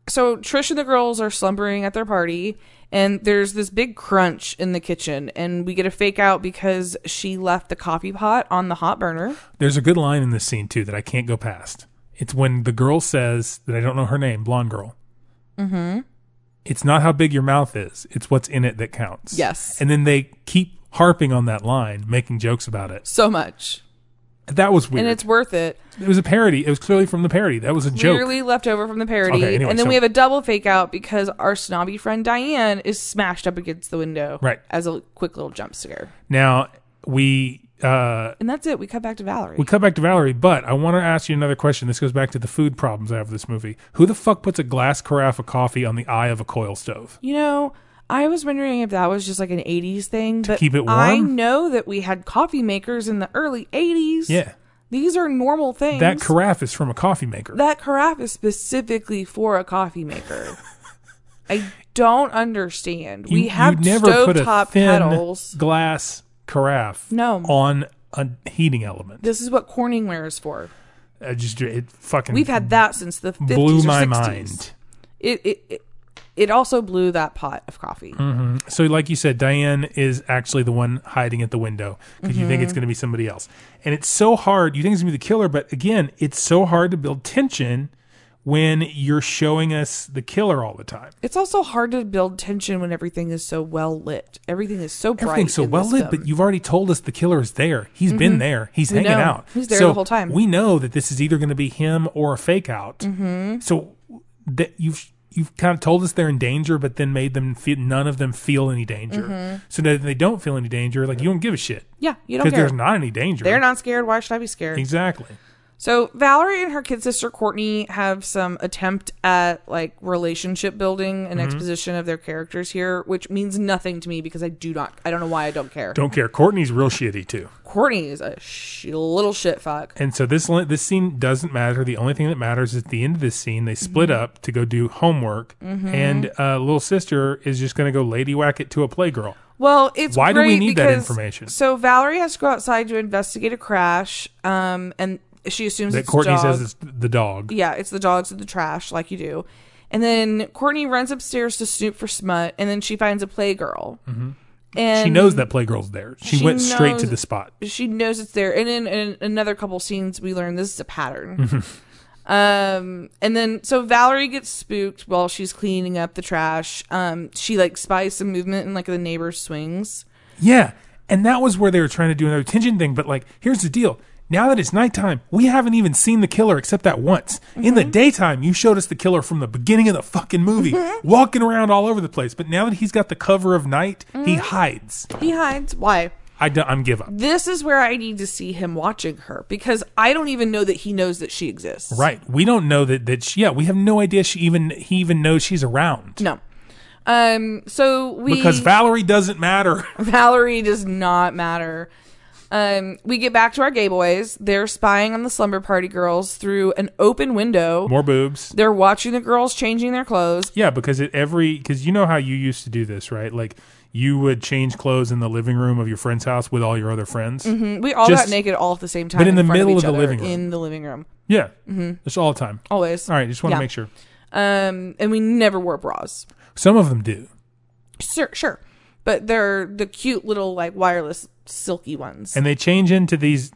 [SPEAKER 7] so Trish and the girls are slumbering at their party and there's this big crunch in the kitchen and we get a fake out because she left the coffee pot on the hot burner.
[SPEAKER 6] There's a good line in this scene too that I can't go past. It's when the girl says that I don't know her name, blonde girl. Mm-hmm. It's not how big your mouth is; it's what's in it that counts.
[SPEAKER 7] Yes.
[SPEAKER 6] And then they keep harping on that line, making jokes about it.
[SPEAKER 7] So much.
[SPEAKER 6] That was weird.
[SPEAKER 7] And it's worth it.
[SPEAKER 6] it was a parody. It was clearly from the parody. That was a joke.
[SPEAKER 7] Clearly left over from the parody.
[SPEAKER 6] Okay, anyway,
[SPEAKER 7] and then
[SPEAKER 6] so-
[SPEAKER 7] we have a double fake out because our snobby friend Diane is smashed up against the window
[SPEAKER 6] Right.
[SPEAKER 7] as a quick little jump scare.
[SPEAKER 6] Now we uh,
[SPEAKER 7] And that's it. We cut back to Valerie.
[SPEAKER 6] we cut back to Valerie, but I want to ask you another question. This goes back to the food problems I have with this movie. Who the fuck puts a glass carafe of coffee on the eye of a coil stove?
[SPEAKER 7] You know, I was wondering if that was just like an 80s thing, but
[SPEAKER 6] keep it warm?
[SPEAKER 7] I know that we had coffee makers in the early 80s.
[SPEAKER 6] Yeah,
[SPEAKER 7] These are normal things.
[SPEAKER 6] that carafe is from a coffee maker.
[SPEAKER 7] That carafe is specifically for a coffee maker. I don't understand.
[SPEAKER 6] You-
[SPEAKER 7] we have
[SPEAKER 6] you'd never put a
[SPEAKER 7] stovetop
[SPEAKER 6] thin
[SPEAKER 7] pedals.
[SPEAKER 6] glass carafe
[SPEAKER 7] No.
[SPEAKER 6] on a heating element.
[SPEAKER 7] This is what Corningware is for.
[SPEAKER 6] I just it fucking
[SPEAKER 7] We've had that since the 50s
[SPEAKER 6] blew
[SPEAKER 7] or
[SPEAKER 6] my
[SPEAKER 7] 60s.
[SPEAKER 6] mind.
[SPEAKER 7] It, it, it, it also blew that pot of coffee.
[SPEAKER 6] So, like you said, Diane is actually the one hiding at the window because you think it's
[SPEAKER 7] Mm-hmm.
[SPEAKER 6] going to be somebody else. And it's so hard. You think it's going to be the killer, but again, it's so hard to build tension when you're showing us the killer all the time.
[SPEAKER 7] It's also hard to build tension when everything is so well lit. Everything is so bright.
[SPEAKER 6] Everything's so
[SPEAKER 7] in
[SPEAKER 6] well
[SPEAKER 7] this
[SPEAKER 6] lit, but
[SPEAKER 7] film.
[SPEAKER 6] you've already told us the killer is there. He's been there. He's
[SPEAKER 7] We
[SPEAKER 6] hanging
[SPEAKER 7] know.
[SPEAKER 6] out.
[SPEAKER 7] He's there
[SPEAKER 6] So
[SPEAKER 7] the whole time.
[SPEAKER 6] We know that this is either going to be him or a fake out. Mm-hmm. So that you've you've kind of told us they're in danger, but then made them feel, none of them feel any danger. So that they don't feel any danger. Like you don't give a shit.
[SPEAKER 7] Yeah, you Mm-hmm. don't
[SPEAKER 6] because
[SPEAKER 7] care.
[SPEAKER 6] there's not any danger.
[SPEAKER 7] They're not scared. Why should I be scared?
[SPEAKER 6] exactly.
[SPEAKER 7] So Valerie and her kid sister Courtney have some attempt at like relationship building
[SPEAKER 6] Mm-hmm.
[SPEAKER 7] and exposition of their characters here, which means nothing to me because I do not. I don't know why I don't care.
[SPEAKER 6] Don't care. Courtney's real shitty too,
[SPEAKER 7] Courtney is a sh- little shit fuck.
[SPEAKER 6] and so this li- this scene doesn't matter. The only thing that matters is at the end of this scene they split
[SPEAKER 7] Mm-hmm.
[SPEAKER 6] up to go do homework, and uh, little sister is just going to go lady whack it to a playgirl.
[SPEAKER 7] Well, it's
[SPEAKER 6] Why do we
[SPEAKER 7] great
[SPEAKER 6] need that
[SPEAKER 7] because-
[SPEAKER 6] information?
[SPEAKER 7] So Valerie has to go outside to investigate a crash, um, and she assumes
[SPEAKER 6] That
[SPEAKER 7] it's a
[SPEAKER 6] Courtney
[SPEAKER 7] dog.
[SPEAKER 6] says it's the dog.
[SPEAKER 7] yeah, it's the dogs in the trash, like you do. And then Courtney runs upstairs to snoop for smut, and then she finds a playgirl. Mm-hmm. And
[SPEAKER 6] She knows that playgirl's there. She,
[SPEAKER 7] She
[SPEAKER 6] went straight to
[SPEAKER 7] knows-
[SPEAKER 6] the spot.
[SPEAKER 7] she knows it's there. And in, in another couple scenes, we learn this is a pattern.
[SPEAKER 6] Mm-hmm.
[SPEAKER 7] um, and then so Valerie gets spooked while she's cleaning up the trash. Um, she like spies some movement in like the neighbor's swings.
[SPEAKER 6] Yeah, and that was where they were trying to do another tension thing. But like, here's the deal. Now that it's nighttime, we haven't even seen the killer except that once. In the
[SPEAKER 7] Mm-hmm.
[SPEAKER 6] daytime, you showed us the killer from the beginning of the fucking movie,
[SPEAKER 7] Mm-hmm.
[SPEAKER 6] walking around all over the place. But now that he's got the cover of night,
[SPEAKER 7] Mm-hmm.
[SPEAKER 6] he hides.
[SPEAKER 7] He hides. Why?
[SPEAKER 6] I do, I'm give up.
[SPEAKER 7] This is where I need to see him watching her because I don't even know that he knows that she exists.
[SPEAKER 6] Right. We don't know that that she, yeah, we have no idea she even he even knows she's around.
[SPEAKER 7] No. Um. So we
[SPEAKER 6] Because Valerie doesn't matter.
[SPEAKER 7] Valerie does not matter. Um, we get back to our gay boys. They're spying on the slumber party girls through an open window.
[SPEAKER 6] More boobs.
[SPEAKER 7] They're watching the girls changing their clothes.
[SPEAKER 6] Yeah, because it every because you know how you used to do this, right? Like you would change clothes in the living room of your friend's house with all your other friends.
[SPEAKER 7] Mm, We all
[SPEAKER 6] Just-
[SPEAKER 7] got naked all at the same time.
[SPEAKER 6] but in the
[SPEAKER 7] front
[SPEAKER 6] middle
[SPEAKER 7] each
[SPEAKER 6] of the
[SPEAKER 7] other
[SPEAKER 6] living room.
[SPEAKER 7] In the living room.
[SPEAKER 6] Yeah, mm-hmm. it's all the time.
[SPEAKER 7] Always.
[SPEAKER 6] All right, just want to
[SPEAKER 7] Yeah.
[SPEAKER 6] make sure.
[SPEAKER 7] Um, and we never wore bras.
[SPEAKER 6] Some of them do.
[SPEAKER 7] Sure, sure. But they're the cute little like wireless silky ones.
[SPEAKER 6] and they change into these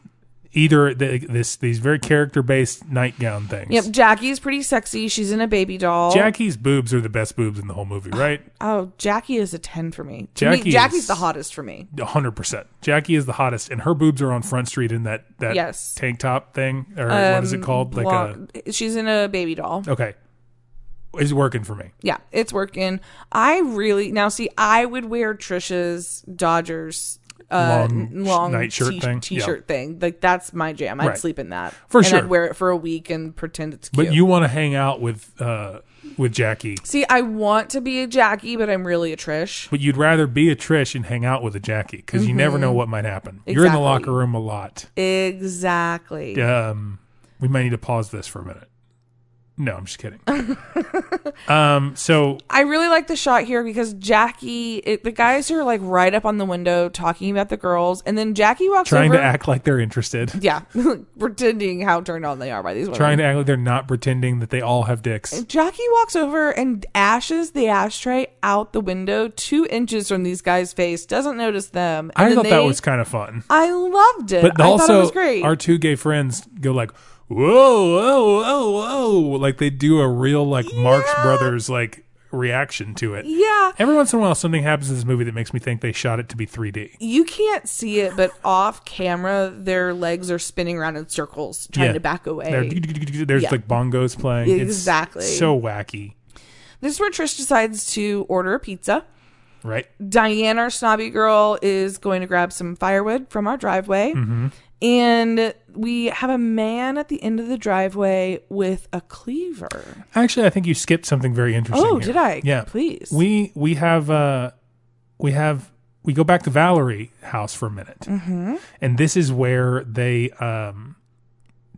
[SPEAKER 6] either the, this these very character based nightgown things.
[SPEAKER 7] yep, Jackie's pretty sexy. She's in a baby doll.
[SPEAKER 6] Jackie's boobs are the best boobs in the whole movie, right?
[SPEAKER 7] oh, Jackie is a ten for me. To me,
[SPEAKER 6] Jackie
[SPEAKER 7] Jackie's
[SPEAKER 6] is-
[SPEAKER 7] the hottest for me.
[SPEAKER 6] A hundred percent. Jackie is the hottest, and her boobs are on Front Street in that that
[SPEAKER 7] Yes. Um,
[SPEAKER 6] tank top thing, or what is it called? Like a
[SPEAKER 7] Blonde- she's in a baby doll.
[SPEAKER 6] okay, it's working for me.
[SPEAKER 7] Yeah, it's working. I really now see. I would wear Trisha's Dodgers uh,
[SPEAKER 6] Long
[SPEAKER 7] long, long
[SPEAKER 6] night shirt
[SPEAKER 7] t-
[SPEAKER 6] thing?
[SPEAKER 7] T-shirt thing. Like that's my jam. I'd
[SPEAKER 6] Right.
[SPEAKER 7] sleep in that
[SPEAKER 6] For
[SPEAKER 7] and
[SPEAKER 6] sure.
[SPEAKER 7] I'd wear it for a week and pretend it's
[SPEAKER 6] But
[SPEAKER 7] cute.
[SPEAKER 6] you want to hang out with uh with Jackie,
[SPEAKER 7] see, I want to be a Jackie, but I'm really a Trish.
[SPEAKER 6] but you'd rather be a Trish and hang out with a Jackie because you never know what might happen. You're in the
[SPEAKER 7] Mm-hmm. Exactly.
[SPEAKER 6] locker room a lot.
[SPEAKER 7] Exactly.
[SPEAKER 6] um, we might need to pause this for a minute. No, I'm just kidding. um, so
[SPEAKER 7] I really like the shot here because Jackie, it, the guys are like right up on the window talking about the girls, and then Jackie walks
[SPEAKER 6] trying
[SPEAKER 7] over.
[SPEAKER 6] to act like they're interested,
[SPEAKER 7] yeah, pretending how turned on they are by these women.
[SPEAKER 6] trying to act like they're not pretending that they all have dicks.
[SPEAKER 7] Jackie walks over and ashes the ashtray out the window two inches from these guys' face. Doesn't notice them. and
[SPEAKER 6] I
[SPEAKER 7] then
[SPEAKER 6] thought that
[SPEAKER 7] they-
[SPEAKER 6] was kind of fun,
[SPEAKER 7] I loved it.
[SPEAKER 6] but
[SPEAKER 7] I thought it
[SPEAKER 6] also
[SPEAKER 7] was great.
[SPEAKER 6] our two gay friends go like, "Whoa, whoa, whoa, whoa!" Like they do a real like Marx Brothers like reaction to it.
[SPEAKER 7] yeah,
[SPEAKER 6] Every once in a while, something happens in this movie that makes me think they shot it to be 3D.
[SPEAKER 7] you can't see it, but off camera, their legs are spinning around in circles, trying
[SPEAKER 6] Yeah.
[SPEAKER 7] to back away.
[SPEAKER 6] There- There's
[SPEAKER 7] Yeah.
[SPEAKER 6] like bongos playing. It's
[SPEAKER 7] Exactly.
[SPEAKER 6] so wacky,
[SPEAKER 7] This is where Trish decides to order a pizza.
[SPEAKER 6] right?
[SPEAKER 7] Diane, our snobby girl, is going to grab some firewood from our driveway.
[SPEAKER 6] Mm-hmm.
[SPEAKER 7] And we have a man at the end of the driveway with a cleaver.
[SPEAKER 6] Actually, I think you skipped something very interesting.
[SPEAKER 7] Oh,
[SPEAKER 6] here.
[SPEAKER 7] did I?
[SPEAKER 6] Yeah.
[SPEAKER 7] Please.
[SPEAKER 6] We we have uh we have we go back to Valerie house for a minute, mm-hmm. and this is where they um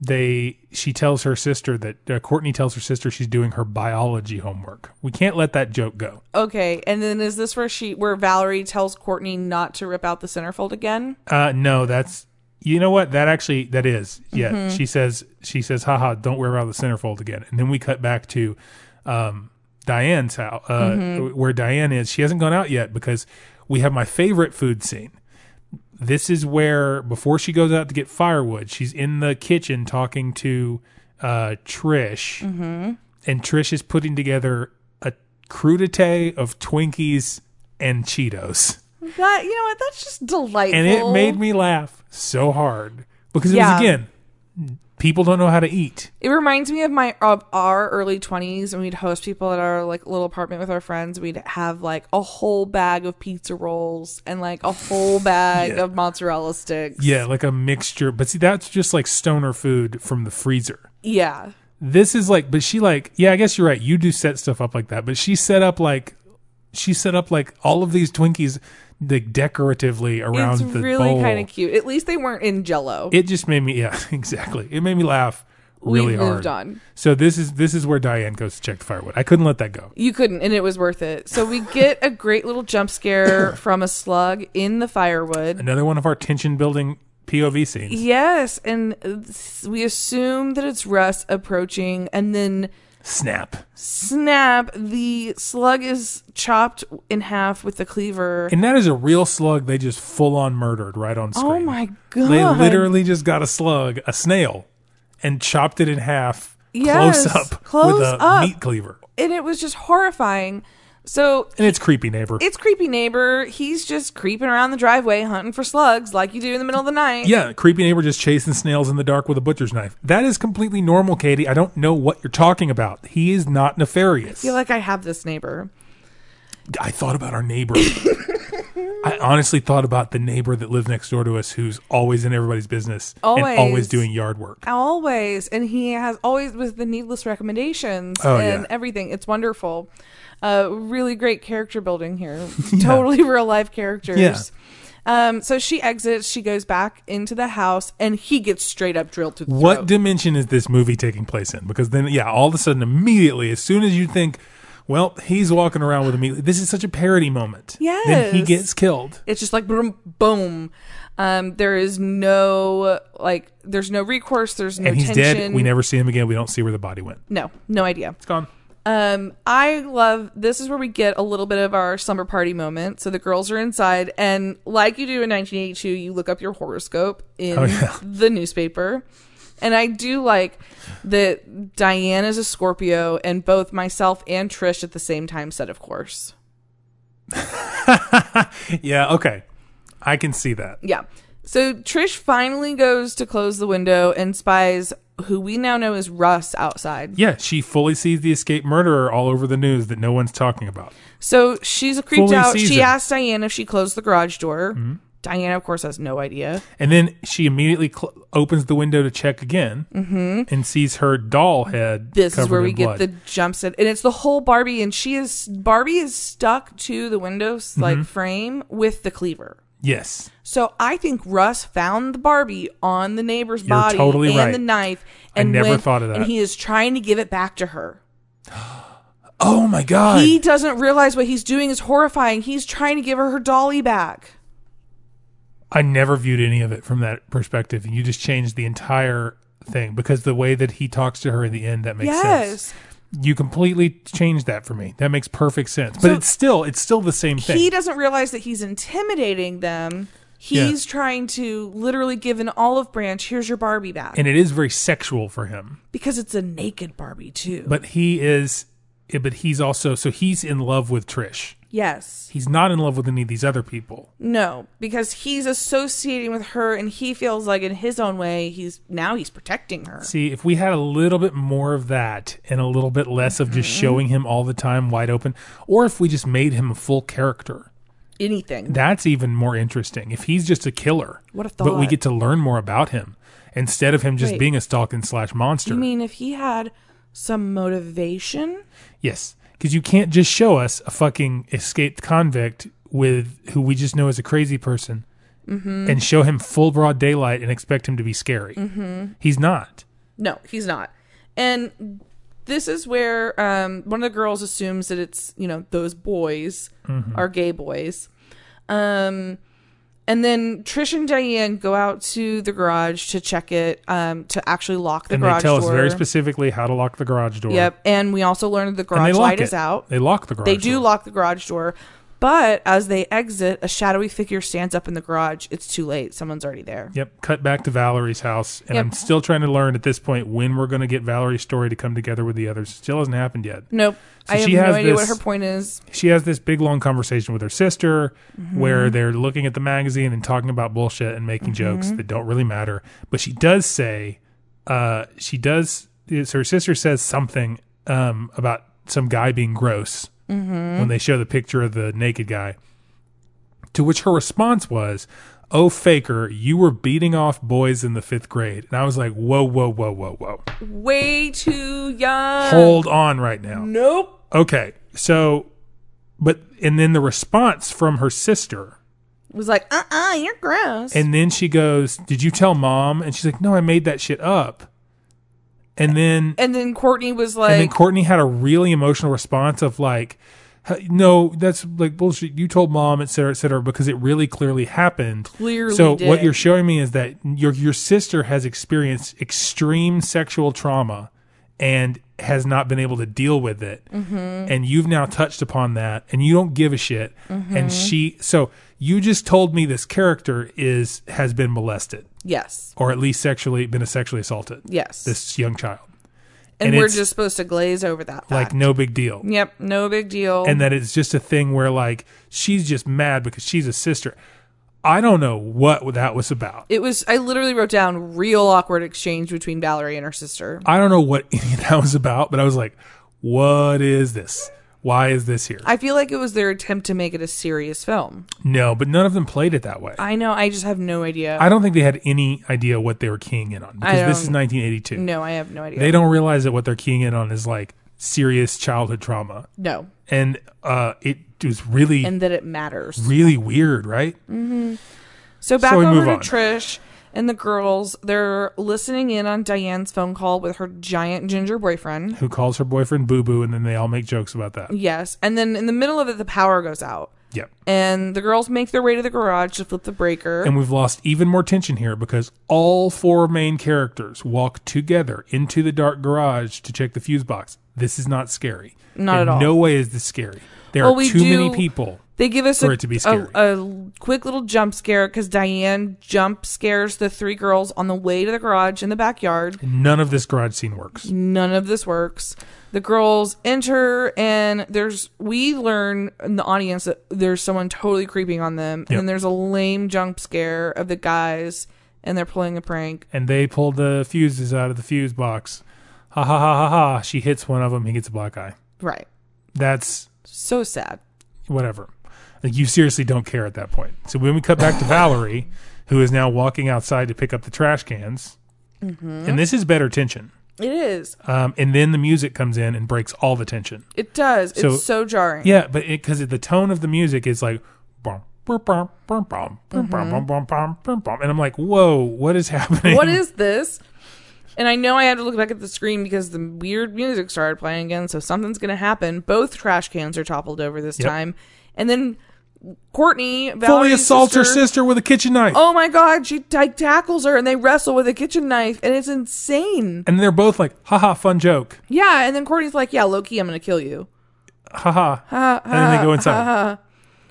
[SPEAKER 6] they she tells her sister that uh, Courtney tells her sister she's doing her biology homework. We can't let that joke go.
[SPEAKER 7] Okay, and then is this where she where Valerie tells Courtney not to rip out the centerfold again?
[SPEAKER 6] Uh no, that's you know what that actually that is yeah she says she says haha don't worry about the centerfold again and then we cut back to um diane's house uh where diane is she hasn't gone out yet because we have my favorite food scene this is where before she goes out to get firewood she's in the kitchen talking to uh trish and trish is putting together a crudite of twinkies and cheetos
[SPEAKER 7] That you know what? That's just delightful.
[SPEAKER 6] and it made me laugh so hard because it
[SPEAKER 7] Yeah.
[SPEAKER 6] was again people don't know how to eat
[SPEAKER 7] It reminds me of my of our early twenties when we'd host people at our like little apartment with our friends. We'd have like a whole bag of pizza rolls and like a whole bag
[SPEAKER 6] Yeah.
[SPEAKER 7] of mozzarella sticks.
[SPEAKER 6] yeah like a mixture but see that's just like stoner food from the freezer
[SPEAKER 7] yeah.
[SPEAKER 6] this is like but she like yeah i guess you're right you do set stuff up like that but she set up like she set up like all of these twinkies like decoratively around
[SPEAKER 7] It's
[SPEAKER 6] the
[SPEAKER 7] really
[SPEAKER 6] bowl.
[SPEAKER 7] kind of cute. At least they weren't in Jello.
[SPEAKER 6] it just made me yeah exactly it made me laugh
[SPEAKER 7] We've
[SPEAKER 6] really hard
[SPEAKER 7] moved on.
[SPEAKER 6] so this is this is where diane goes to check the firewood i couldn't let that go
[SPEAKER 7] You couldn't, and it was worth it. So we get a great little jump scare from a slug in the firewood.
[SPEAKER 6] another one of our tension building pov scenes
[SPEAKER 7] E- Yes, and uh, we assume that it's Russ approaching, and then
[SPEAKER 6] snap
[SPEAKER 7] snap, the slug is chopped in half with the cleaver.
[SPEAKER 6] And that is a real slug they just full on murdered right on screen.
[SPEAKER 7] oh my god!
[SPEAKER 6] They literally just got a slug, a snail, and chopped it in half
[SPEAKER 7] Yes,
[SPEAKER 6] close up
[SPEAKER 7] close
[SPEAKER 6] with a
[SPEAKER 7] up.
[SPEAKER 6] meat cleaver.
[SPEAKER 7] and it was just horrifying. So
[SPEAKER 6] And it's creepy neighbor.
[SPEAKER 7] it's creepy neighbor. He's just creeping around the driveway hunting for slugs, like you do in the middle of the night.
[SPEAKER 6] yeah, creepy neighbor just chasing snails in the dark with a butcher's knife. That is completely normal, Katie. I don't know what you're talking about. He is not nefarious.
[SPEAKER 7] I feel like I have this neighbor.
[SPEAKER 6] I thought about our neighbor. I honestly thought about the neighbor that lives next door to us who's always in everybody's business
[SPEAKER 7] Always.
[SPEAKER 6] and always doing yard work.
[SPEAKER 7] always and he has always with the needless recommendations
[SPEAKER 6] Oh,
[SPEAKER 7] and
[SPEAKER 6] yeah.
[SPEAKER 7] everything it's wonderful uh really great character building here totally real life characters Um, so she exits. She goes back into the house, and he gets straight up drilled through the
[SPEAKER 6] What
[SPEAKER 7] throat.
[SPEAKER 6] dimension is this movie taking place in? Because then, yeah, all of a sudden, immediately, as soon as you think, well, he's walking around with a meat, this is such a parody moment. Then he
[SPEAKER 7] Yes.
[SPEAKER 6] gets killed.
[SPEAKER 7] It's just like boom, boom. Um, there is no like, there's no recourse. There's no
[SPEAKER 6] and he's
[SPEAKER 7] tension.
[SPEAKER 6] dead. We never see him again. We don't see where the body went.
[SPEAKER 7] No, no idea.
[SPEAKER 6] It's gone.
[SPEAKER 7] Um, I love this is where we get a little bit of our summer party moment. So the girls are inside, and like you do in 1982, you look up your horoscope in
[SPEAKER 6] Oh, yeah.
[SPEAKER 7] the newspaper. And I do like that Diane is a Scorpio, and both myself and Trish at the same time said, "Of course."
[SPEAKER 6] Yeah, okay. I can see that.
[SPEAKER 7] Yeah. So Trish finally goes to close the window and spies who we now know is Russ outside.
[SPEAKER 6] Yeah, she fully sees the escaped murderer all over the news that no one's talking about.
[SPEAKER 7] So she's creeped
[SPEAKER 6] Fully Mm-hmm.
[SPEAKER 7] out.
[SPEAKER 6] sees
[SPEAKER 7] She
[SPEAKER 6] him.
[SPEAKER 7] asks Diane if she closed the garage door. Diane, of course, has no idea.
[SPEAKER 6] And then she immediately cl- opens the window to check again and sees her doll head.
[SPEAKER 7] Mm-hmm. This is
[SPEAKER 6] covered
[SPEAKER 7] where we
[SPEAKER 6] in
[SPEAKER 7] get
[SPEAKER 6] blood.
[SPEAKER 7] the jump set, and it's the whole Barbie, and she is Barbie is stuck to the window
[SPEAKER 6] Mm-hmm.
[SPEAKER 7] like frame with the cleaver.
[SPEAKER 6] yes.
[SPEAKER 7] So I think Russ found the Barbie on the neighbor's body
[SPEAKER 6] totally
[SPEAKER 7] and
[SPEAKER 6] right.
[SPEAKER 7] the knife,
[SPEAKER 6] I
[SPEAKER 7] and
[SPEAKER 6] never
[SPEAKER 7] went-
[SPEAKER 6] thought of
[SPEAKER 7] And
[SPEAKER 6] that.
[SPEAKER 7] he is trying to give it back to her.
[SPEAKER 6] Oh my god.
[SPEAKER 7] He doesn't realize what he's doing is horrifying. He's trying to give her her dolly back.
[SPEAKER 6] I never viewed any of it from that perspective. You just changed the entire thing because the way that he talks to her in the end that makes sense.
[SPEAKER 7] yes.
[SPEAKER 6] You completely changed that for me. That makes perfect sense. But
[SPEAKER 7] So-
[SPEAKER 6] it's still it's still the same thing.
[SPEAKER 7] He doesn't realize that he's intimidating them. He's trying to literally give an olive branch. Here's your Barbie back.
[SPEAKER 6] and it is very sexual for him.
[SPEAKER 7] because it's a naked Barbie, too.
[SPEAKER 6] But he is eh, but he's also so he's in love with Trish.
[SPEAKER 7] yes.
[SPEAKER 6] He's not in love with any of these other people.
[SPEAKER 7] No, because he's associating with her and he feels like in his own way, he's now he's protecting her.
[SPEAKER 6] See, if we had a little bit more of that and a little bit less of just
[SPEAKER 7] Mm-hmm.
[SPEAKER 6] showing him all the time wide open, or if we just made him a full character,
[SPEAKER 7] Anything.
[SPEAKER 6] that's even more interesting. If he's just a killer,
[SPEAKER 7] What a
[SPEAKER 6] But we
[SPEAKER 7] thought.
[SPEAKER 6] get to learn more about him instead of him just
[SPEAKER 7] Wait.
[SPEAKER 6] being a stalking slash monster.
[SPEAKER 7] I mean, if he had some motivation,
[SPEAKER 6] yes, because you can't just show us a fucking escaped convict with who we just know is a crazy person
[SPEAKER 7] Mm-hmm.
[SPEAKER 6] and show him full broad daylight and expect him to be scary.
[SPEAKER 7] Mm-hmm.
[SPEAKER 6] He's not.
[SPEAKER 7] No, he's not. And this is where um, one of the girls assumes that it's you know those boys
[SPEAKER 6] Mm-hmm.
[SPEAKER 7] are gay boys, um, and then Trish and Diane go out to the garage to check it um, to actually lock the
[SPEAKER 6] and they
[SPEAKER 7] garage
[SPEAKER 6] tell
[SPEAKER 7] door.
[SPEAKER 6] us very specifically how to lock the garage door.
[SPEAKER 7] Yep, and we also learned that the
[SPEAKER 6] And they
[SPEAKER 7] garage
[SPEAKER 6] lock
[SPEAKER 7] light
[SPEAKER 6] it.
[SPEAKER 7] is out.
[SPEAKER 6] They lock the garage.
[SPEAKER 7] They do
[SPEAKER 6] door.
[SPEAKER 7] lock the garage door, but as they exit, a shadowy figure stands up in the garage. It's too late. Someone's already there.
[SPEAKER 6] Yep. Cut back to Valerie's house, and
[SPEAKER 7] Yep.
[SPEAKER 6] I'm still trying to learn at this point when we're going to get Valerie's story to come together with the others. Still hasn't happened yet.
[SPEAKER 7] Nope.
[SPEAKER 6] So
[SPEAKER 7] I have
[SPEAKER 6] she
[SPEAKER 7] no
[SPEAKER 6] has
[SPEAKER 7] idea what
[SPEAKER 6] this-
[SPEAKER 7] her point is.
[SPEAKER 6] she has this big long conversation with her sister where they're looking at the magazine and talking about bullshit and making jokes that don't really matter. But she does say, uh, she does, it's- her sister says something um, about some guy being gross when they show the picture of the naked guy. To which her response was, Oh, faker, you were beating off boys in the fifth grade. And I was like, Whoa, whoa, whoa, whoa, whoa.
[SPEAKER 7] Way too young.
[SPEAKER 6] Hold on right now.
[SPEAKER 7] Nope.
[SPEAKER 6] Okay. So, but, and then the response from her sister,
[SPEAKER 7] Was like, uh uh-uh, uh, you are gross.
[SPEAKER 6] and then she goes, Did you tell mom? And she's like, No, I made that shit up. And then,
[SPEAKER 7] and then Courtney was like,
[SPEAKER 6] and then Courtney had a really emotional response of like, "H- No, that's like bullshit. You told mom, et cetera, et cetera, because it really clearly happened.
[SPEAKER 7] Clearly
[SPEAKER 6] So, what
[SPEAKER 7] did.
[SPEAKER 6] you're showing me is that your, your sister has experienced extreme sexual trauma and has not been able to deal with it.
[SPEAKER 7] Mm-hmm.
[SPEAKER 6] And you've now touched upon that and you don't give a shit.
[SPEAKER 7] Mm-hmm.
[SPEAKER 6] And she, so you just told me this character is, has been molested
[SPEAKER 7] yes,
[SPEAKER 6] or at least sexually, been sexually assaulted.
[SPEAKER 7] yes.
[SPEAKER 6] This young child.
[SPEAKER 7] and,
[SPEAKER 6] and
[SPEAKER 7] we're
[SPEAKER 6] it's-
[SPEAKER 7] just supposed to glaze over that.
[SPEAKER 6] Like,
[SPEAKER 7] Fact.
[SPEAKER 6] no big deal.
[SPEAKER 7] Yep, no big deal.
[SPEAKER 6] and that it's just a thing where like she's just mad because she's a sister. I don't know what that was about.
[SPEAKER 7] it was, I literally wrote down real awkward exchange between Valerie and her sister.
[SPEAKER 6] I don't know what any of that was about, but I was like, what is this? Why is this here?
[SPEAKER 7] I feel like it was their attempt to make it a serious film.
[SPEAKER 6] no, but none of them played it that way. I,
[SPEAKER 7] I know, I just have no idea.
[SPEAKER 6] don't think they had any idea what they were keying in on because this is
[SPEAKER 7] don't-
[SPEAKER 6] 1982.
[SPEAKER 7] no, I have no idea.
[SPEAKER 6] They don't realize that what they're keying in on is like serious childhood trauma.
[SPEAKER 7] No.
[SPEAKER 6] And uh, it was really
[SPEAKER 7] and that it matters.
[SPEAKER 6] really weird, right?
[SPEAKER 7] So back
[SPEAKER 6] So we
[SPEAKER 7] over
[SPEAKER 6] move
[SPEAKER 7] to
[SPEAKER 6] on.
[SPEAKER 7] Trish and the girls. They're listening in on Diane's phone call with her giant ginger boyfriend.
[SPEAKER 6] Who calls her boyfriend Boo Boo, and then they all make jokes about that.
[SPEAKER 7] Yes. And then in the middle of it, the power goes out.
[SPEAKER 6] Yep.
[SPEAKER 7] And the girls make their way to the garage to flip the breaker.
[SPEAKER 6] And we've lost even more tension here because all four main characters walk together into the dark garage to check the fuse box. This is not scary.
[SPEAKER 7] Not
[SPEAKER 6] In
[SPEAKER 7] at all.
[SPEAKER 6] No way is this scary. There
[SPEAKER 7] Well,
[SPEAKER 6] are
[SPEAKER 7] we
[SPEAKER 6] too many
[SPEAKER 7] do-
[SPEAKER 6] people.
[SPEAKER 7] They give us
[SPEAKER 6] For
[SPEAKER 7] a,
[SPEAKER 6] it to be
[SPEAKER 7] a-
[SPEAKER 6] scary.
[SPEAKER 7] a, quick little jump scare because Diane jump scares the three girls on the way to the garage in the backyard.
[SPEAKER 6] None of this garage scene works.
[SPEAKER 7] None of this works. The girls enter, and there's we learn in the audience that there's someone totally creeping on them, and
[SPEAKER 6] Yep.
[SPEAKER 7] then there's a lame jump scare of the guys, and they're pulling a prank.
[SPEAKER 6] And they pull the fuses out of the fuse box. Ha ha ha ha ha. She hits one of them. He gets a black eye.
[SPEAKER 7] Right.
[SPEAKER 6] That's
[SPEAKER 7] So sad.
[SPEAKER 6] whatever. Like you seriously don't care at that point. So when we cut back to Valerie, who is now walking outside to pick up the trash cans,
[SPEAKER 7] Mm-hmm.
[SPEAKER 6] and this is better tension.
[SPEAKER 7] It is.
[SPEAKER 6] Um, and then the music comes in and breaks all the tension.
[SPEAKER 7] It does.
[SPEAKER 6] So-
[SPEAKER 7] it's so jarring.
[SPEAKER 6] Yeah, but because the tone of the music is like, bum, bum, bum, bum, bum,
[SPEAKER 7] Mm-hmm.
[SPEAKER 6] bum, bum, bum, bum, bum, bum, bum. and I'm like, whoa, what is happening?
[SPEAKER 7] what is this? And I know I had to look back at the screen because the weird music started playing again, so something's going to happen. Both trash cans are toppled over this
[SPEAKER 6] Yep.
[SPEAKER 7] time. And then Courtney,
[SPEAKER 6] fully
[SPEAKER 7] Valerie's
[SPEAKER 6] assaults her
[SPEAKER 7] sister-
[SPEAKER 6] sister with a kitchen knife?
[SPEAKER 7] Oh my God, she like, tackles her and they wrestle with a kitchen knife, and it's insane.
[SPEAKER 6] And they're both like, haha, fun joke.
[SPEAKER 7] Yeah, and then Courtney's like, Yeah, Loki, I'm going to kill you.
[SPEAKER 6] Haha. and then
[SPEAKER 7] Ah,
[SPEAKER 6] they go inside.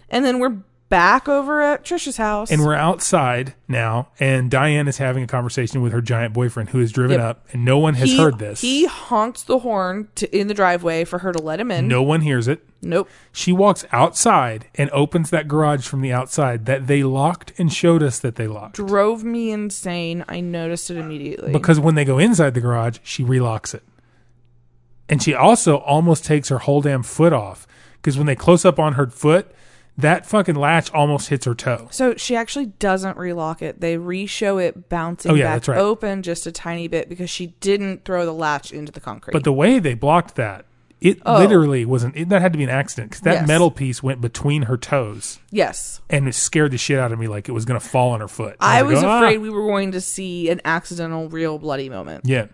[SPEAKER 7] And then we're back over at Trisha's house.
[SPEAKER 6] And we're outside now, and Diane is having a conversation with her giant boyfriend who is driven
[SPEAKER 7] Yep.
[SPEAKER 6] up, and no one has
[SPEAKER 7] he,
[SPEAKER 6] heard this.
[SPEAKER 7] He honks the horn to, in the driveway for her to let him in.
[SPEAKER 6] no one hears it.
[SPEAKER 7] Nope.
[SPEAKER 6] She walks outside and opens that garage from the outside that they locked and showed us that they locked.
[SPEAKER 7] drove me insane. I noticed it immediately.
[SPEAKER 6] Because when they go inside the garage, she relocks it. And she also almost takes her whole damn foot off. Because when they close up on her foot, that fucking latch almost hits her toe.
[SPEAKER 7] so she actually doesn't relock it. They re-show it bouncing
[SPEAKER 6] Oh, yeah,
[SPEAKER 7] back
[SPEAKER 6] that's right.
[SPEAKER 7] open just a tiny bit because she didn't throw the latch into the concrete.
[SPEAKER 6] But the way they blocked that, it
[SPEAKER 7] Oh.
[SPEAKER 6] literally wasn't, it, that had to be an accident. Because that
[SPEAKER 7] Yes.
[SPEAKER 6] metal piece went between her toes
[SPEAKER 7] yes.
[SPEAKER 6] and it scared the shit out of me like it was going to fall on her foot.
[SPEAKER 7] I was
[SPEAKER 6] like, "Ah."
[SPEAKER 7] afraid we were going to see an accidental real bloody moment.
[SPEAKER 6] Yeah.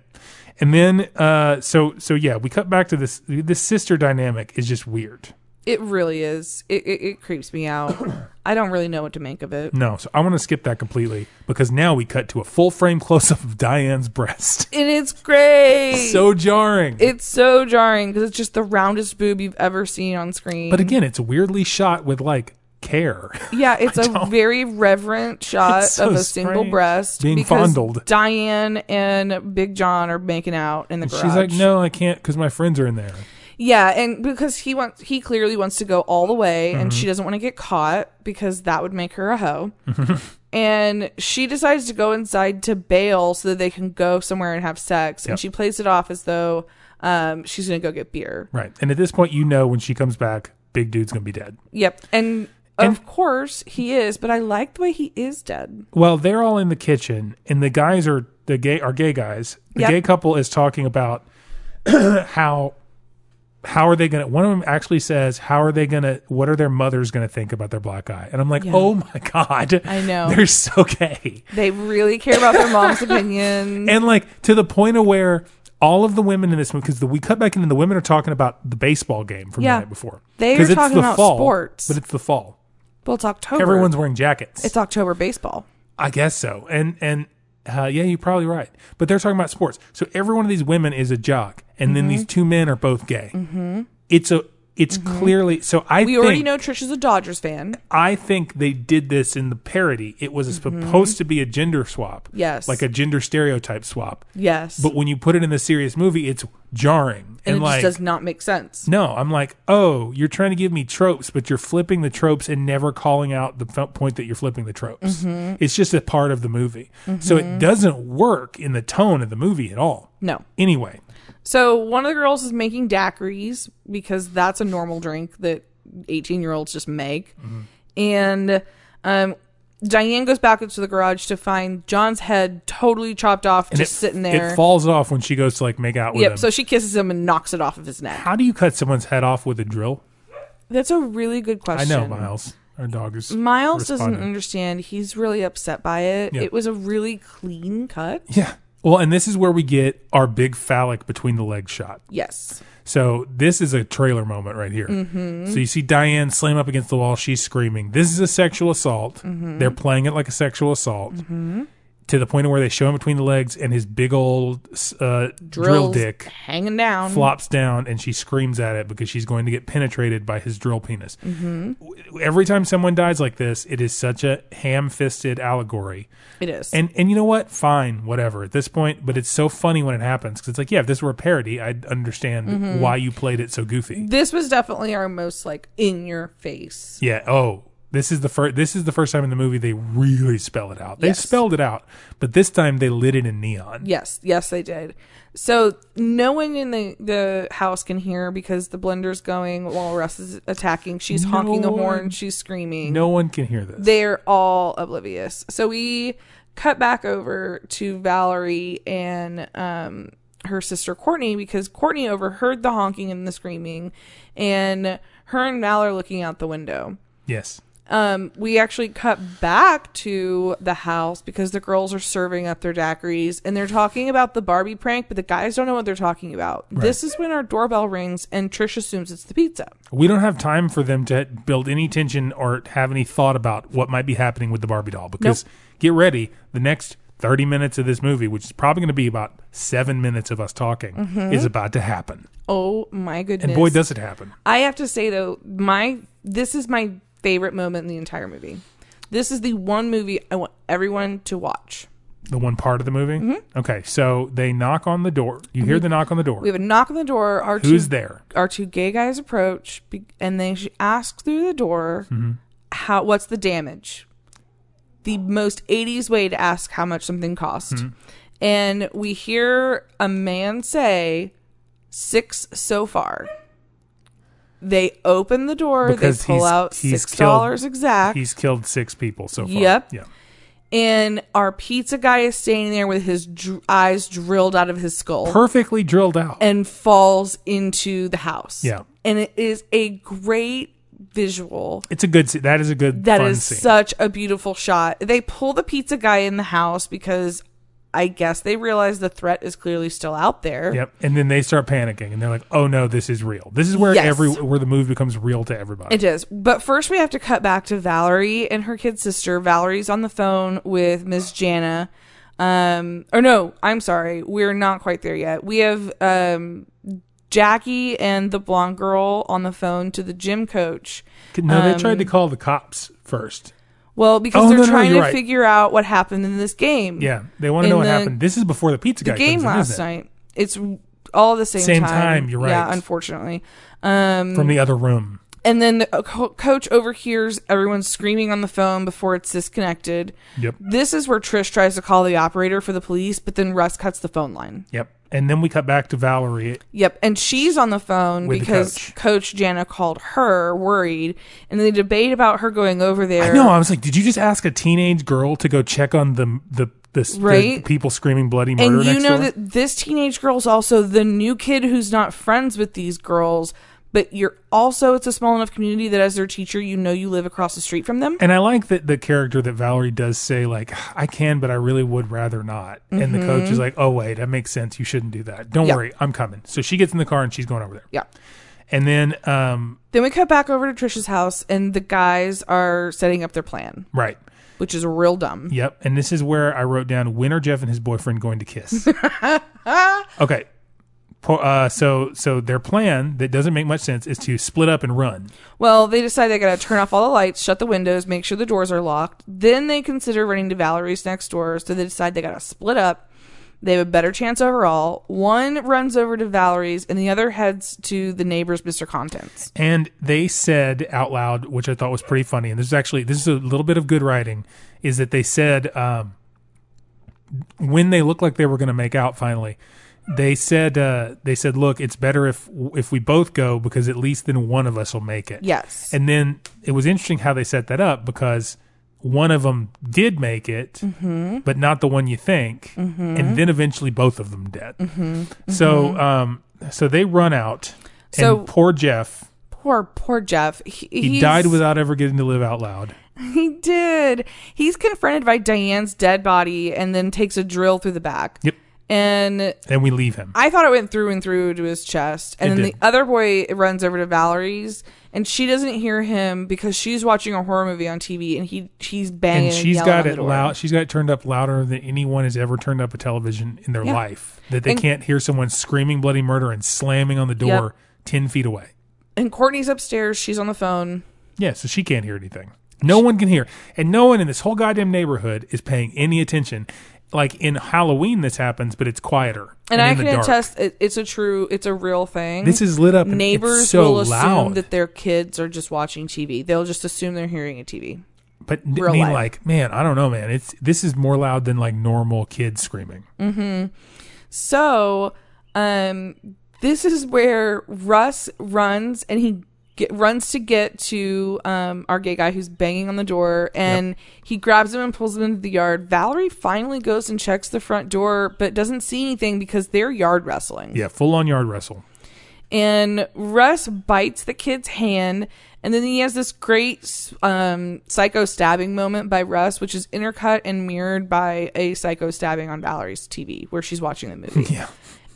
[SPEAKER 6] And then, uh, so, so yeah, we cut back to this, this sister dynamic is just weird.
[SPEAKER 7] It really is. It, it, it creeps me out. I don't really know what to make of it.
[SPEAKER 6] No, so I want to skip that completely because now we cut to a full frame close up of Diane's breast.
[SPEAKER 7] And it's great.
[SPEAKER 6] So jarring.
[SPEAKER 7] it's so jarring because it's just the roundest boob you've ever seen on screen.
[SPEAKER 6] but again, it's weirdly shot with like care.
[SPEAKER 7] Yeah, it's a very reverent shot
[SPEAKER 6] It's so
[SPEAKER 7] of a single
[SPEAKER 6] strange.
[SPEAKER 7] breast
[SPEAKER 6] Being
[SPEAKER 7] because
[SPEAKER 6] fondled.
[SPEAKER 7] Diane and Big John are making out in the garage.
[SPEAKER 6] She's like, no, I can't because my friends are in there.
[SPEAKER 7] Yeah, and because he wants, he clearly wants to go all the way, and
[SPEAKER 6] Mm-hmm.
[SPEAKER 7] she doesn't want to get caught because that would make her a hoe. and she decides to go inside to bail so that they can go somewhere and have sex.
[SPEAKER 6] Yep.
[SPEAKER 7] And she plays it off as though um, she's going to go get beer.
[SPEAKER 6] Right. And at this point, you know when she comes back, big dude's going to be dead.
[SPEAKER 7] Yep, and.
[SPEAKER 6] And-
[SPEAKER 7] Of course he is, but I like the way he is dead.
[SPEAKER 6] Well, they're all in the kitchen, and the guys are the gay are gay guys. The
[SPEAKER 7] Yep.
[SPEAKER 6] gay couple is talking about how how are they gonna. One of them actually says, "How are they gonna? What are their mothers gonna think about their black eye?" And I'm like, "Oh my god,
[SPEAKER 7] I know.
[SPEAKER 6] they're so gay."
[SPEAKER 7] They really care about their mom's opinion.
[SPEAKER 6] and like to the point of where all of the women in this movie because we cut back in and the women are talking about the baseball game from
[SPEAKER 7] Yeah.
[SPEAKER 6] the night before.
[SPEAKER 7] They
[SPEAKER 6] 'Cause
[SPEAKER 7] are talking about
[SPEAKER 6] fall,
[SPEAKER 7] sports.
[SPEAKER 6] but it's the fall.
[SPEAKER 7] Well, it's October.
[SPEAKER 6] Everyone's wearing jackets.
[SPEAKER 7] it's October baseball.
[SPEAKER 6] I guess so. And and uh, yeah, you're probably right. But they're talking about sports. So every one of these women is a jock, and then
[SPEAKER 7] Mm-hmm.
[SPEAKER 6] these two men are both gay. Mm-hmm. It's a it's clearly so. I
[SPEAKER 7] We
[SPEAKER 6] think,
[SPEAKER 7] already know Trish is a Dodgers fan.
[SPEAKER 6] I think they did this in the parody. It was supposed to be a gender swap.
[SPEAKER 7] Mm-hmm. Yes.
[SPEAKER 6] Like a gender stereotype swap.
[SPEAKER 7] Yes,
[SPEAKER 6] But when you put it in the serious movie, it's jarring. And,
[SPEAKER 7] and, it
[SPEAKER 6] like,
[SPEAKER 7] just does not make sense.
[SPEAKER 6] no, I'm like, oh, you're trying to give me tropes, but you're flipping the tropes and never calling out the f- point that you're flipping the tropes.
[SPEAKER 7] Mm-hmm.
[SPEAKER 6] It's just a part of the movie. So it doesn't work in the tone of the movie at all.
[SPEAKER 7] No.
[SPEAKER 6] Anyway,
[SPEAKER 7] So one of the girls is making daiquiris because that's a normal drink that eighteen-year-olds just make, and um, Diane goes back into the garage to find John's head totally chopped off,
[SPEAKER 6] and
[SPEAKER 7] just
[SPEAKER 6] it,
[SPEAKER 7] sitting there.
[SPEAKER 6] It falls off when she goes to like make out with
[SPEAKER 7] yep.
[SPEAKER 6] him.
[SPEAKER 7] So she kisses him and knocks it off of his neck.
[SPEAKER 6] How do you cut someone's head off with a drill?
[SPEAKER 7] That's a really good
[SPEAKER 6] I
[SPEAKER 7] question.
[SPEAKER 6] know, Miles. Our dog is
[SPEAKER 7] Miles
[SPEAKER 6] responding.
[SPEAKER 7] doesn't understand. He's really upset by it.
[SPEAKER 6] Yeah.
[SPEAKER 7] It was a really clean cut.
[SPEAKER 6] Yeah. Well, and this is where we get our big phallic between the legs shot.
[SPEAKER 7] Yes.
[SPEAKER 6] So this is a trailer moment right here. So you see Diane slam up against the wall. She's screaming. This is a sexual assault. They're playing it like a sexual assault to the point where they show him between the legs and his big old uh, drill
[SPEAKER 7] Drills
[SPEAKER 6] dick
[SPEAKER 7] hanging down.
[SPEAKER 6] flops down and she screams at it because she's going to get penetrated by his drill penis. W- Every time someone dies like this, it is such a ham-fisted allegory.
[SPEAKER 7] It is.
[SPEAKER 6] And and you know what? Fine, whatever at this point. But it's so funny when it happens because it's like, yeah, if this were a parody, I'd understand why you played it so goofy.
[SPEAKER 7] this was definitely our most like in your face.
[SPEAKER 6] Yeah. Oh, this is the first. This is the first time in the movie they really spell it out. They
[SPEAKER 7] Yes.
[SPEAKER 6] spelled it out, but this time they lit it in neon.
[SPEAKER 7] Yes, yes, they did. So no one in the, the house can hear because the blender's going while Russ is attacking. She's honking the
[SPEAKER 6] No one-
[SPEAKER 7] horn. She's screaming.
[SPEAKER 6] No one can hear this.
[SPEAKER 7] they're all oblivious. So we cut back over to Valerie and um, her sister Courtney because Courtney overheard the honking and the screaming, and her and Val are looking out the window.
[SPEAKER 6] yes.
[SPEAKER 7] Um, we actually cut back to the house because the girls are serving up their daiquiris and they're talking about the Barbie prank, but the guys don't know what they're talking about. This is when our doorbell rings and Trish assumes it's the pizza.
[SPEAKER 6] We don't have time for them to build any tension or have any thought about what might be happening with the Barbie doll because get ready, the next 30 minutes of this movie, which is probably going to be about seven minutes of us talking, is about to happen.
[SPEAKER 7] Oh my goodness!
[SPEAKER 6] And boy, does it happen.
[SPEAKER 7] I have to say though, my this is my favorite moment in the entire movie. This is the one movie I want everyone to watch.
[SPEAKER 6] The one part of the movie. Okay, so they knock on the door. You hear the knock on the door.
[SPEAKER 7] Mm-hmm. We have a knock on the door. Our
[SPEAKER 6] Who's
[SPEAKER 7] two,
[SPEAKER 6] there?
[SPEAKER 7] Our two gay guys approach, be- and they sh- ask through the door,
[SPEAKER 6] Mm-hmm.
[SPEAKER 7] "How? What's the damage?" The most '80s way to ask how much something cost.
[SPEAKER 6] Mm-hmm.
[SPEAKER 7] And we hear a man say, six so far." They open the door.
[SPEAKER 6] Because
[SPEAKER 7] they pull
[SPEAKER 6] he's-
[SPEAKER 7] out
[SPEAKER 6] he's
[SPEAKER 7] six
[SPEAKER 6] killed-
[SPEAKER 7] dollars exact.
[SPEAKER 6] He's killed six people so far.
[SPEAKER 7] Yep.
[SPEAKER 6] Yeah.
[SPEAKER 7] and our pizza guy is standing there with his dr- eyes drilled out of his skull
[SPEAKER 6] Perfectly drilled out.
[SPEAKER 7] and falls into the house.
[SPEAKER 6] Yeah.
[SPEAKER 7] And it is a great visual.
[SPEAKER 6] it's a good. se- That is a good.
[SPEAKER 7] That
[SPEAKER 6] fun
[SPEAKER 7] is
[SPEAKER 6] scene.
[SPEAKER 7] such a beautiful shot. They pull the pizza guy in the house because I guess they realize the threat is clearly still out there.
[SPEAKER 6] Yep. And then they start panicking and they're like, "Oh no, this is real. This is where
[SPEAKER 7] Yes.
[SPEAKER 6] every where the movie becomes real to everybody."
[SPEAKER 7] It is. But first, we have to cut back to Valerie and her kid sister. Valerie's on the phone with Miss Jana. Um, or no, I'm sorry. We're not quite there yet. We have um, Jackie and the blonde girl on the phone to the gym coach.
[SPEAKER 6] No, they tried to
[SPEAKER 7] Um,
[SPEAKER 6] call the cops first.
[SPEAKER 7] Well, because
[SPEAKER 6] Oh,
[SPEAKER 7] they're
[SPEAKER 6] no, no,
[SPEAKER 7] trying
[SPEAKER 6] you're
[SPEAKER 7] to
[SPEAKER 6] right.
[SPEAKER 7] figure out what happened in this game.
[SPEAKER 6] Yeah, they want to know
[SPEAKER 7] In
[SPEAKER 6] what
[SPEAKER 7] the-
[SPEAKER 6] happened. This is before the pizza
[SPEAKER 7] The
[SPEAKER 6] guy
[SPEAKER 7] game
[SPEAKER 6] comes in,
[SPEAKER 7] last
[SPEAKER 6] isn't it?
[SPEAKER 7] night. It's all the same,
[SPEAKER 6] Same
[SPEAKER 7] time.
[SPEAKER 6] time, you're
[SPEAKER 7] Yeah,
[SPEAKER 6] right.
[SPEAKER 7] unfortunately. Um,
[SPEAKER 6] from the other room.
[SPEAKER 7] And then the uh, co- coach overhears everyone screaming on the phone before it's disconnected.
[SPEAKER 6] Yep.
[SPEAKER 7] This is where Trish tries to call the operator for the police, but then Russ cuts the phone line.
[SPEAKER 6] Yep. And then we cut back to Valerie.
[SPEAKER 7] Yep. And she's on the phone
[SPEAKER 6] With the
[SPEAKER 7] because
[SPEAKER 6] coach.
[SPEAKER 7] coach. Jana called her worried, and they debate about her going over there.
[SPEAKER 6] I know. I was like, did you just ask a teenage girl to go check on the the the, the
[SPEAKER 7] Right?
[SPEAKER 6] people screaming bloody murder
[SPEAKER 7] and you
[SPEAKER 6] next
[SPEAKER 7] know
[SPEAKER 6] door?
[SPEAKER 7] that this teenage girl's also the new kid who's not friends with these girls, but you're also, it's a small enough community that as their teacher, you know you live across the street from them.
[SPEAKER 6] and I like that the character that Valerie does say like, I can, but I really would rather not. And the coach is like, Oh wait, that makes sense. You shouldn't do that. Don't
[SPEAKER 7] Mm-hmm. Yeah.
[SPEAKER 6] worry, I'm coming. So she gets in the car and she's going over there.
[SPEAKER 7] yeah.
[SPEAKER 6] And then, um,
[SPEAKER 7] Then we cut back over to Trisha's house, and the guys are setting up their plan,
[SPEAKER 6] right.
[SPEAKER 7] which is real dumb.
[SPEAKER 6] Yep. And this is where I wrote down when are Jeff and his boyfriend going to kiss? okay. Po- Uh, so so their plan that doesn't make much sense is to split up and run.
[SPEAKER 7] Well, they decide they gotta turn off all the lights, shut the windows, make sure the doors are locked. Then they consider running to Valerie's next door, so they decide they gotta split up. They have a better chance overall. One runs over to Valerie's, and the other heads to the neighbor's Mr. Contents.
[SPEAKER 6] And they said out loud, which I thought was pretty funny. And this is actually this is a little bit of good writing, is that they said um, when they looked like they were going to make out finally, they said uh, they said, look, it's better if if we both go because at least then one of us will make it.
[SPEAKER 7] Yes.
[SPEAKER 6] And then it was interesting how they set that up because one of them did make it,
[SPEAKER 7] Mm-hmm.
[SPEAKER 6] but not the one you think, and then eventually both of
[SPEAKER 7] Mm-hmm.
[SPEAKER 6] them did. So, um, so they run out,
[SPEAKER 7] So-
[SPEAKER 6] and poor Jeff
[SPEAKER 7] poor, poor Jeff. He,
[SPEAKER 6] He
[SPEAKER 7] he's-
[SPEAKER 6] died without ever getting to live out loud.
[SPEAKER 7] He did. He's confronted by Diane's dead body and then takes a drill through the back.
[SPEAKER 6] Yep.
[SPEAKER 7] And
[SPEAKER 6] And we leave him.
[SPEAKER 7] I thought it went through and through to his chest. And
[SPEAKER 6] It
[SPEAKER 7] then
[SPEAKER 6] did.
[SPEAKER 7] the other boy runs over to Valerie's and she doesn't hear him because she's watching a horror movie on TV and he he's banging.
[SPEAKER 6] and she's
[SPEAKER 7] yelling
[SPEAKER 6] got
[SPEAKER 7] on the
[SPEAKER 6] it
[SPEAKER 7] door.
[SPEAKER 6] loud. She's got it turned up louder than anyone has ever turned up a television in their
[SPEAKER 7] Yeah.
[SPEAKER 6] life. That they
[SPEAKER 7] And-
[SPEAKER 6] can't hear someone screaming bloody murder and slamming on the door ten feet away.
[SPEAKER 7] And Courtney's upstairs. She's on the phone.
[SPEAKER 6] Yeah, so she can't hear anything. No one can hear, and no one in this whole goddamn neighborhood is paying any attention. Like in Halloween, this happens, but it's quieter.
[SPEAKER 7] And, I
[SPEAKER 6] in the
[SPEAKER 7] can
[SPEAKER 6] dark.
[SPEAKER 7] attest it, it's a true, it's a real thing.
[SPEAKER 6] This is lit up. and it's
[SPEAKER 7] Neighbors
[SPEAKER 6] so
[SPEAKER 7] will assume
[SPEAKER 6] loud.
[SPEAKER 7] that their kids are just watching TV. They'll just assume they're hearing a TV.
[SPEAKER 6] But n-
[SPEAKER 7] Real
[SPEAKER 6] I mean,
[SPEAKER 7] life.
[SPEAKER 6] like, man, I don't know, man. It's this is more loud than like normal kids screaming.
[SPEAKER 7] So, um, this is where Russ runs and he get, runs to get to um, our gay guy who's banging on the door and he grabs him and pulls him into the yard. Valerie finally goes and checks the front door but doesn't see anything because they're yard wrestling.
[SPEAKER 6] Yeah, full on yard wrestle.
[SPEAKER 7] and Russ bites the kid's hand, and then he has this great um, psycho stabbing moment by Russ, which is intercut and mirrored by a psycho stabbing on Valerie's TV where she's watching the movie.
[SPEAKER 6] Yeah,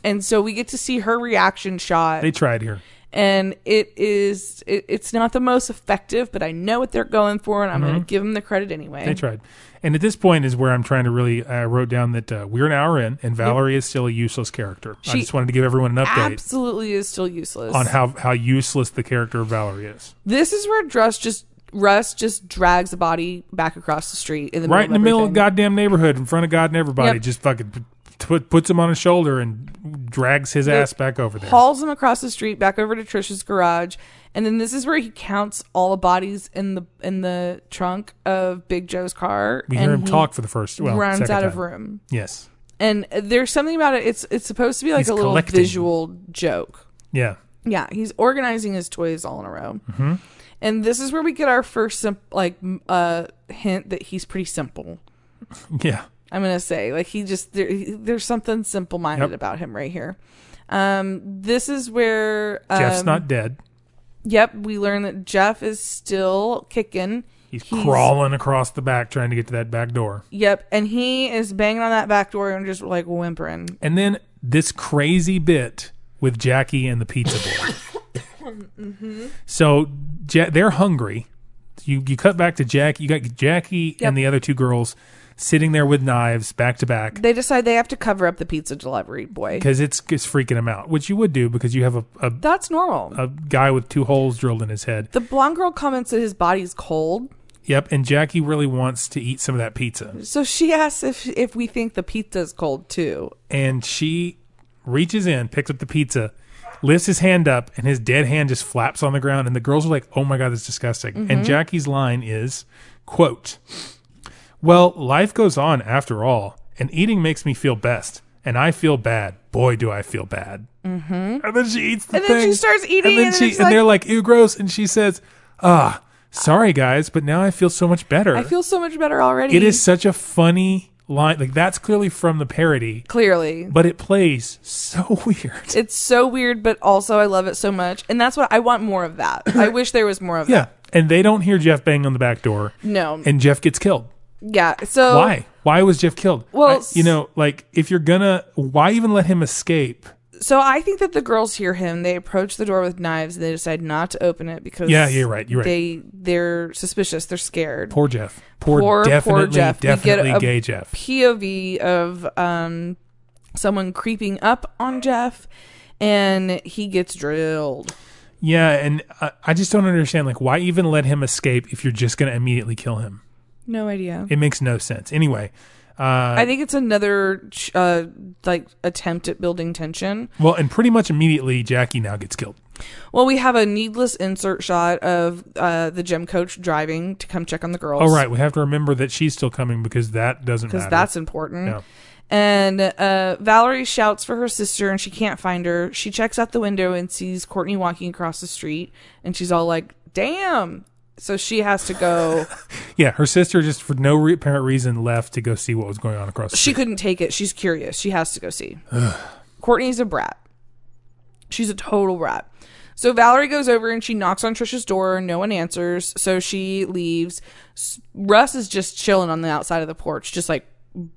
[SPEAKER 7] and so we get to see her reaction shot,
[SPEAKER 6] they tried here.
[SPEAKER 7] and it is it, it's not the most effective, but I know what they're going for, and I'm going to give them the credit anyway.
[SPEAKER 6] Mm-hmm. They tried. And at this point is where I'm trying to really. I wrote down that uh, we're an hour in, and Valerie is still a useless character. I
[SPEAKER 7] She-
[SPEAKER 6] just wanted to give everyone an update
[SPEAKER 7] Absolutely is still useless.
[SPEAKER 6] on how how useless the character of Valerie is.
[SPEAKER 7] this is where Russ just Russ just drags the body back across the street in the
[SPEAKER 6] right in the middle of
[SPEAKER 7] everything.
[SPEAKER 6] goddamn neighborhood, in front of God and everybody,
[SPEAKER 7] Yep.
[SPEAKER 6] just fucking p- put, puts him on his shoulder and drags his ass back over there.
[SPEAKER 7] hauls him across the street back over to Trisha's garage, and then this is where he counts all the bodies in the in the trunk of Big Joe's car.
[SPEAKER 6] we hear
[SPEAKER 7] and
[SPEAKER 6] him
[SPEAKER 7] he
[SPEAKER 6] talk for the first well
[SPEAKER 7] runs
[SPEAKER 6] second
[SPEAKER 7] out of
[SPEAKER 6] time.
[SPEAKER 7] room,
[SPEAKER 6] Yes,
[SPEAKER 7] and there's something about it. It's it's supposed to be like
[SPEAKER 6] He's
[SPEAKER 7] a little
[SPEAKER 6] collecting.
[SPEAKER 7] visual joke.
[SPEAKER 6] yeah,
[SPEAKER 7] Yeah, he's organizing his toys all in a row.
[SPEAKER 6] Mm-hmm.
[SPEAKER 7] And this is where we get our first sim- like m- uh, hint that he's pretty simple.
[SPEAKER 6] yeah.
[SPEAKER 7] I'm gonna say like he just there, he- there's something simple minded
[SPEAKER 6] Yep.
[SPEAKER 7] about him right here. Um, this is where um,
[SPEAKER 6] Jeff's not dead.
[SPEAKER 7] Yep, we learn that Jeff is still kicking.
[SPEAKER 6] He's, crawling across the back trying to get to that back door.
[SPEAKER 7] Yep, and he is banging on that back door and just like whimpering.
[SPEAKER 6] And then this crazy bit with Jackie and the pizza boy. So ja- they're hungry. You you cut back to Jackie. You got Jackie
[SPEAKER 7] Yep.
[SPEAKER 6] and the other two girls sitting there with knives back to back
[SPEAKER 7] They decide they have to cover up the pizza delivery boy.
[SPEAKER 6] because it's it's freaking them out, which you would do because you have a, a
[SPEAKER 7] That's normal.
[SPEAKER 6] a guy with two holes drilled in his head.
[SPEAKER 7] the blonde girl comments that his body's cold,
[SPEAKER 6] Yep, and Jackie really wants to eat some of that pizza.
[SPEAKER 7] so she asks if if we think the pizza's cold too.
[SPEAKER 6] and she reaches in, picks up the pizza, lifts his hand up, and his dead hand just flaps on the ground. And the girls are like, "Oh my god, that's disgusting."
[SPEAKER 7] Mm-hmm.
[SPEAKER 6] And Jackie's line is, "Quote, well, life goes on after all, and eating makes me feel best, and I feel bad. Boy, do I feel bad." Mm-hmm. And then she eats the
[SPEAKER 7] And
[SPEAKER 6] thing,
[SPEAKER 7] then she starts eating
[SPEAKER 6] and then
[SPEAKER 7] and
[SPEAKER 6] she
[SPEAKER 7] it's
[SPEAKER 6] and
[SPEAKER 7] like-
[SPEAKER 6] they're like, "Ew, gross," and she says, "Ah." Sorry guys, but now I feel so much better.
[SPEAKER 7] I feel so much better already.
[SPEAKER 6] it is such a funny line. Like that's clearly from the parody
[SPEAKER 7] clearly.
[SPEAKER 6] but it plays so weird.
[SPEAKER 7] It's so weird, but also I love it so much, and that's what I want more of. That I wish there was more of
[SPEAKER 6] Yeah. And they don't hear Jeff bang on the back door.
[SPEAKER 7] that. No,
[SPEAKER 6] And Jeff gets killed.
[SPEAKER 7] yeah. So
[SPEAKER 6] Why? Why was Jeff killed?
[SPEAKER 7] Oh. Well,
[SPEAKER 6] I- you know, like if you're gonna, why even let him escape?
[SPEAKER 7] So I think that the girls hear him. They approach the door with knives and they decide not to open it because
[SPEAKER 6] Yeah, you're right, you're right.
[SPEAKER 7] They they're suspicious. They're scared.
[SPEAKER 6] Poor Jeff. Poor,
[SPEAKER 7] Poor- poor
[SPEAKER 6] definitely,
[SPEAKER 7] Jeff. We get
[SPEAKER 6] definitely
[SPEAKER 7] a-
[SPEAKER 6] gay Jeff.
[SPEAKER 7] POV of um someone creeping up on Jeff, and he gets drilled.
[SPEAKER 6] Yeah, and I, I just don't understand. Like, why even let him escape if you're just gonna immediately kill him?
[SPEAKER 7] No idea.
[SPEAKER 6] It makes no sense. Anyway,
[SPEAKER 7] I think it's another ch- uh like attempt at building tension.
[SPEAKER 6] well, and pretty much immediately, Jackie now gets killed.
[SPEAKER 7] Well, we have a needless insert shot of uh the gym coach driving to come check on the girls.
[SPEAKER 6] All Oh, right, we have to remember that she's still coming because that doesn't matter.
[SPEAKER 7] because that's important.
[SPEAKER 6] Yeah.
[SPEAKER 7] And uh, Valerie shouts for her sister, and she can't find her. She checks out the window and sees Courtney walking across the street, and she's all like, "Damn!" So she has to go.
[SPEAKER 6] Yeah, her sister just for no re- apparent reason left to go see what was going on across. The
[SPEAKER 7] she couldn't take it. She's curious. She has to go see. Courtney's a brat. She's a total brat. So Valerie goes over and she knocks on Trisha's door. No one answers. So she leaves. S- Russ is just chilling on the outside of the porch, just like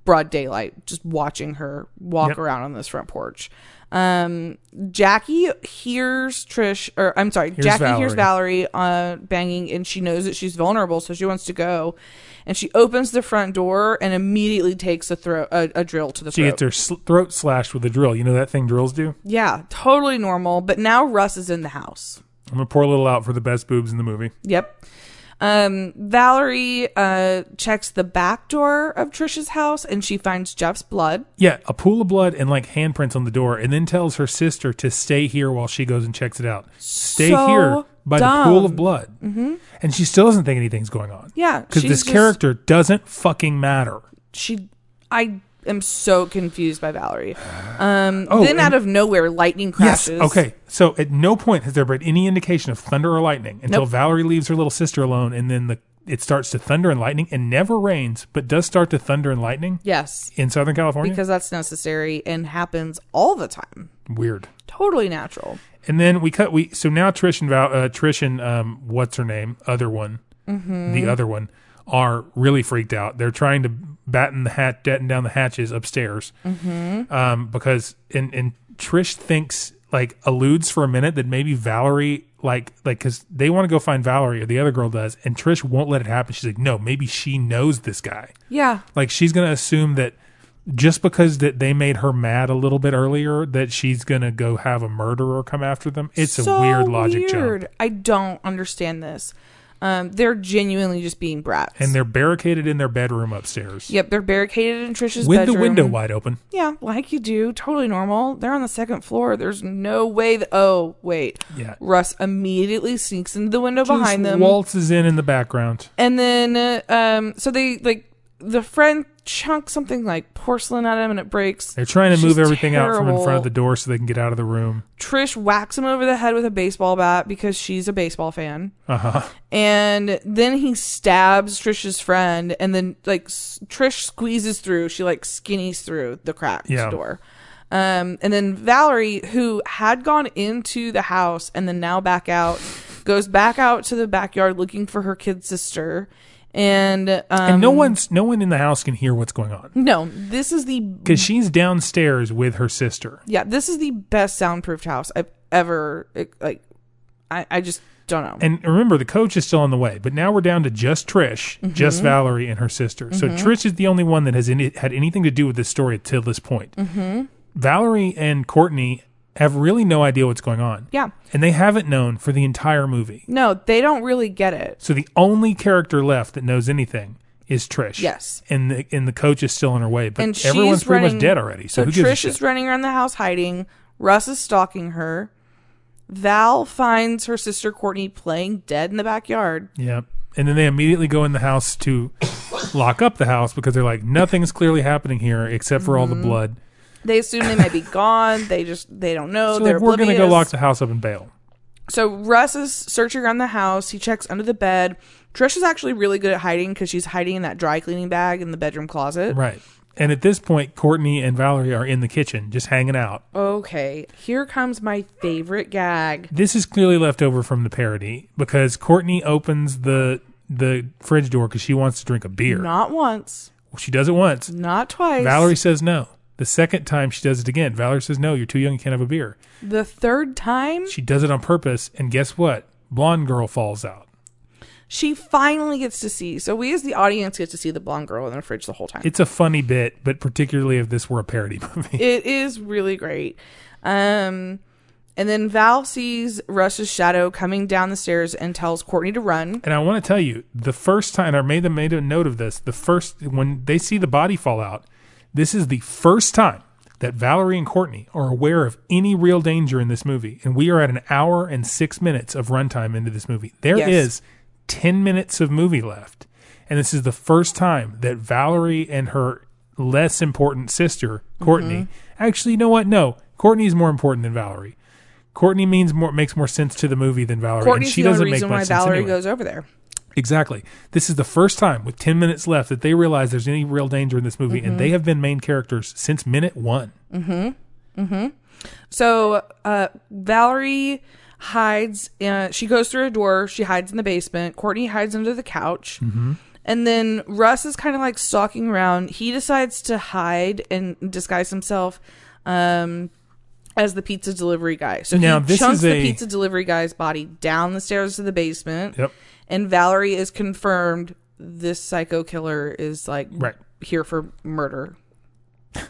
[SPEAKER 7] broad daylight, just watching her walk
[SPEAKER 6] Yep.
[SPEAKER 7] around on this front porch. Um, Jackie hears Trish, or I'm sorry, Jackie hears Valerie uh, banging and she knows that she's vulnerable, so she wants to go. And she opens the front door and immediately takes a throw a, a drill to the
[SPEAKER 6] She
[SPEAKER 7] throat.
[SPEAKER 6] gets her sl- throat slashed with a drill. You know that thing drills do?
[SPEAKER 7] Yeah, totally normal. But now Russ is in the house.
[SPEAKER 6] I'm going to pour a little out for the best boobs in the movie.
[SPEAKER 7] Yep. Um, Valerie uh, checks the back door of Trisha's house and she finds Jeff's blood.
[SPEAKER 6] Yeah, a pool of blood and like handprints on the door, and then tells her sister to stay here while she goes and checks it out. Stay
[SPEAKER 7] So
[SPEAKER 6] here by the pool of
[SPEAKER 7] dumb.
[SPEAKER 6] blood. Mm-hmm. And she still doesn't think anything's going on.
[SPEAKER 7] Yeah,
[SPEAKER 6] Because
[SPEAKER 7] she's
[SPEAKER 6] this
[SPEAKER 7] just-
[SPEAKER 6] character doesn't fucking matter.
[SPEAKER 7] She, I am so confused by Valerie. Um,
[SPEAKER 6] Oh,
[SPEAKER 7] then
[SPEAKER 6] and-
[SPEAKER 7] out of nowhere, lightning crashes.
[SPEAKER 6] Okay. So at no point has there been any indication of thunder or lightning until
[SPEAKER 7] Nope.
[SPEAKER 6] Valerie leaves her little sister alone, and then the it starts to thunder and lightning and never rains, but does start to thunder and lightning
[SPEAKER 7] Yes,
[SPEAKER 6] in Southern California.
[SPEAKER 7] because that's necessary and happens all the time.
[SPEAKER 6] Weird.
[SPEAKER 7] Totally natural.
[SPEAKER 6] And then we cut. We so now Trish and Val, uh, Trish and um, what's her name? Other one, the other one, are really freaked out. They're trying to batten the hat, batten down the hatches upstairs, um, because and and Trish thinks like alludes for a minute that maybe Valerie like like because they want to go find Valerie or the other girl does, and Trish won't let it happen. She's like, no, maybe she knows this guy.
[SPEAKER 7] Yeah,
[SPEAKER 6] Like she's gonna assume that just because that they made her mad a little bit earlier, that she's gonna go have a murderer come after them. It's
[SPEAKER 7] so
[SPEAKER 6] a weird logic
[SPEAKER 7] weird.
[SPEAKER 6] jump.
[SPEAKER 7] I don't understand this. Um, they're genuinely just being brats.
[SPEAKER 6] And they're barricaded in their bedroom upstairs.
[SPEAKER 7] Yep, they're barricaded in Trisha's
[SPEAKER 6] With
[SPEAKER 7] bedroom.
[SPEAKER 6] the window wide open.
[SPEAKER 7] Yeah, like you do. Totally normal. They're on the second floor. There's no way that. Oh, wait.
[SPEAKER 6] Yeah.
[SPEAKER 7] Russ immediately sneaks into the window behind
[SPEAKER 6] Just
[SPEAKER 7] them.
[SPEAKER 6] Waltzes in in the background.
[SPEAKER 7] and then, uh, um, so they, like, the friend chunks something like porcelain at him and it breaks.
[SPEAKER 6] They're trying to
[SPEAKER 7] She's
[SPEAKER 6] move everything out from in front
[SPEAKER 7] terrible.
[SPEAKER 6] of the door so they can get out of the room.
[SPEAKER 7] Trish whacks him over the head with a baseball bat because she's a baseball fan.
[SPEAKER 6] Uh huh.
[SPEAKER 7] and then he stabs Trish's friend, and then like s- Trish squeezes through. She like skinnies through the cracked
[SPEAKER 6] Yeah.
[SPEAKER 7] door. Um, and then Valerie, who had gone into the house and then now back out, goes back out to the backyard looking for her kid sister. And um,
[SPEAKER 6] And no one's no one in the house can hear what's going on
[SPEAKER 7] no, this is the
[SPEAKER 6] because she's downstairs with her sister.
[SPEAKER 7] yeah, this is the best soundproofed house I've ever like. I I just don't know.
[SPEAKER 6] and remember the coach is still on the way but now we're down to just trish
[SPEAKER 7] Mm-hmm.
[SPEAKER 6] just valerie and her sister so trish is the only one that has any, had anything to do with this story till this point
[SPEAKER 7] Mm-hmm.
[SPEAKER 6] valerie and courtney have really no idea what's going on
[SPEAKER 7] Yeah.
[SPEAKER 6] and they haven't known for the entire movie
[SPEAKER 7] no, they don't really get it.
[SPEAKER 6] so the only character left that knows anything is trish
[SPEAKER 7] Yes.
[SPEAKER 6] and the, and the coach is still on her way but
[SPEAKER 7] and she's
[SPEAKER 6] everyone's pretty
[SPEAKER 7] running,
[SPEAKER 6] much dead already so,
[SPEAKER 7] So
[SPEAKER 6] who
[SPEAKER 7] Trish
[SPEAKER 6] gives a shit?
[SPEAKER 7] is running around the house hiding. Russ is stalking her. Val finds her sister Courtney playing dead in the backyard.
[SPEAKER 6] Yeah. And then they immediately go in the house to lock up the house because they're like, nothing's clearly happening here except for
[SPEAKER 7] Mm-hmm.
[SPEAKER 6] all the blood.
[SPEAKER 7] They assume they might be gone. They just they don't know.
[SPEAKER 6] So
[SPEAKER 7] They're
[SPEAKER 6] like, we're going to go
[SPEAKER 7] oblivious.
[SPEAKER 6] lock the house up and bail.
[SPEAKER 7] So Russ is searching around the house. He checks under the bed. Trish is actually really good at hiding because she's hiding in that dry cleaning bag in the bedroom closet.
[SPEAKER 6] Right. And at this point, Courtney and Valerie are in the kitchen just hanging out.
[SPEAKER 7] Okay, here comes my favorite gag.
[SPEAKER 6] This is clearly left over from the parody because Courtney opens the the fridge door because she wants to drink a beer.
[SPEAKER 7] Not once,
[SPEAKER 6] She does it once.
[SPEAKER 7] not twice.
[SPEAKER 6] Valerie says no. The second time she does it again, Valerie says no, you're too young, you can't have a beer.
[SPEAKER 7] the third time,
[SPEAKER 6] She does it on purpose, and guess what? Blonde girl falls out.
[SPEAKER 7] she finally gets to see. So we as the audience get to see the blonde girl in the fridge the whole time.
[SPEAKER 6] it's a funny bit, but particularly if this were a parody movie.
[SPEAKER 7] it is really great. Um and then Val sees Russ's shadow coming down the stairs and tells Courtney to run.
[SPEAKER 6] And I want to tell you, the first time and I made them made a note of this. The first when they see the body fall out, this is the first time that Valerie and Courtney are aware of any real danger in this movie. And we are at an hour and six minutes of runtime into this movie. There is
[SPEAKER 7] Yes.
[SPEAKER 6] ten minutes of movie left, and this is the first time that Valerie and her less important sister Courtney
[SPEAKER 7] Mm-hmm.
[SPEAKER 6] actually. You know what? No, Courtney is more important than Valerie. Courtney means more makes more sense to the movie than Valerie,
[SPEAKER 7] Courtney's
[SPEAKER 6] and she
[SPEAKER 7] the only
[SPEAKER 6] doesn't make
[SPEAKER 7] reason
[SPEAKER 6] much
[SPEAKER 7] why
[SPEAKER 6] sense
[SPEAKER 7] Valerie
[SPEAKER 6] anyway.
[SPEAKER 7] goes over there.
[SPEAKER 6] Exactly. This is the first time with 10 minutes left that they realize there's any real danger in this movie, and
[SPEAKER 7] Mm-hmm.
[SPEAKER 6] they have been main characters since minute one.
[SPEAKER 7] So uh Valerie hides. Uh, she goes through a door. She hides in the basement. Courtney hides under the couch.
[SPEAKER 6] Mm-hmm.
[SPEAKER 7] And then Russ is kind of like stalking around. He decides to hide and disguise himself um, as the pizza delivery guy. So
[SPEAKER 6] Now,
[SPEAKER 7] he
[SPEAKER 6] this
[SPEAKER 7] chunks
[SPEAKER 6] is
[SPEAKER 7] the
[SPEAKER 6] a-
[SPEAKER 7] pizza delivery guy's body down the stairs to the basement.
[SPEAKER 6] Yep.
[SPEAKER 7] And Valerie is confirmed this psycho killer is like
[SPEAKER 6] Right.
[SPEAKER 7] here for murder.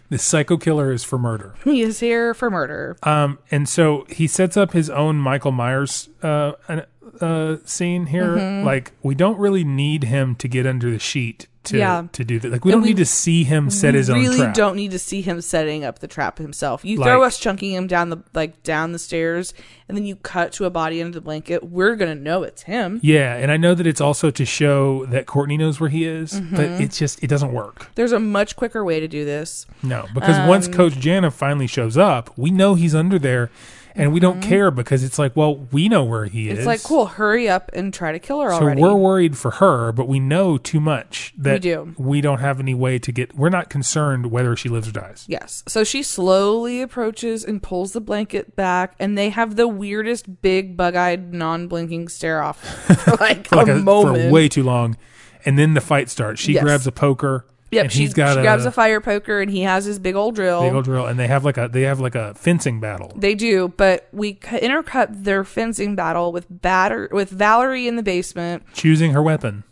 [SPEAKER 6] This psycho killer is for murder.
[SPEAKER 7] He is here for murder.
[SPEAKER 6] Um, and so he sets up his own Michael Myers uh, an- uh, scene here.
[SPEAKER 7] Mm-hmm.
[SPEAKER 6] Like we don't really need him to get under the sheet to
[SPEAKER 7] Yeah.
[SPEAKER 6] to do that. Like we don't need to see him set his
[SPEAKER 7] really
[SPEAKER 6] own trap.
[SPEAKER 7] don't need to see him setting up the trap himself. You
[SPEAKER 6] Like-
[SPEAKER 7] throw us chunking him down the like down the stairs, and then you cut to a body under the blanket. We're gonna know it's him.
[SPEAKER 6] Yeah, and I know that it's also to show that Courtney knows where he is, but
[SPEAKER 7] Mm-hmm.
[SPEAKER 6] it's just it doesn't work.
[SPEAKER 7] There's a much quicker way to do this.
[SPEAKER 6] No, because
[SPEAKER 7] Um,
[SPEAKER 6] once Coach Jana finally shows up, we know he's under there, and we don't care because it's like, well, we know where he
[SPEAKER 7] Mm-hmm. It's
[SPEAKER 6] is.
[SPEAKER 7] like cool, hurry up and try to kill her
[SPEAKER 6] So
[SPEAKER 7] already.
[SPEAKER 6] we're worried for her, but we know too much that
[SPEAKER 7] We do.
[SPEAKER 6] we don't have any way to get. We're not concerned whether she lives or dies.
[SPEAKER 7] Yes. So she slowly approaches and pulls the blanket back, and they have the weirdest, big, bug-eyed, non-blinking stare off for like,
[SPEAKER 6] Like
[SPEAKER 7] a, moment.
[SPEAKER 6] for way too long, and then the fight starts. She
[SPEAKER 7] Yes.
[SPEAKER 6] grabs a poker.
[SPEAKER 7] Yep,
[SPEAKER 6] and
[SPEAKER 7] she,
[SPEAKER 6] he's got
[SPEAKER 7] she
[SPEAKER 6] a,
[SPEAKER 7] grabs a fire poker and he has his big old drill.
[SPEAKER 6] big old drill, and they have like a they have like a fencing battle.
[SPEAKER 7] They do, but we cu- intercut their fencing battle with batter with Valerie in the basement
[SPEAKER 6] Choosing her weapon.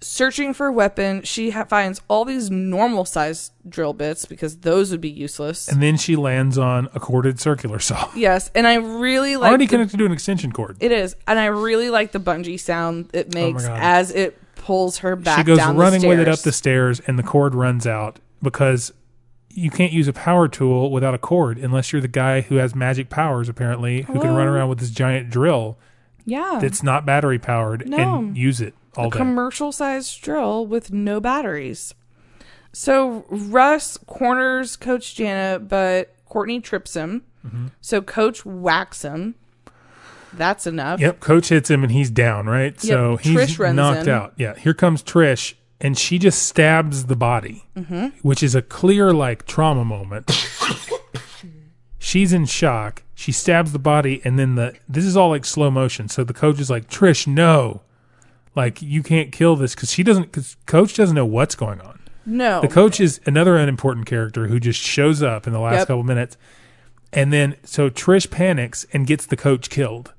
[SPEAKER 7] searching for a weapon. She ha- finds all these normal sized drill bits because those would be useless.
[SPEAKER 6] and then she lands on a corded circular saw.
[SPEAKER 7] yes, and I really like
[SPEAKER 6] Already
[SPEAKER 7] the-
[SPEAKER 6] connected to an extension cord.
[SPEAKER 7] It is, and I really like the bungee sound it makes
[SPEAKER 6] Oh God.
[SPEAKER 7] as it pulls her back.
[SPEAKER 6] she goes
[SPEAKER 7] down
[SPEAKER 6] running
[SPEAKER 7] the
[SPEAKER 6] with it up the
[SPEAKER 7] stairs.
[SPEAKER 6] stairs, and the cord runs out because you can't use a power tool without a cord unless you're the guy who has magic powers, apparently, who can run
[SPEAKER 7] Oh.
[SPEAKER 6] around with this giant drill
[SPEAKER 7] Yeah, it's
[SPEAKER 6] that's not battery powered
[SPEAKER 7] No.
[SPEAKER 6] and use it all day.
[SPEAKER 7] commercial sized drill with no batteries. So Russ corners Coach Jana, but Courtney trips him.
[SPEAKER 6] Mm-hmm.
[SPEAKER 7] So Coach whacks him. That's enough.
[SPEAKER 6] Yep, coach hits him and he's down, right? So he's
[SPEAKER 7] Trish runs
[SPEAKER 6] knocked
[SPEAKER 7] in.
[SPEAKER 6] out. Yeah, here comes Trish and she just stabs the body,
[SPEAKER 7] Mm-hmm.
[SPEAKER 6] which is a clear like trauma moment. She's in shock. She stabs the body and then the this is all like slow motion. So the coach is like, "Trish, no. Like you can't kill this cuz she doesn't cuz coach doesn't know what's going on."
[SPEAKER 7] No.
[SPEAKER 6] The coach is another unimportant character who just shows up in the last
[SPEAKER 7] Yep.
[SPEAKER 6] couple minutes. And then so Trish panics and gets the coach killed.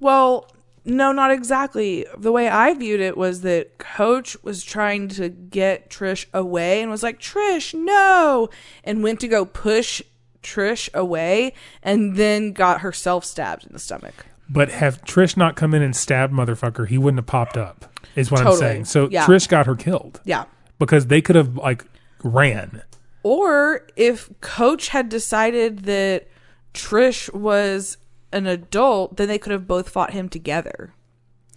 [SPEAKER 7] well, no, not exactly. The way I viewed it was that Coach was trying to get Trish away and was like, Trish, no, and went to go push Trish away and then got herself stabbed in the stomach.
[SPEAKER 6] But have Trish not come in and stabbed motherfucker, he wouldn't have popped up. Is what I'm
[SPEAKER 7] Totally.
[SPEAKER 6] saying. So
[SPEAKER 7] Yeah.
[SPEAKER 6] Trish got her killed
[SPEAKER 7] Yeah.
[SPEAKER 6] because they could have like ran.
[SPEAKER 7] Or if Coach had decided that Trish was an adult, then they could have both fought him together.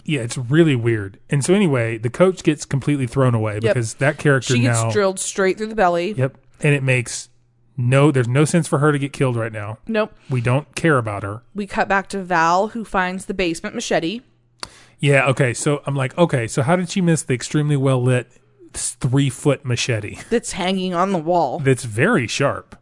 [SPEAKER 6] Yeah, it's really weird. And so anyway, the coach gets completely thrown away because that character
[SPEAKER 7] She gets
[SPEAKER 6] now.
[SPEAKER 7] drilled straight through the belly.
[SPEAKER 6] Yep, and it makes no. There's no sense for her to get killed right now.
[SPEAKER 7] Nope.
[SPEAKER 6] We don't care about her.
[SPEAKER 7] We cut back to Val, who finds the basement machete.
[SPEAKER 6] Yeah. Okay. So I'm like, okay. So how did she miss the extremely well lit three foot machete
[SPEAKER 7] that's hanging on the wall.
[SPEAKER 6] that's very sharp?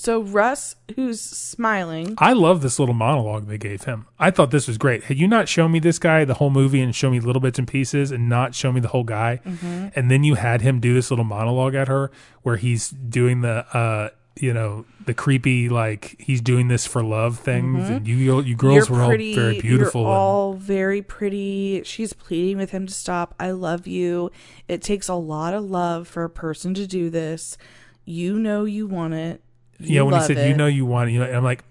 [SPEAKER 7] So Russ, who's smiling,
[SPEAKER 6] I love this little monologue they gave him. I thought this was great. Had you not shown me this guy the whole movie and show me little bits and pieces and not show me the whole guy,
[SPEAKER 7] Mm-hmm.
[SPEAKER 6] and then you had him do this little monologue at her where he's doing the uh you know the creepy like he's doing this for love things and you you girls
[SPEAKER 7] Mm-hmm. you're
[SPEAKER 6] were
[SPEAKER 7] pretty,
[SPEAKER 6] all very beautiful.
[SPEAKER 7] You're
[SPEAKER 6] and-
[SPEAKER 7] all very pretty. She's pleading with him to stop. I love you. It takes a lot of love for a person to do this. You know you want it. You
[SPEAKER 6] yeah, when he
[SPEAKER 7] love
[SPEAKER 6] said
[SPEAKER 7] it.
[SPEAKER 6] you know you want it, you know, and I'm like.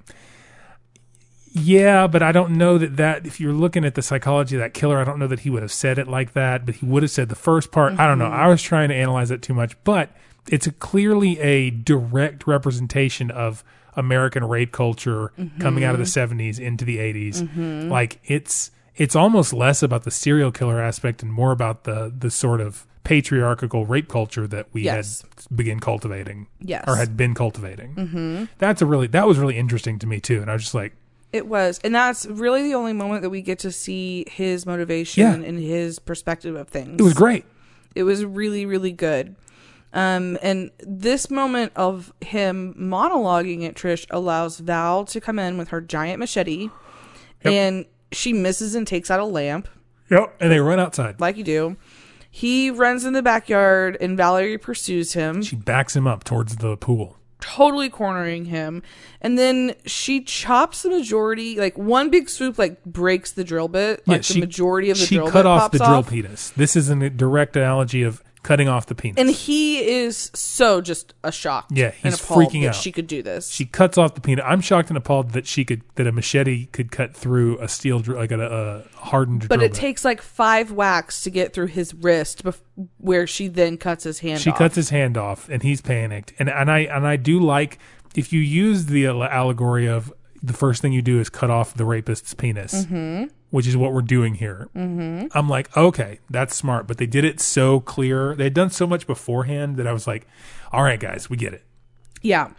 [SPEAKER 6] Yeah, but I don't know that that if you're looking at the psychology of that killer, I don't know that he would have said it like that, but he would have said the first part. I
[SPEAKER 7] Mm-hmm.
[SPEAKER 6] don't know. I was trying to analyze it too much, but it's a clearly a direct representation of American rape culture
[SPEAKER 7] Mm-hmm.
[SPEAKER 6] coming out of the 70s into the 80s. Like it's it's almost less about the serial killer aspect and more about the the sort of patriarchal rape culture that we
[SPEAKER 7] Yes.
[SPEAKER 6] had began cultivating
[SPEAKER 7] Yes.
[SPEAKER 6] or had been cultivating. Mm-hmm. That's a really that was really interesting to me too, and I was just like,
[SPEAKER 7] It was, and that's really the only moment that we get to see his motivation
[SPEAKER 6] Yeah.
[SPEAKER 7] and his perspective of things.
[SPEAKER 6] it was great.
[SPEAKER 7] It was really, really good. Um, and this moment of him monologuing at Trish allows Val to come in with her giant machete and she misses and takes out a lamp
[SPEAKER 6] Yep. And they run outside.
[SPEAKER 7] like you do. He runs in the backyard and Valerie pursues him,
[SPEAKER 6] She backs him up towards the pool.
[SPEAKER 7] totally cornering him. And then she chops the majority, like one big swoop, like breaks the drill bit. Like the majority of the
[SPEAKER 6] she
[SPEAKER 7] drill
[SPEAKER 6] cut
[SPEAKER 7] bit
[SPEAKER 6] off
[SPEAKER 7] pops
[SPEAKER 6] the drill
[SPEAKER 7] off.
[SPEAKER 6] penis. This is a direct analogy of cutting off the penis.
[SPEAKER 7] And he is so just a shock.
[SPEAKER 6] Yeah,
[SPEAKER 7] and
[SPEAKER 6] he's
[SPEAKER 7] appalled
[SPEAKER 6] freaking
[SPEAKER 7] that
[SPEAKER 6] out.
[SPEAKER 7] She could do this.
[SPEAKER 6] she cuts off the penis. I'm shocked and appalled that she could that a machete could cut through a steel dr- like a, a hardened.
[SPEAKER 7] but
[SPEAKER 6] drill
[SPEAKER 7] it
[SPEAKER 6] bit.
[SPEAKER 7] takes like five whacks to get through his wrist, bef- where she then cuts his hand.
[SPEAKER 6] She
[SPEAKER 7] off.
[SPEAKER 6] cuts his hand off, and he's panicked. And and I and I do like if you use the al- allegory of the first thing you do is cut off the rapist's penis,
[SPEAKER 7] Mm-hmm.
[SPEAKER 6] which is what we're doing here. Mm-hmm. I'm like, okay, that's smart. But they did it so clear. They had done so much beforehand that I was like, all right, guys, we get it.
[SPEAKER 7] Yeah.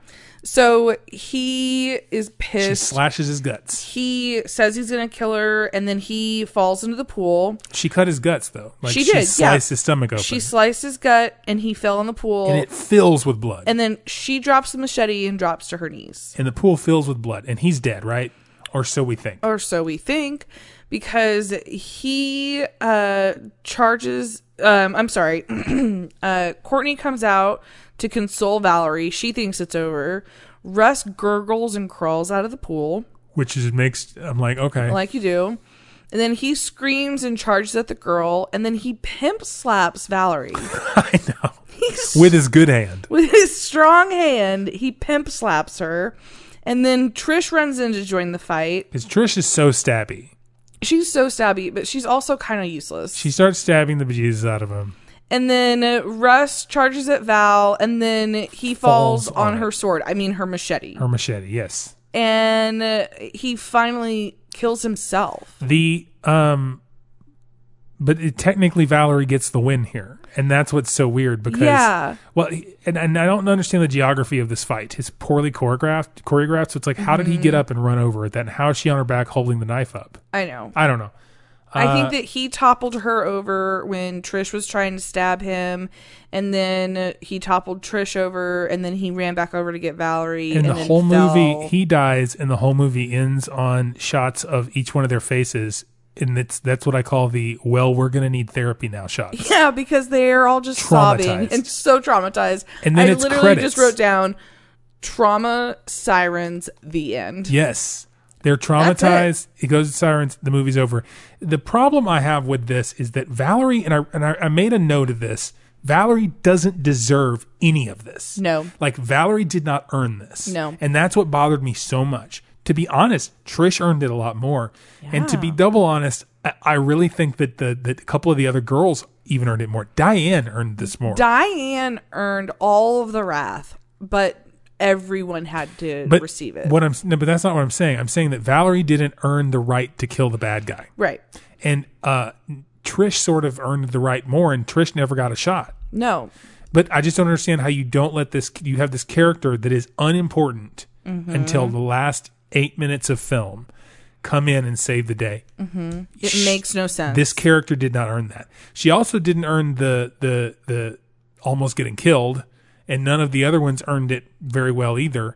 [SPEAKER 7] So he is
[SPEAKER 6] She
[SPEAKER 7] pissed.
[SPEAKER 6] slashes his guts.
[SPEAKER 7] he says he's gonna kill her, and then he falls into the pool.
[SPEAKER 6] She cut his guts though. Like
[SPEAKER 7] She did, yeah.
[SPEAKER 6] sliced his stomach open,
[SPEAKER 7] She sliced his gut, and he fell in the pool.
[SPEAKER 6] and
[SPEAKER 7] And,
[SPEAKER 6] it fills with blood.
[SPEAKER 7] then she drops the machete and drops to her knees,
[SPEAKER 6] and the pool fills with blood, and he's dead, right? Or so we think.
[SPEAKER 7] or so we think, because he uh, charges. Um, I'm sorry. uh, Courtney comes out to console Valerie. She thinks it's over. Russ gurgles and crawls out of the pool.
[SPEAKER 6] Which is makes I'm like, okay,
[SPEAKER 7] like you do. And then he screams and charges at the girl, and then he pimp slaps Valerie.
[SPEAKER 6] I know. With his good hand.
[SPEAKER 7] With his strong hand, he pimp slaps her. And then Trish runs in to join the fight.
[SPEAKER 6] Because Trish is so stabby.
[SPEAKER 7] She's so stabby, but she's also kind of useless.
[SPEAKER 6] She starts stabbing the bejesus out of him.
[SPEAKER 7] and then uh, Russ charges at Val, and then he falls,
[SPEAKER 6] Falls on
[SPEAKER 7] on, her
[SPEAKER 6] it.
[SPEAKER 7] sword. I mean, her machete.
[SPEAKER 6] Her machete, yes.
[SPEAKER 7] and uh, he finally kills himself.
[SPEAKER 6] The, um, but it, technically Valerie gets the win here. And that's what's so weird because,
[SPEAKER 7] Yeah.
[SPEAKER 6] well, he- and, and I don't understand the geography of this fight. It's poorly choreographed, choreographed. So it's like, how did he get up and run over it? Then how is she on her back holding the knife up?
[SPEAKER 7] I know.
[SPEAKER 6] I don't know.
[SPEAKER 7] I
[SPEAKER 6] Uh,
[SPEAKER 7] think that he toppled her over when Trish was trying to stab him, and then he toppled Trish over, and then he ran back over to get Valerie.
[SPEAKER 6] And, the
[SPEAKER 7] then
[SPEAKER 6] whole
[SPEAKER 7] fell.
[SPEAKER 6] movie, he dies, and the whole movie ends on shots of each one of their faces. And that's that's what I call the well, we're gonna need therapy now shots.
[SPEAKER 7] yeah, because they are all just sobbing
[SPEAKER 6] Traumatized.
[SPEAKER 7] and so traumatized.
[SPEAKER 6] And then
[SPEAKER 7] I
[SPEAKER 6] it's
[SPEAKER 7] literally
[SPEAKER 6] credits.
[SPEAKER 7] just wrote down trauma sirens. The end.
[SPEAKER 6] Yes. They're traumatized. It. goes to sirens. The movie's over. The problem I have with this is that Valerie and I and I, I made a note of this. Valerie doesn't deserve any of this.
[SPEAKER 7] No.
[SPEAKER 6] Like Valerie did not earn this.
[SPEAKER 7] No.
[SPEAKER 6] And that's what bothered me so much. To be honest, Trish earned it a lot more. And to be double honest, I, I really think that the that a couple of the other girls even earned it more. Diane earned this more.
[SPEAKER 7] Diane earned all of the wrath, but everyone had to receive it.
[SPEAKER 6] What I'm no, but that's not what I'm saying. I'm saying that Valerie didn't earn the right to kill the bad guy.
[SPEAKER 7] right?
[SPEAKER 6] and uh, Trish sort of earned the right more, and Trish never got a shot.
[SPEAKER 7] No,
[SPEAKER 6] But I just don't understand how you don't let this. You have this character that is unimportant
[SPEAKER 7] Mm-hmm.
[SPEAKER 6] until the last eight minutes of film come in and save the day.
[SPEAKER 7] Mm-hmm. it makes no sense.
[SPEAKER 6] This character did not earn that. She also didn't earn the the the almost getting killed, and none of the other ones earned it very well either.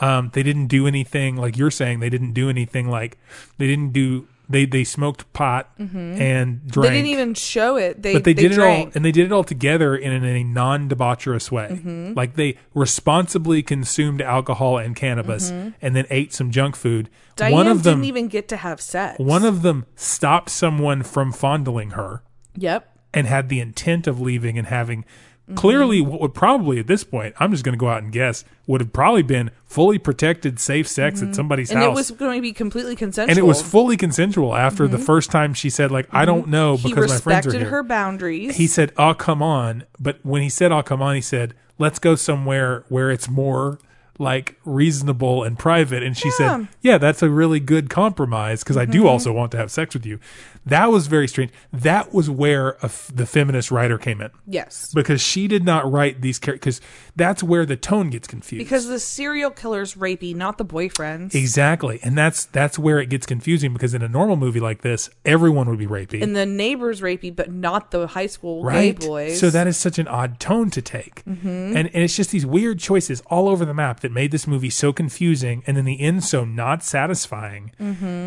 [SPEAKER 6] Um, they didn't do anything like you're saying. They didn't do anything like they didn't do. They they smoked pot and drank.
[SPEAKER 7] Mm-hmm. they didn't even show it. They
[SPEAKER 6] but they, did
[SPEAKER 7] drank.
[SPEAKER 6] it all and they did it all together in, an- in a non-debaucherous way
[SPEAKER 7] Mm-hmm.
[SPEAKER 6] like they responsibly consumed alcohol and cannabis and then ate some junk food
[SPEAKER 7] Mm-hmm. Diane
[SPEAKER 6] one of them
[SPEAKER 7] didn't even get to have sex.
[SPEAKER 6] one of them stopped someone from fondling her
[SPEAKER 7] yep.
[SPEAKER 6] and had the intent of leaving and having
[SPEAKER 7] Mm-hmm.
[SPEAKER 6] clearly what would probably at this point i'm just going to go out and guess would have probably been fully protected safe sex at somebody's
[SPEAKER 7] Mm-hmm. And
[SPEAKER 6] house
[SPEAKER 7] it was going to be completely consensual.
[SPEAKER 6] and it was fully consensual after the first time she said like i don't know
[SPEAKER 7] Mm-hmm. he
[SPEAKER 6] because my friends are
[SPEAKER 7] respected
[SPEAKER 6] here
[SPEAKER 7] her boundaries.
[SPEAKER 6] he said i'll come on but when he said i'll come on he said let's go somewhere where it's more like reasonable and private and she said yeah that's a really good compromise because
[SPEAKER 7] Mm-hmm.
[SPEAKER 6] i do also want to have sex with you that was very strange that was where a f- the feminist writer came in
[SPEAKER 7] yes.
[SPEAKER 6] because she did not write these characters because that's where the tone gets confused
[SPEAKER 7] Because the serial killer's rapey, not the boyfriends.
[SPEAKER 6] exactly and that's that's where it gets confusing because in a normal movie like this everyone would be rapey
[SPEAKER 7] and the neighbor's rapey, but not the high school
[SPEAKER 6] right?
[SPEAKER 7] gay boys.
[SPEAKER 6] So that is such an odd tone to take, and, and it's just these weird choices all over the map that that made this movie so confusing and in the end so not satisfying.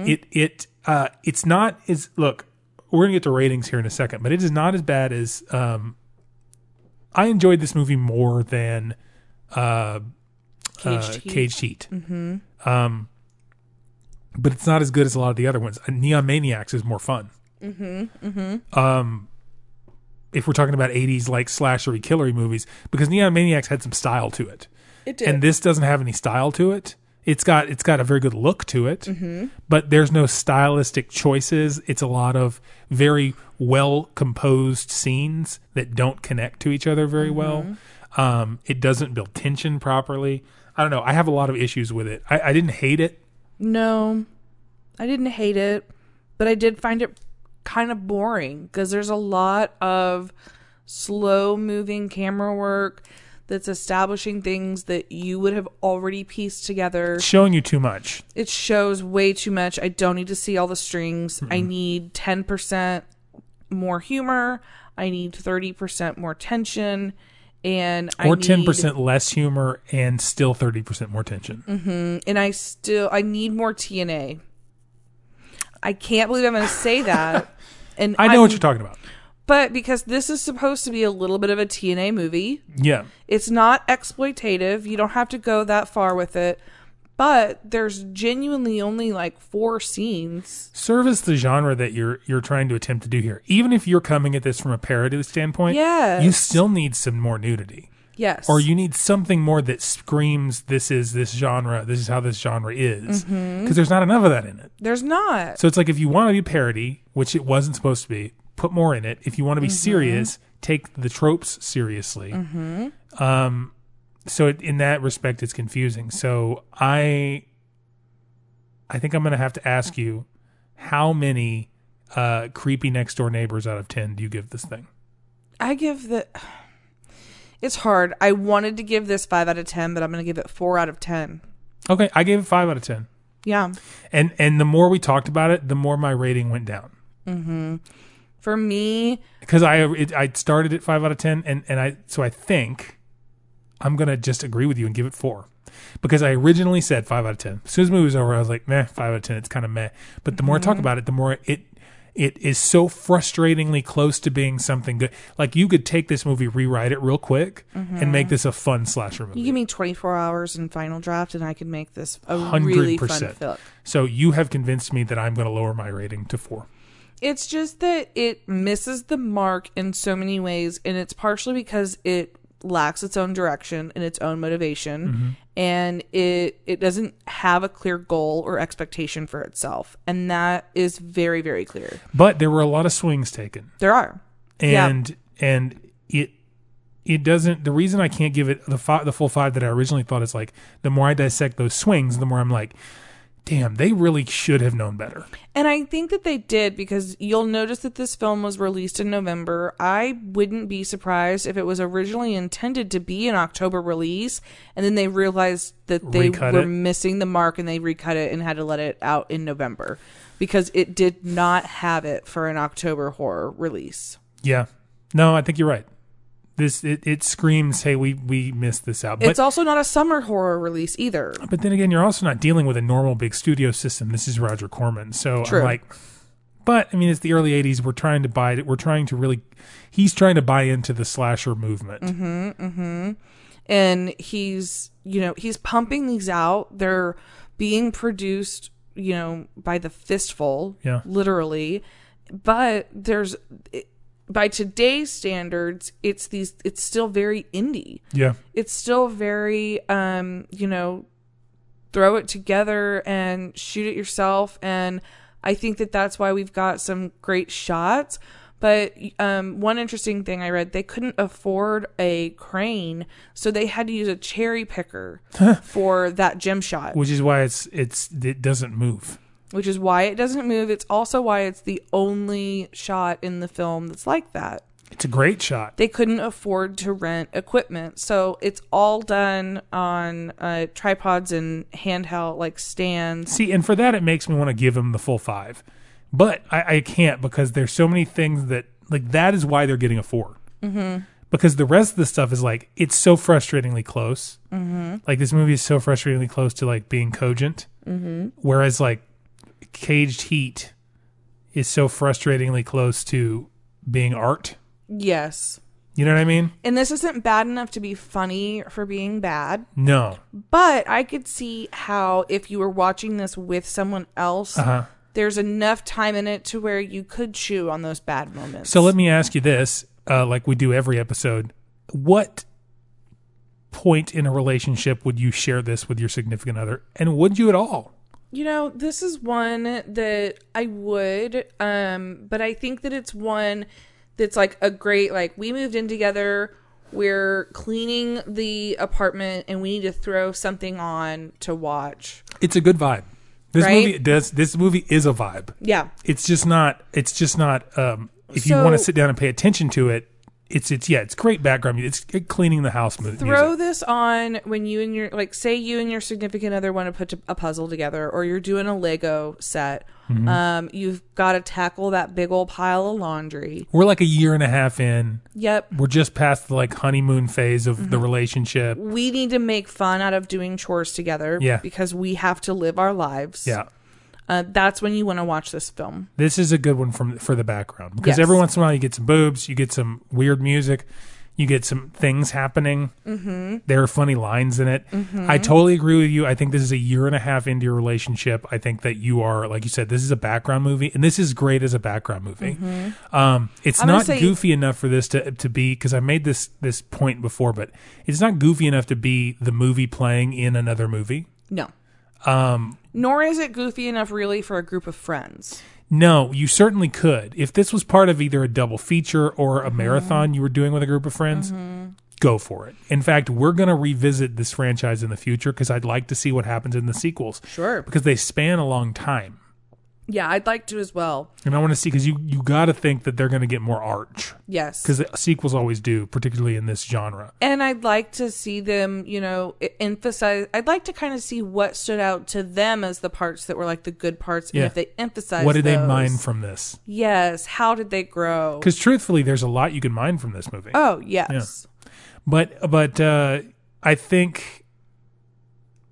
[SPEAKER 6] It it uh it's not is look, we're gonna get to ratings here in a second, but it is not as bad as um I enjoyed this movie more than uh
[SPEAKER 7] Caged
[SPEAKER 6] uh,
[SPEAKER 7] Heat.
[SPEAKER 6] Caged Heat. Mm-hmm. Um, but it's not as good as a lot of the other ones. Uh, Neon Maniacs is more fun. Mm-hmm. Mm-hmm. Um, if we're talking about '80s like slashery killery movies, because Neon Maniacs had some style to it,
[SPEAKER 7] It did.
[SPEAKER 6] and this doesn't have any style to it. It's got it's got a very good look to it,
[SPEAKER 7] Mm-hmm.
[SPEAKER 6] but there's no stylistic choices. It's a lot of very well composed scenes that don't connect to each other very well.
[SPEAKER 7] Mm-hmm.
[SPEAKER 6] Um, it doesn't build tension properly. I don't know. I have a lot of issues with it. I, I didn't hate it.
[SPEAKER 7] No, I didn't hate it, but I did find it kind of boring because there's a lot of slow moving camera work that's establishing things that you would have already pieced together.
[SPEAKER 6] It's showing you too much.
[SPEAKER 7] It shows way too much. I don't need to see all the strings. I
[SPEAKER 6] Mm-hmm.
[SPEAKER 7] need 10% more humor. I need 30% more tension. And I
[SPEAKER 6] Or
[SPEAKER 7] need-
[SPEAKER 6] ten percent less humor and still thirty percent more tension.
[SPEAKER 7] Mm-hmm. and I still I need more TNA. I can't believe I'm going to say that. And
[SPEAKER 6] I know what
[SPEAKER 7] I'm-
[SPEAKER 6] you're talking about.
[SPEAKER 7] but because this is supposed to be a little bit of a TNA movie,
[SPEAKER 6] Yeah.
[SPEAKER 7] it's not exploitative. You don't have to go that far with it. But there's genuinely only like four scenes.
[SPEAKER 6] service the genre that you're you're trying to attempt to do here. Even if you're coming at this from a parody standpoint,
[SPEAKER 7] Yes.
[SPEAKER 6] you still need some more nudity.
[SPEAKER 7] Yes.
[SPEAKER 6] Or you need something more that screams this is this genre, this is how this genre is. Because there's not enough of that in it.
[SPEAKER 7] There's not.
[SPEAKER 6] So it's like if you want to do parody, which it wasn't supposed to be, put more in it. If you want to be serious, take the tropes seriously. Um, so it, in that respect, it's confusing. So I, I think I'm going to have to ask you, how many uh, creepy next door neighbors out of ten do you give this thing?
[SPEAKER 7] I give the. It's hard. I wanted to give this five out of ten, but I'm going to give it four out of ten.
[SPEAKER 6] Okay, I gave it five out of ten.
[SPEAKER 7] Yeah.
[SPEAKER 6] And and the more we talked about it, the more my rating went down.
[SPEAKER 7] For me,
[SPEAKER 6] because I it, I started at five out of ten, and and I so I think I'm gonna just agree with you and give it four because I originally said five out of ten. As soon as the movie was over, I was like, meh, five out of ten. It's kind of meh. But the more I talk about it, the more it it is so frustratingly close to being something good. Like you could take this movie, rewrite it real quick, and make this a fun slasher movie.
[SPEAKER 7] you give me 24 hours in final draft, and I can make this a really fun
[SPEAKER 6] 100%.
[SPEAKER 7] film.
[SPEAKER 6] so you have convinced me that I'm gonna lower my rating to four.
[SPEAKER 7] It's just that it misses the mark in so many ways, and it's partially because it lacks its own direction and its own motivation, and it it doesn't have a clear goal or expectation for itself, and that is very very clear.
[SPEAKER 6] But there were a lot of swings taken.
[SPEAKER 7] There are, Yeah.
[SPEAKER 6] and and it it doesn't the reason i can't give it the fi- the full five that i originally thought is like the more i dissect those swings the more i'm like damn they really should have known better
[SPEAKER 7] and I think that they did because you'll notice that this film was released in November. I wouldn't be surprised if it was originally intended to be an October release, and then they realized that they
[SPEAKER 6] Recut
[SPEAKER 7] were
[SPEAKER 6] it.
[SPEAKER 7] missing the mark and they recut it and had to let it out in November because it did not have it for an October horror release.
[SPEAKER 6] yeah no i think you're right this it, it screams hey we we missed this out but
[SPEAKER 7] it's also not a summer horror release either.
[SPEAKER 6] but then again you're also not dealing with a normal big studio system this is roger corman so
[SPEAKER 7] True.
[SPEAKER 6] i'm like but i mean it's the early 80s we're trying to buy it we're trying to really he's trying to buy into the slasher movement
[SPEAKER 7] Mm-hmm. and he's you know he's pumping these out they're being produced you know by the fistful
[SPEAKER 6] Yeah.
[SPEAKER 7] literally but there's it, by today's standards it's these it's still very indie
[SPEAKER 6] yeah
[SPEAKER 7] it's still very um you know throw it together and shoot it yourself and i think that that's why we've got some great shots but um, one interesting thing I read, they couldn't afford a crane, so they had to use a cherry picker for that gem shot,
[SPEAKER 6] which is why it's it's it doesn't move
[SPEAKER 7] which is why it doesn't move. It's also why it's the only shot in the film that's like that.
[SPEAKER 6] It's a great shot.
[SPEAKER 7] they couldn't afford to rent equipment. So it's all done on uh, tripods and handheld like stands.
[SPEAKER 6] See, and for that, it makes me want to give him the full five, but I, I can't because there's so many things that like that is why they're getting a 4 because the rest of the stuff is like it's so frustratingly close. Mm-hmm. Like this movie is so frustratingly close to like being cogent. Mm-hmm. Whereas like Caged Heat is so frustratingly close to being art.
[SPEAKER 7] Yes.
[SPEAKER 6] You know what I mean?
[SPEAKER 7] And this isn't bad enough to be funny for being bad,
[SPEAKER 6] No.
[SPEAKER 7] but I could see how if you were watching this with someone else,
[SPEAKER 6] Uh-huh.
[SPEAKER 7] there's enough time in it to where you could chew on those bad moments.
[SPEAKER 6] So let me ask you this, uh, like we do every episode. What point in a relationship would you share this with your significant other? And would you at all?
[SPEAKER 7] You know, this is one that I would, um, but I think that it's one that's like a great like we moved in together, we're cleaning the apartment and we need to throw something on to watch.
[SPEAKER 6] It's a good vibe. This
[SPEAKER 7] Right?
[SPEAKER 6] movie does this movie is a vibe.
[SPEAKER 7] Yeah.
[SPEAKER 6] It's just not it's just not um if you
[SPEAKER 7] So-
[SPEAKER 6] want to sit down and pay attention to it, it's it's yeah, it's great background music. It's cleaning the house mu- music.
[SPEAKER 7] Throw this on when you and your like say you and your significant other want to put a puzzle together or you're doing a Lego set. Um, you've got to tackle that big old pile of laundry.
[SPEAKER 6] We're like a year and a half in.
[SPEAKER 7] Yep.
[SPEAKER 6] We're just past the like honeymoon phase of
[SPEAKER 7] Mm-hmm.
[SPEAKER 6] the relationship.
[SPEAKER 7] we need to make fun out of doing chores together
[SPEAKER 6] Yeah.
[SPEAKER 7] because we have to live our lives.
[SPEAKER 6] Yeah.
[SPEAKER 7] Uh, that's when you want to watch this film.
[SPEAKER 6] this is a good one from for the background because
[SPEAKER 7] Yes.
[SPEAKER 6] every once in a while you get some boobs, you get some weird music, you get some things happening. Mm-hmm. There are funny lines in it.
[SPEAKER 7] Mm-hmm.
[SPEAKER 6] I totally agree with you. I think this is a year and a half into your relationship. I think that you are, like you said, this is a background movie, and this is great as a background movie. Um, it's
[SPEAKER 7] Mm-hmm. I'm gonna
[SPEAKER 6] not
[SPEAKER 7] say-
[SPEAKER 6] goofy enough for this to to be because I made this this point before, but it's not goofy enough to be the movie playing in another movie.
[SPEAKER 7] No. Um, Nor is it goofy enough, really, for a group of friends.
[SPEAKER 6] No, you certainly could. If this was part of either a double feature or a marathon you were doing with a group of friends, go for it. In fact, we're going to revisit this franchise in the future because I'd like to see what happens in the sequels.
[SPEAKER 7] Sure.
[SPEAKER 6] Because they span a long time.
[SPEAKER 7] Yeah, I'd like to as well.
[SPEAKER 6] And I want to see because you, you got to think that they're going to get more arch
[SPEAKER 7] Yes.
[SPEAKER 6] because sequels always do, particularly in this genre.
[SPEAKER 7] and I'd like to see them, you know, e- emphasize. I'd like to kind of see what stood out to them as the parts that were like the good parts,
[SPEAKER 6] Yeah.
[SPEAKER 7] and if they emphasize
[SPEAKER 6] what did they
[SPEAKER 7] those.
[SPEAKER 6] mine from this?
[SPEAKER 7] Yes. How did they grow?
[SPEAKER 6] Because truthfully, there's a lot you can mine from this movie.
[SPEAKER 7] Oh yes.
[SPEAKER 6] but but uh i think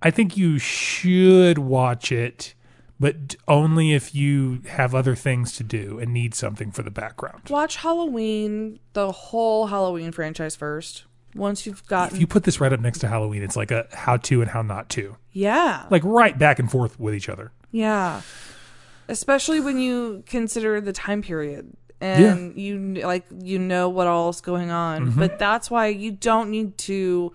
[SPEAKER 6] i think you should watch it but only if you have other things to do and need something for the background
[SPEAKER 7] Watch Halloween, the whole Halloween franchise first. Once you've gotten,
[SPEAKER 6] if you put this right up next to halloween it's like a how to and how not to
[SPEAKER 7] yeah,
[SPEAKER 6] like right back and forth with each other
[SPEAKER 7] yeah, especially when you consider the time period and you kn- like you know what all's going on.
[SPEAKER 6] Mm-hmm.
[SPEAKER 7] But that's why you don't need to,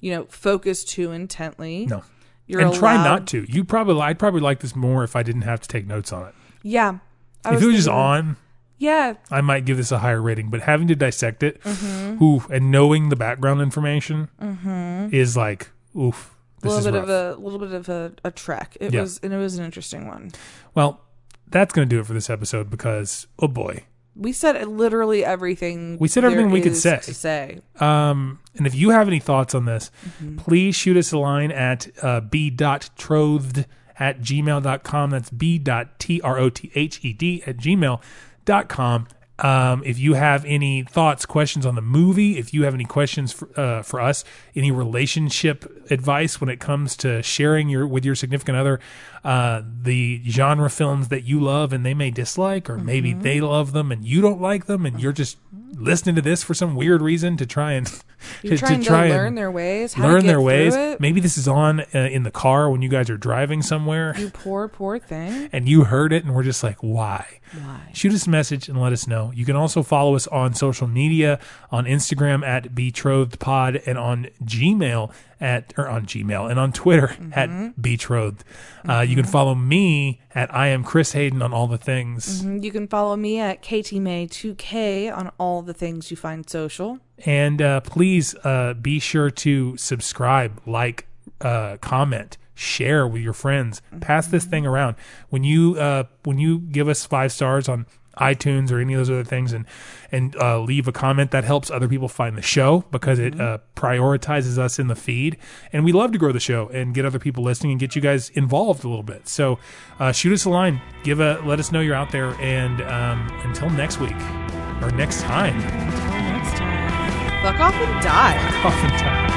[SPEAKER 7] you know, focus too intently.
[SPEAKER 6] no
[SPEAKER 7] you're
[SPEAKER 6] and try
[SPEAKER 7] allowed-
[SPEAKER 6] not to you probably i'd probably like this more if i didn't have to take notes on it
[SPEAKER 7] Yeah, I
[SPEAKER 6] if it was just
[SPEAKER 7] thinking-
[SPEAKER 6] on
[SPEAKER 7] Yeah,
[SPEAKER 6] I might give this a higher rating, but having to dissect it,
[SPEAKER 7] Mm-hmm.
[SPEAKER 6] oof, and knowing the background information is like, oof,
[SPEAKER 7] a
[SPEAKER 6] this
[SPEAKER 7] little
[SPEAKER 6] is
[SPEAKER 7] bit
[SPEAKER 6] rough.
[SPEAKER 7] of a little bit of a, a trek. It
[SPEAKER 6] Yeah.
[SPEAKER 7] was and it was an interesting one.
[SPEAKER 6] well, that's going to do it for this episode because oh boy.
[SPEAKER 7] We said literally everything.
[SPEAKER 6] We said
[SPEAKER 7] there
[SPEAKER 6] everything we could
[SPEAKER 7] is
[SPEAKER 6] say.
[SPEAKER 7] To say.
[SPEAKER 6] Um, and if you have any thoughts on this, please shoot us a line at uh, b.trothed at gmail.com. That's b.trothed at gmail.com. Um, if you have any thoughts, questions on the movie, if you have any questions for, uh, for us, any relationship advice when it comes to sharing your with your significant other, uh, the genre films that you love and they may dislike, or maybe
[SPEAKER 7] Mm-hmm.
[SPEAKER 6] they love them and you don't like them, and you're just listening to this for some weird reason to try and
[SPEAKER 7] You're
[SPEAKER 6] to,
[SPEAKER 7] trying to,
[SPEAKER 6] try
[SPEAKER 7] learn
[SPEAKER 6] and
[SPEAKER 7] their ways. How to
[SPEAKER 6] learn
[SPEAKER 7] get
[SPEAKER 6] their
[SPEAKER 7] through
[SPEAKER 6] ways.
[SPEAKER 7] It.
[SPEAKER 6] Maybe this is on uh, in the car when you guys are driving somewhere
[SPEAKER 7] You poor, poor thing.
[SPEAKER 6] and you heard it and we're just like, why?
[SPEAKER 7] Why?
[SPEAKER 6] Shoot us a message and let us know. You can also follow us on social media on Instagram at betrothedpod and on Gmail at or on Gmail and on Twitter at betrothed. Uh, you can follow me at I am Chris Hayden on all the things.
[SPEAKER 7] You can follow me at KTMay2K on all the things you find social.
[SPEAKER 6] And uh, please uh, be sure to subscribe, like, uh, comment, share with your friends. Pass this thing around. When you uh, when you give us five stars on iTunes or any of those other things, and and uh, leave a comment, that helps other people find the show because it uh, prioritizes us in the feed. And we love to grow the show and get other people listening and get you guys involved a little bit. So uh, shoot us a line, give a let us know you're out there. And um, until next week or next time.
[SPEAKER 7] Until next time. Fuck off and die.
[SPEAKER 6] Oftentimes.